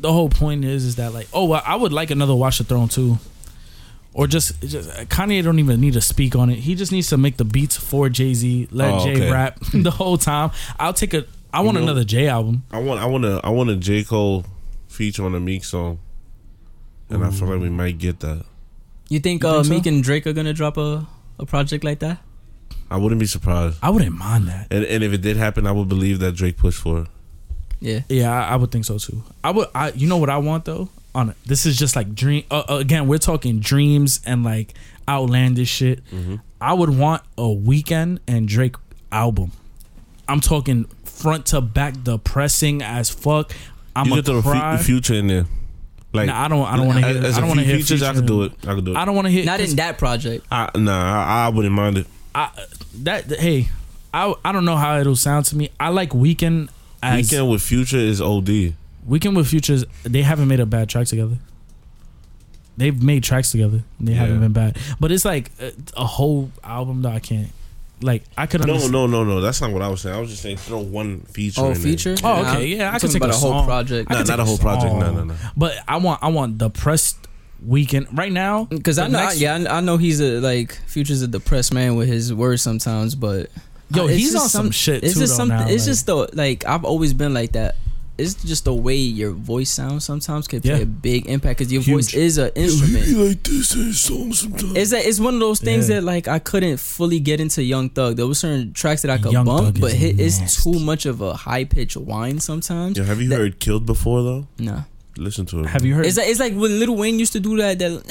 the whole point is is that like, oh, well, I would like another Watch the Throne too, or just just Kanye don't even need to speak on it. He just needs to make the beats for Jay Z. Let
Oh,
Jay
okay.
rap the whole time. I'll take a. I want
know-
another Jay album.
I want I want a I want a J Cole feature on a Meek song, and I feel like we might get that.
You think,
You
uh,
think so?
Meek and Drake are gonna drop a, a project like that?
I wouldn't be surprised.
I wouldn't mind that.
And and if it did happen, I would believe that Drake pushed for it.
Yeah.
Yeah, I, I would think so too. I would. I you know what I want though. On it, this is just like dream. Uh, uh, again, we're talking dreams and like outlandish shit.
Mm-hmm.
I would want a weekend and Drake album. I'm talking front to back, depressing as fuck. I'm
You
a
could throw
cry.
the future in there, like
Nah, I don't. I don't want to hear.
as, as
I
a
don't want to
few
hear
features. I could do it. I could do it.
I don't want to hear.
Not in that project.
I, nah, I, I wouldn't mind it.
I, that. that- Hey, I. I don't know how it'll sound to me. I like weekend as weekend,
Weekend with Future is OD.
with futures. They haven't made a bad track together. They've made tracks together. They haven't
Yeah.
been bad. But it's like a, a whole album that I can't. Like I could.
No,
understand-
no, no, no. That's not what I was saying. I was just saying throw one feature.
Oh,
in there.
feature.
Oh,
Nah,
okay, yeah, I
I'm
could
talking
take
about
a
a whole
song.
project.
I
Nah,
could
not
take
a whole project. No,
song.
no, no.
But I want I want depressed weekend right now
Because I
the
know,
next-
yeah, I I know he's a like Future's a depressed man with his words sometimes, but
Yo,
I- it's
he's
just
on some shit
It's
too,
just
though,
something.
now,
it's
like-
just the like I've always been like that. It's just the way your voice sounds sometimes can play
Yeah.
a big impact because your
Huge.
voice is an instrument.
like this in his song sometimes.
It's that it's one of those things
Yeah.
that like I couldn't fully get into Young Thug. There were certain tracks that I could
Young
bump,
Thug
but
is
hit, it's
nasty.
too much of a high pitched whine sometimes.
Yo, have you
That-
heard Killed before though?
Nah,
Listen to it.
Have you heard?
it's like it's like when Lil Wayne used to do that. That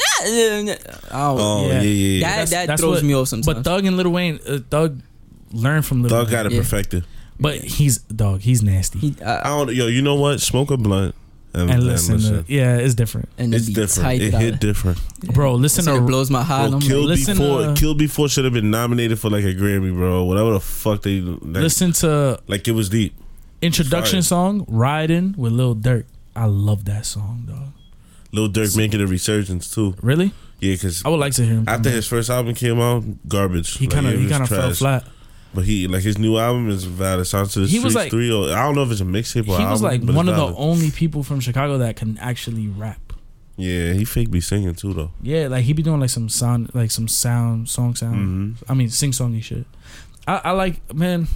oh,
Oh
Yeah.
yeah, yeah, yeah.
that
That's-
that
that's
throws
what-
me off sometimes.
but Thug and Lil Wayne, uh, Thug learned from Lil
Thug
Wayne,
got it
Yeah.
perfected.
but he's dog. He's nasty.
he, I,
I don't. Yo, you know what? Smoke a blunt and,
and listen, to- yeah, it's different,
and
It's
it'd be
different.
tight
It
out.
hit different.
bro. Listen
So it
to
blows my high.
Bro,
and I'm
Kill
like,
listen
before.
to- uh,
Kill before should have been nominated for like a Grammy, bro. Whatever the fuck they like,
listen to
Like it was deep.
introduction
Fire.
song "Riding" with Lil Durk. I love that song, dog.
Lil Durk making a resurgence too.
Really,
Yeah, because
I would like to hear him. come
after
back.
his first album came out, garbage.
he
Like,
kind of
it
he
was
kind of fell
trash.
flat.
But he like his new album is valid. Sounds to the
He was
streets
like-
three. Or, I don't know if it's a mixtape
He
or album.
was like
but it's
one of the
valid.
only people from Chicago that can actually rap.
Yeah, he fake be singing too though.
Yeah, like he be doing like some sound, like some sound, song sound.
hmm
I mean, sing songy shit. I, I like, man,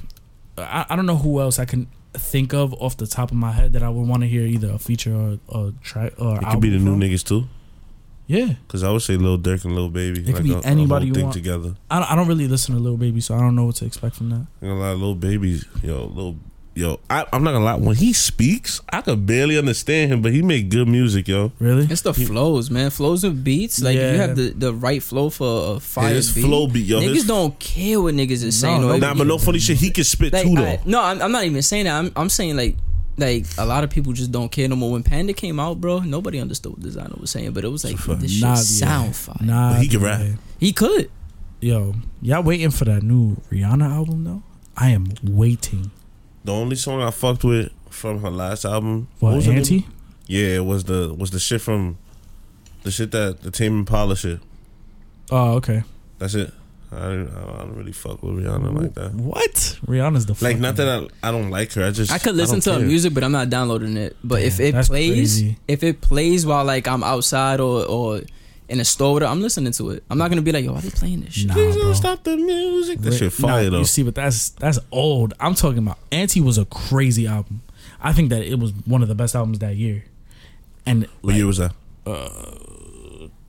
I, I don't know who else I can think of off the top of my head that I would want to hear either a feature or a track or
It could be the new
nigga.
niggas too.
Yeah,
Cause I would say Lil Durk and Lil Baby.
could be
a,
anybody you
a whole thing
want.
together.
I don't, I don't really listen to Lil Baby, so I don't know what to expect from that.
I'm gonna lie, Lil Baby's yo, Lil yo. I, I'm not gonna lie. When he speaks, I could barely understand him, but he make good music, yo.
Really?
It's the flows, man. Flows and beats. Like if
Yeah.
you have the, the right flow for a fire
his
beat.
flow beat, yo.
niggas
his,
don't care what niggas is saying.
No,
or
nah, but no funny shit. He can spit
like,
too though.
I- no, I'm, I'm not even saying that. I'm, I'm saying like like a lot of people just don't care no more. When Panda came out, bro, nobody understood what designer was saying, but it was like
a fact.
this shit
Nah, yeah.
sound fire.
Nah,
But he can rap.
yeah.
He could.
Yo, y'all waiting for that new Rihanna album though? I am waiting.
The only song I fucked with from her last album,
What,
was the name?
Auntie?
Yeah, it was the was the shit from the shit that the Tame Impala shit.
Oh, okay.
That's it. I don't, I don't really fuck with Rihanna like that.
What? Rihanna's the
Like, not
fucking-
that I, I don't like her. I just
I could listen
don't
to her
care.
music, but I'm not downloading it. But if
Damn,
it
that's
plays,
crazy.
if it plays while like I'm outside or or in a store, with her, I'm listening to it. I'm not gonna be like, yo, why they playing this shit?
Nah,
Please
bro.
don't stop the music. That
Ri-
shit fire
nah,
though.
You see, but that's that's old. I'm talking about Anti was a crazy album. I think that it was one of the best albums that year. And
what year was that?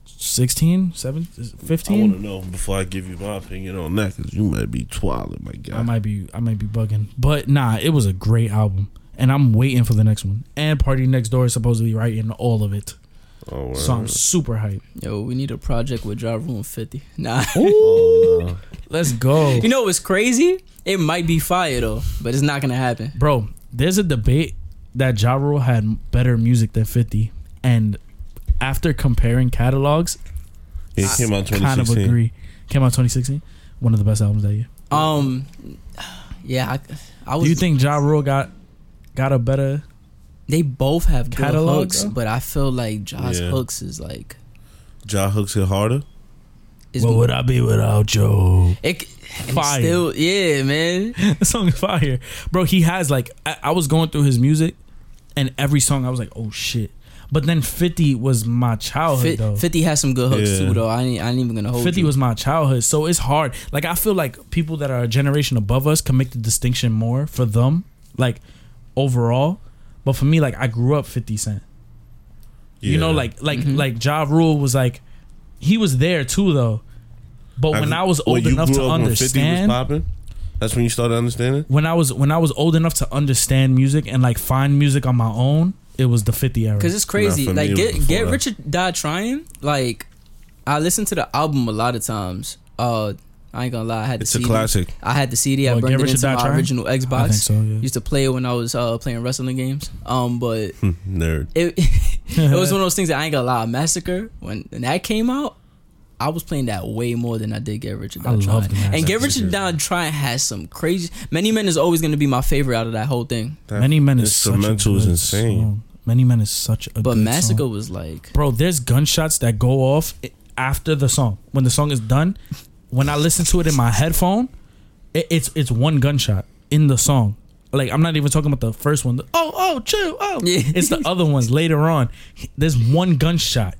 16, 17,
I want to
15?
know before I give you my opinion on that because you might be twirling, my
I,
guy.
might be I might be bugging. But nah, it was a great album. And I'm waiting for the next one. And Party Next Door is supposedly writing all of it.
oh, word.
So I'm super hyped.
Yo, we need a project with Ja Rule and 50. Nah.
Oh, no.
Let's go.
you know what's crazy? It might be fire though, but it's not gonna happen.
Bro, there's a debate that Ja Rule had better music than 50. And after comparing catalogs,
Yeah, it came out in
kind of
2016.
agree. Came out 2016. One of the best albums that year.
Um, yeah, I, I was.
Do you think Ja Rule got got a better?
they both have good
Catalog,
hooks?
though?
But I feel like Ja's
Yeah.
hooks is like.
Ja hooks it harder.
Is
I be without you?
It, and
Fire.
Still, yeah, man.
That song is fire, bro. He has like I, I was going through his music, and every song I was like, oh shit. But then Fifty was my childhood
Fif-
though.
50 has some good hooks
Yeah.
too, though. I ain't, I ain't even gonna hold
50
you.
was my childhood so it's hard like i feel like people that are a generation above us can make the distinction more for them like overall but for me like i grew up 50 cent you know
Yeah.
like like
Mhm.
like ja rule was like he was there too though but when i was
well,
old
you
enough
grew
to
up when 50 was
understand
popping. That's when you started understanding.
when i was when i was old enough to understand music and like find music on my own it was the 50 era
Cause it's crazy.
for me,
Like
it
get
was before
get
that.
Richard Die Trying. Like I listened to the album a lot of times. Uh, I ain't gonna lie, I had the
It's a
CD.
classic.
I had the CD. I
What,
burned
Get
it
Rich or
into
Die
my
Trying?
original
I think
Xbox.
so, yeah.
Used to play it when I was uh, playing wrestling games. Um, but
Hmm, Nerd.
it it was one of those things that I ain't gonna lie. Massacre when, when that came out, I was playing that way more than I did Get Rich or
I
Die Trying.
love the
And
Massacre.
Get Rich or Die Trying has some crazy. Many Men is always gonna be my favorite out of that whole thing.
That
many men is such a
instrumental is
good
insane.
song. many men is such a
But
good
Massacre
song.
was like.
bro there's gunshots that go off i- after the song when the song is done when i listen to it in my headphone it, it's it's one gunshot in the song like i'm not even talking about the first one the, oh oh chill oh
Yeah.
it's the other ones later on there's one gunshot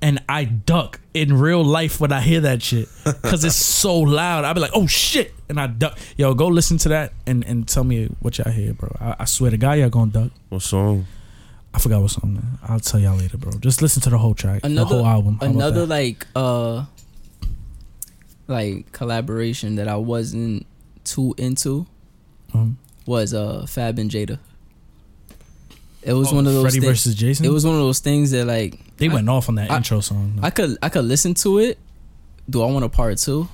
and i duck in real life when i hear that shit because it's so loud i'll be like oh shit and i duck yo go listen to that and and tell me what y'all hear bro i, I swear to god y'all gonna duck
What song?
I forgot what song. man. I'll tell y'all later, bro. Just listen to the whole track,
another
the whole album. How about
another
that?
like uh like collaboration that I wasn't too into
Um,
was uh Fab and Jada. It was
oh,
one of those
Freddy
thi-
versus Jason.
It was one of those things that like
they went off on that
I-
intro song.
I could I could listen to it. Do I want a part two?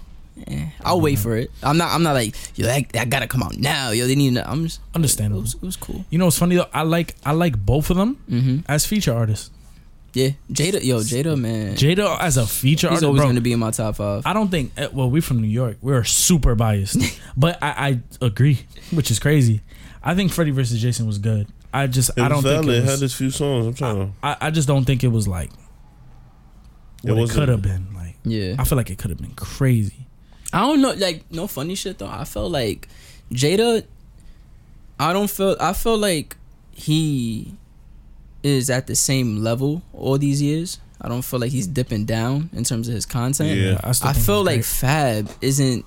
Eh, I'll wait
Mm-hmm.
for it. I'm not. I'm not like yo. That, that gotta come out now. Yo, they need. To, I'm just
Understandable.
It was, it was cool.
you know what's funny though? I like I like both of them
Mm-hmm.
as feature artists.
Yeah, Jada. Yo, Jada, man.
Jada as a feature
he's
artist,
always
bro.
gonna be in my top five.
I don't think. eh, Well, we're from New York. We're super biased, but I, I agree, which is crazy. I think Freddy versus Jason was good. I just
It
I don't
was valid.
think it
it had
was,
this few songs. I'm trying to.
I, I just don't think it was like
It
what it,
wasn't-
could have been. Like
yeah.
I feel like it could have been crazy.
I don't know, like no funny shit though. I felt like Jada. I don't feel. I feel like he is at the same level all these years. I don't feel like he's dipping down in terms of his content.
Yeah.
still
I
think it
feel
was
like
great.
Fab isn't.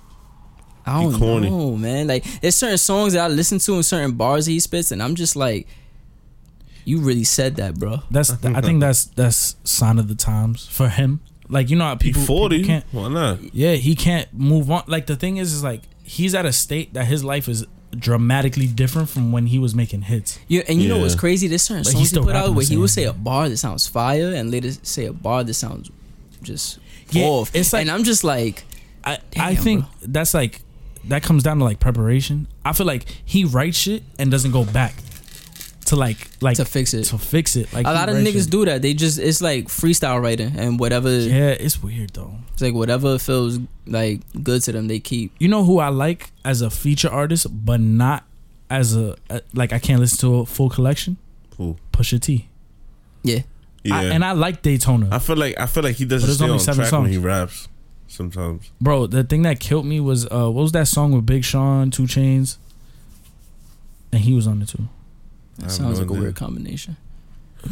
I
He
don't
corny.
know, man. Like there's certain songs that I listen to and certain bars he spits, and I'm just like, you really said that, bro.
That's I think that's that's sign of the times for him. Like you know how people,
He 40.
people can't.
Why not?
Yeah, he can't move on. Like the thing is, is like he's at a state that his life is dramatically different from when he was making hits.
Yeah, and you know what's
Yeah.
crazy? There's certain
But he's
songs he
still
put out
rapping
where
the
he will
same.
say a bar that sounds fire, and later say a bar that sounds just
Yeah,
off.
it's like-
and I'm just like,
I I
Damn,
think that's like that comes down to like preparation. I feel like he writes shit and doesn't go back to like like
To fix it.
to fix it. Like
a
he
lot of
writes
niggas
shit.
do that. They just it's like freestyle writing and whatever.
Yeah, it's weird though.
It's like whatever feels like good to them, they keep.
You know who I like as a feature artist, but not as a uh, like I can't listen to a full collection.
Cool.
Pusha T.
Yeah,
Yeah.
I, and I like Daytona.
I feel like I feel like he
But
doesn't
there's
stay
only
on
seven
track when
songs.
he raps. sometimes.
Bro, the thing that killed me was uh, what was that song with Big Sean, Two Chains, and he was on it too.
I
That
have
sounds
no
like a
idea.
weird combination.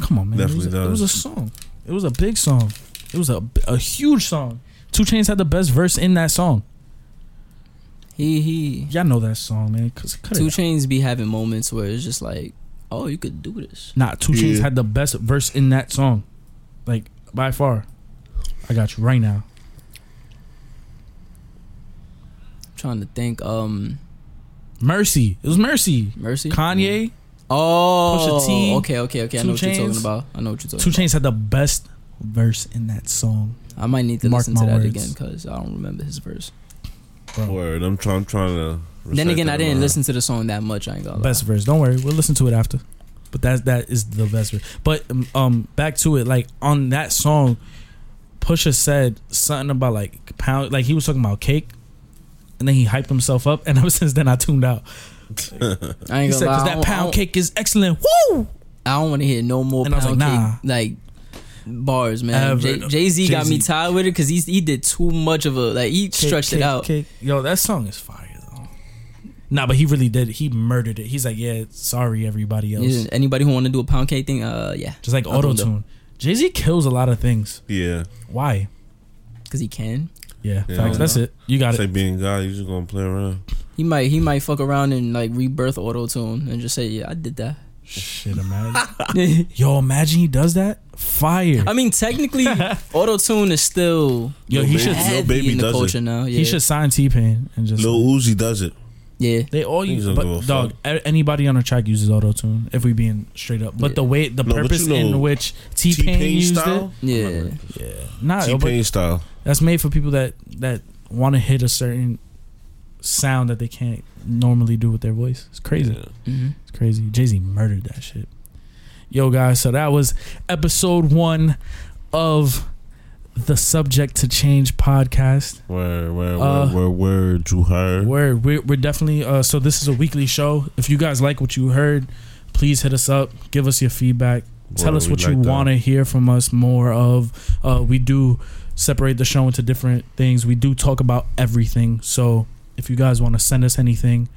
Come on, man.
Definitely
it, was a, it was a
does.
song. It was a big song. It was a a huge song. Two Chains had the best verse in that song.
He he.
Y'all know that song, man. Cause cut
Two
it.
Chains be having moments where it's just like, oh, you could do this.
Nah, Two Chains
Yeah.
had the best verse in that song, like by far. I got you right now.
I'm trying to think. Um,
Mercy. It was Mercy.
Mercy.
Kanye.
Oh,
Pusha T,
okay, okay, okay. I
Two
know what you're
Chains.
talking about. I know what you're talking.
Two Chains had the best verse in that song.
about. I might need to
Mark
listen to
my
that
words.
again because I don't remember his verse.
Bro.
Word. I'm trying. I'm trying to.
then
recite
again,
that
I
in
didn't
my-
listen to the song that much. I ain't gonna
Best verse. Don't worry, we'll listen to it after. But that that is the best verse. But um, um, back to it. Like on that song, Pusha said something about like pound. Like he was talking about cake, and then he hyped himself up. And ever since then, I tuned out.
lie. I
He
ain't
said
gonna lie.
because
I
that
don't- I
pound
don't-
cake is excellent. Woo!
I don't want to hear no more
And I was
pound
like, nah.
cake like bars, man.
Ever.
Jay Z got me
Jay-Z.
tired with it because he he did too much of a like he
Cake,
stretched
cake,
it out.
Cake. Yo, that song is fire though. Nah, but he really did. He murdered it. He's like, yeah, sorry everybody else.
Yeah, anybody who want to do a pound cake thing, uh, yeah,
Just like
I don't know.
auto tune. Jay Z kills a lot of things.
Yeah.
Why?
because he can.
Yeah,
Yeah, I
facts.
don't
That's
know.
it. You got
It's
it.
like being God. You just gonna play around.
He might he might fuck around and like rebirth auto tune and just say, yeah, I did that.
Shit, imagine. Yo, imagine he does that. Fire.
I mean, technically, auto tune is still
Yo, he
Lil
should
Baby- Lil
heavy
Baby
in the
does
culture
it.
now. Yeah.
he should sign T Pain and just
Lil Uzi does it.
Yeah.
they all
Niggas
use
don't
but
give a
dog a- anybody on a track uses auto tune if we being straight up. But
Yeah.
the way the
No, but you
purpose
know,
in which T Pain
T-Pain
used
style.
Yeah.
it, yeah, nah,
T
yo, but
Pain style.
that's made for people that that want to hit a certain sound that they can't normally do with their voice. It's crazy.
Yeah.
Mm-hmm.
It's crazy. Jay Z murdered that shit. Yo, guys, so that was episode one of the Subject to Change podcast.
Word, word,
Uh,
word, word, word. You heard.
We're we're, we're definitely uh, so. This is a weekly show. If you guys like what you heard, please hit us up. Give us your feedback. Tell
Word,
us
we
what
like
you
that.
want to hear from us more of. Uh, we do separate the show into different things. We do talk about everything. So if you guys want to send us anything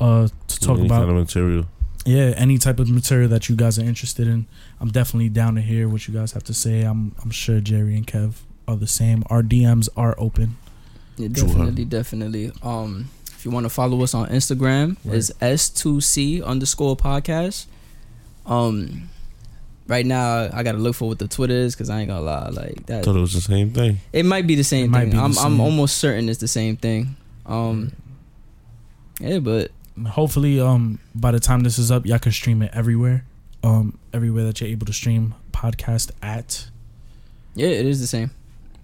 uh, to talk
Any
about,
kind of material.
yeah, any type of material that you guys are interested in, I'm definitely down to hear what you guys have to say. I'm I'm sure Jerry and Kev are the same. Our DMs are open.
Yeah,
True.
definitely, definitely. Um, if you want to follow us on Instagram,
Right.
it's s2c underscore podcast. Um, right now I gotta look for what the Twitter is because I ain't gonna lie, like
I
that.
thought it was the same thing.
It might be the
It
same
might
thing.
be the
I'm
same.
I'm almost certain it's the same thing. Um, yeah, but
hopefully um by the time this is up y'all can stream it everywhere um everywhere that you're able to stream podcast at
yeah, it is the same.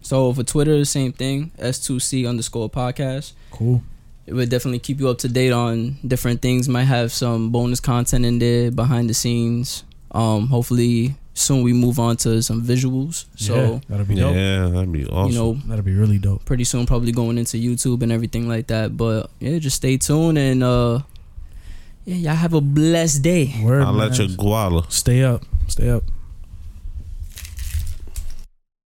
So for Twitter, same thing. S2C underscore podcast.
cool
It would definitely keep you up to date on different things. Might have some bonus content in there behind the scenes. Um, hopefully soon we move on to some visuals.
yeah,
So
that'll be dope
Yeah, that'd be awesome.
you know,
that'll be really dope
pretty soon probably going into YouTube and everything like that. But yeah, just stay tuned and uh, yeah, y'all have a blessed day.
word
I'll let
man.
you guala.
stay up stay up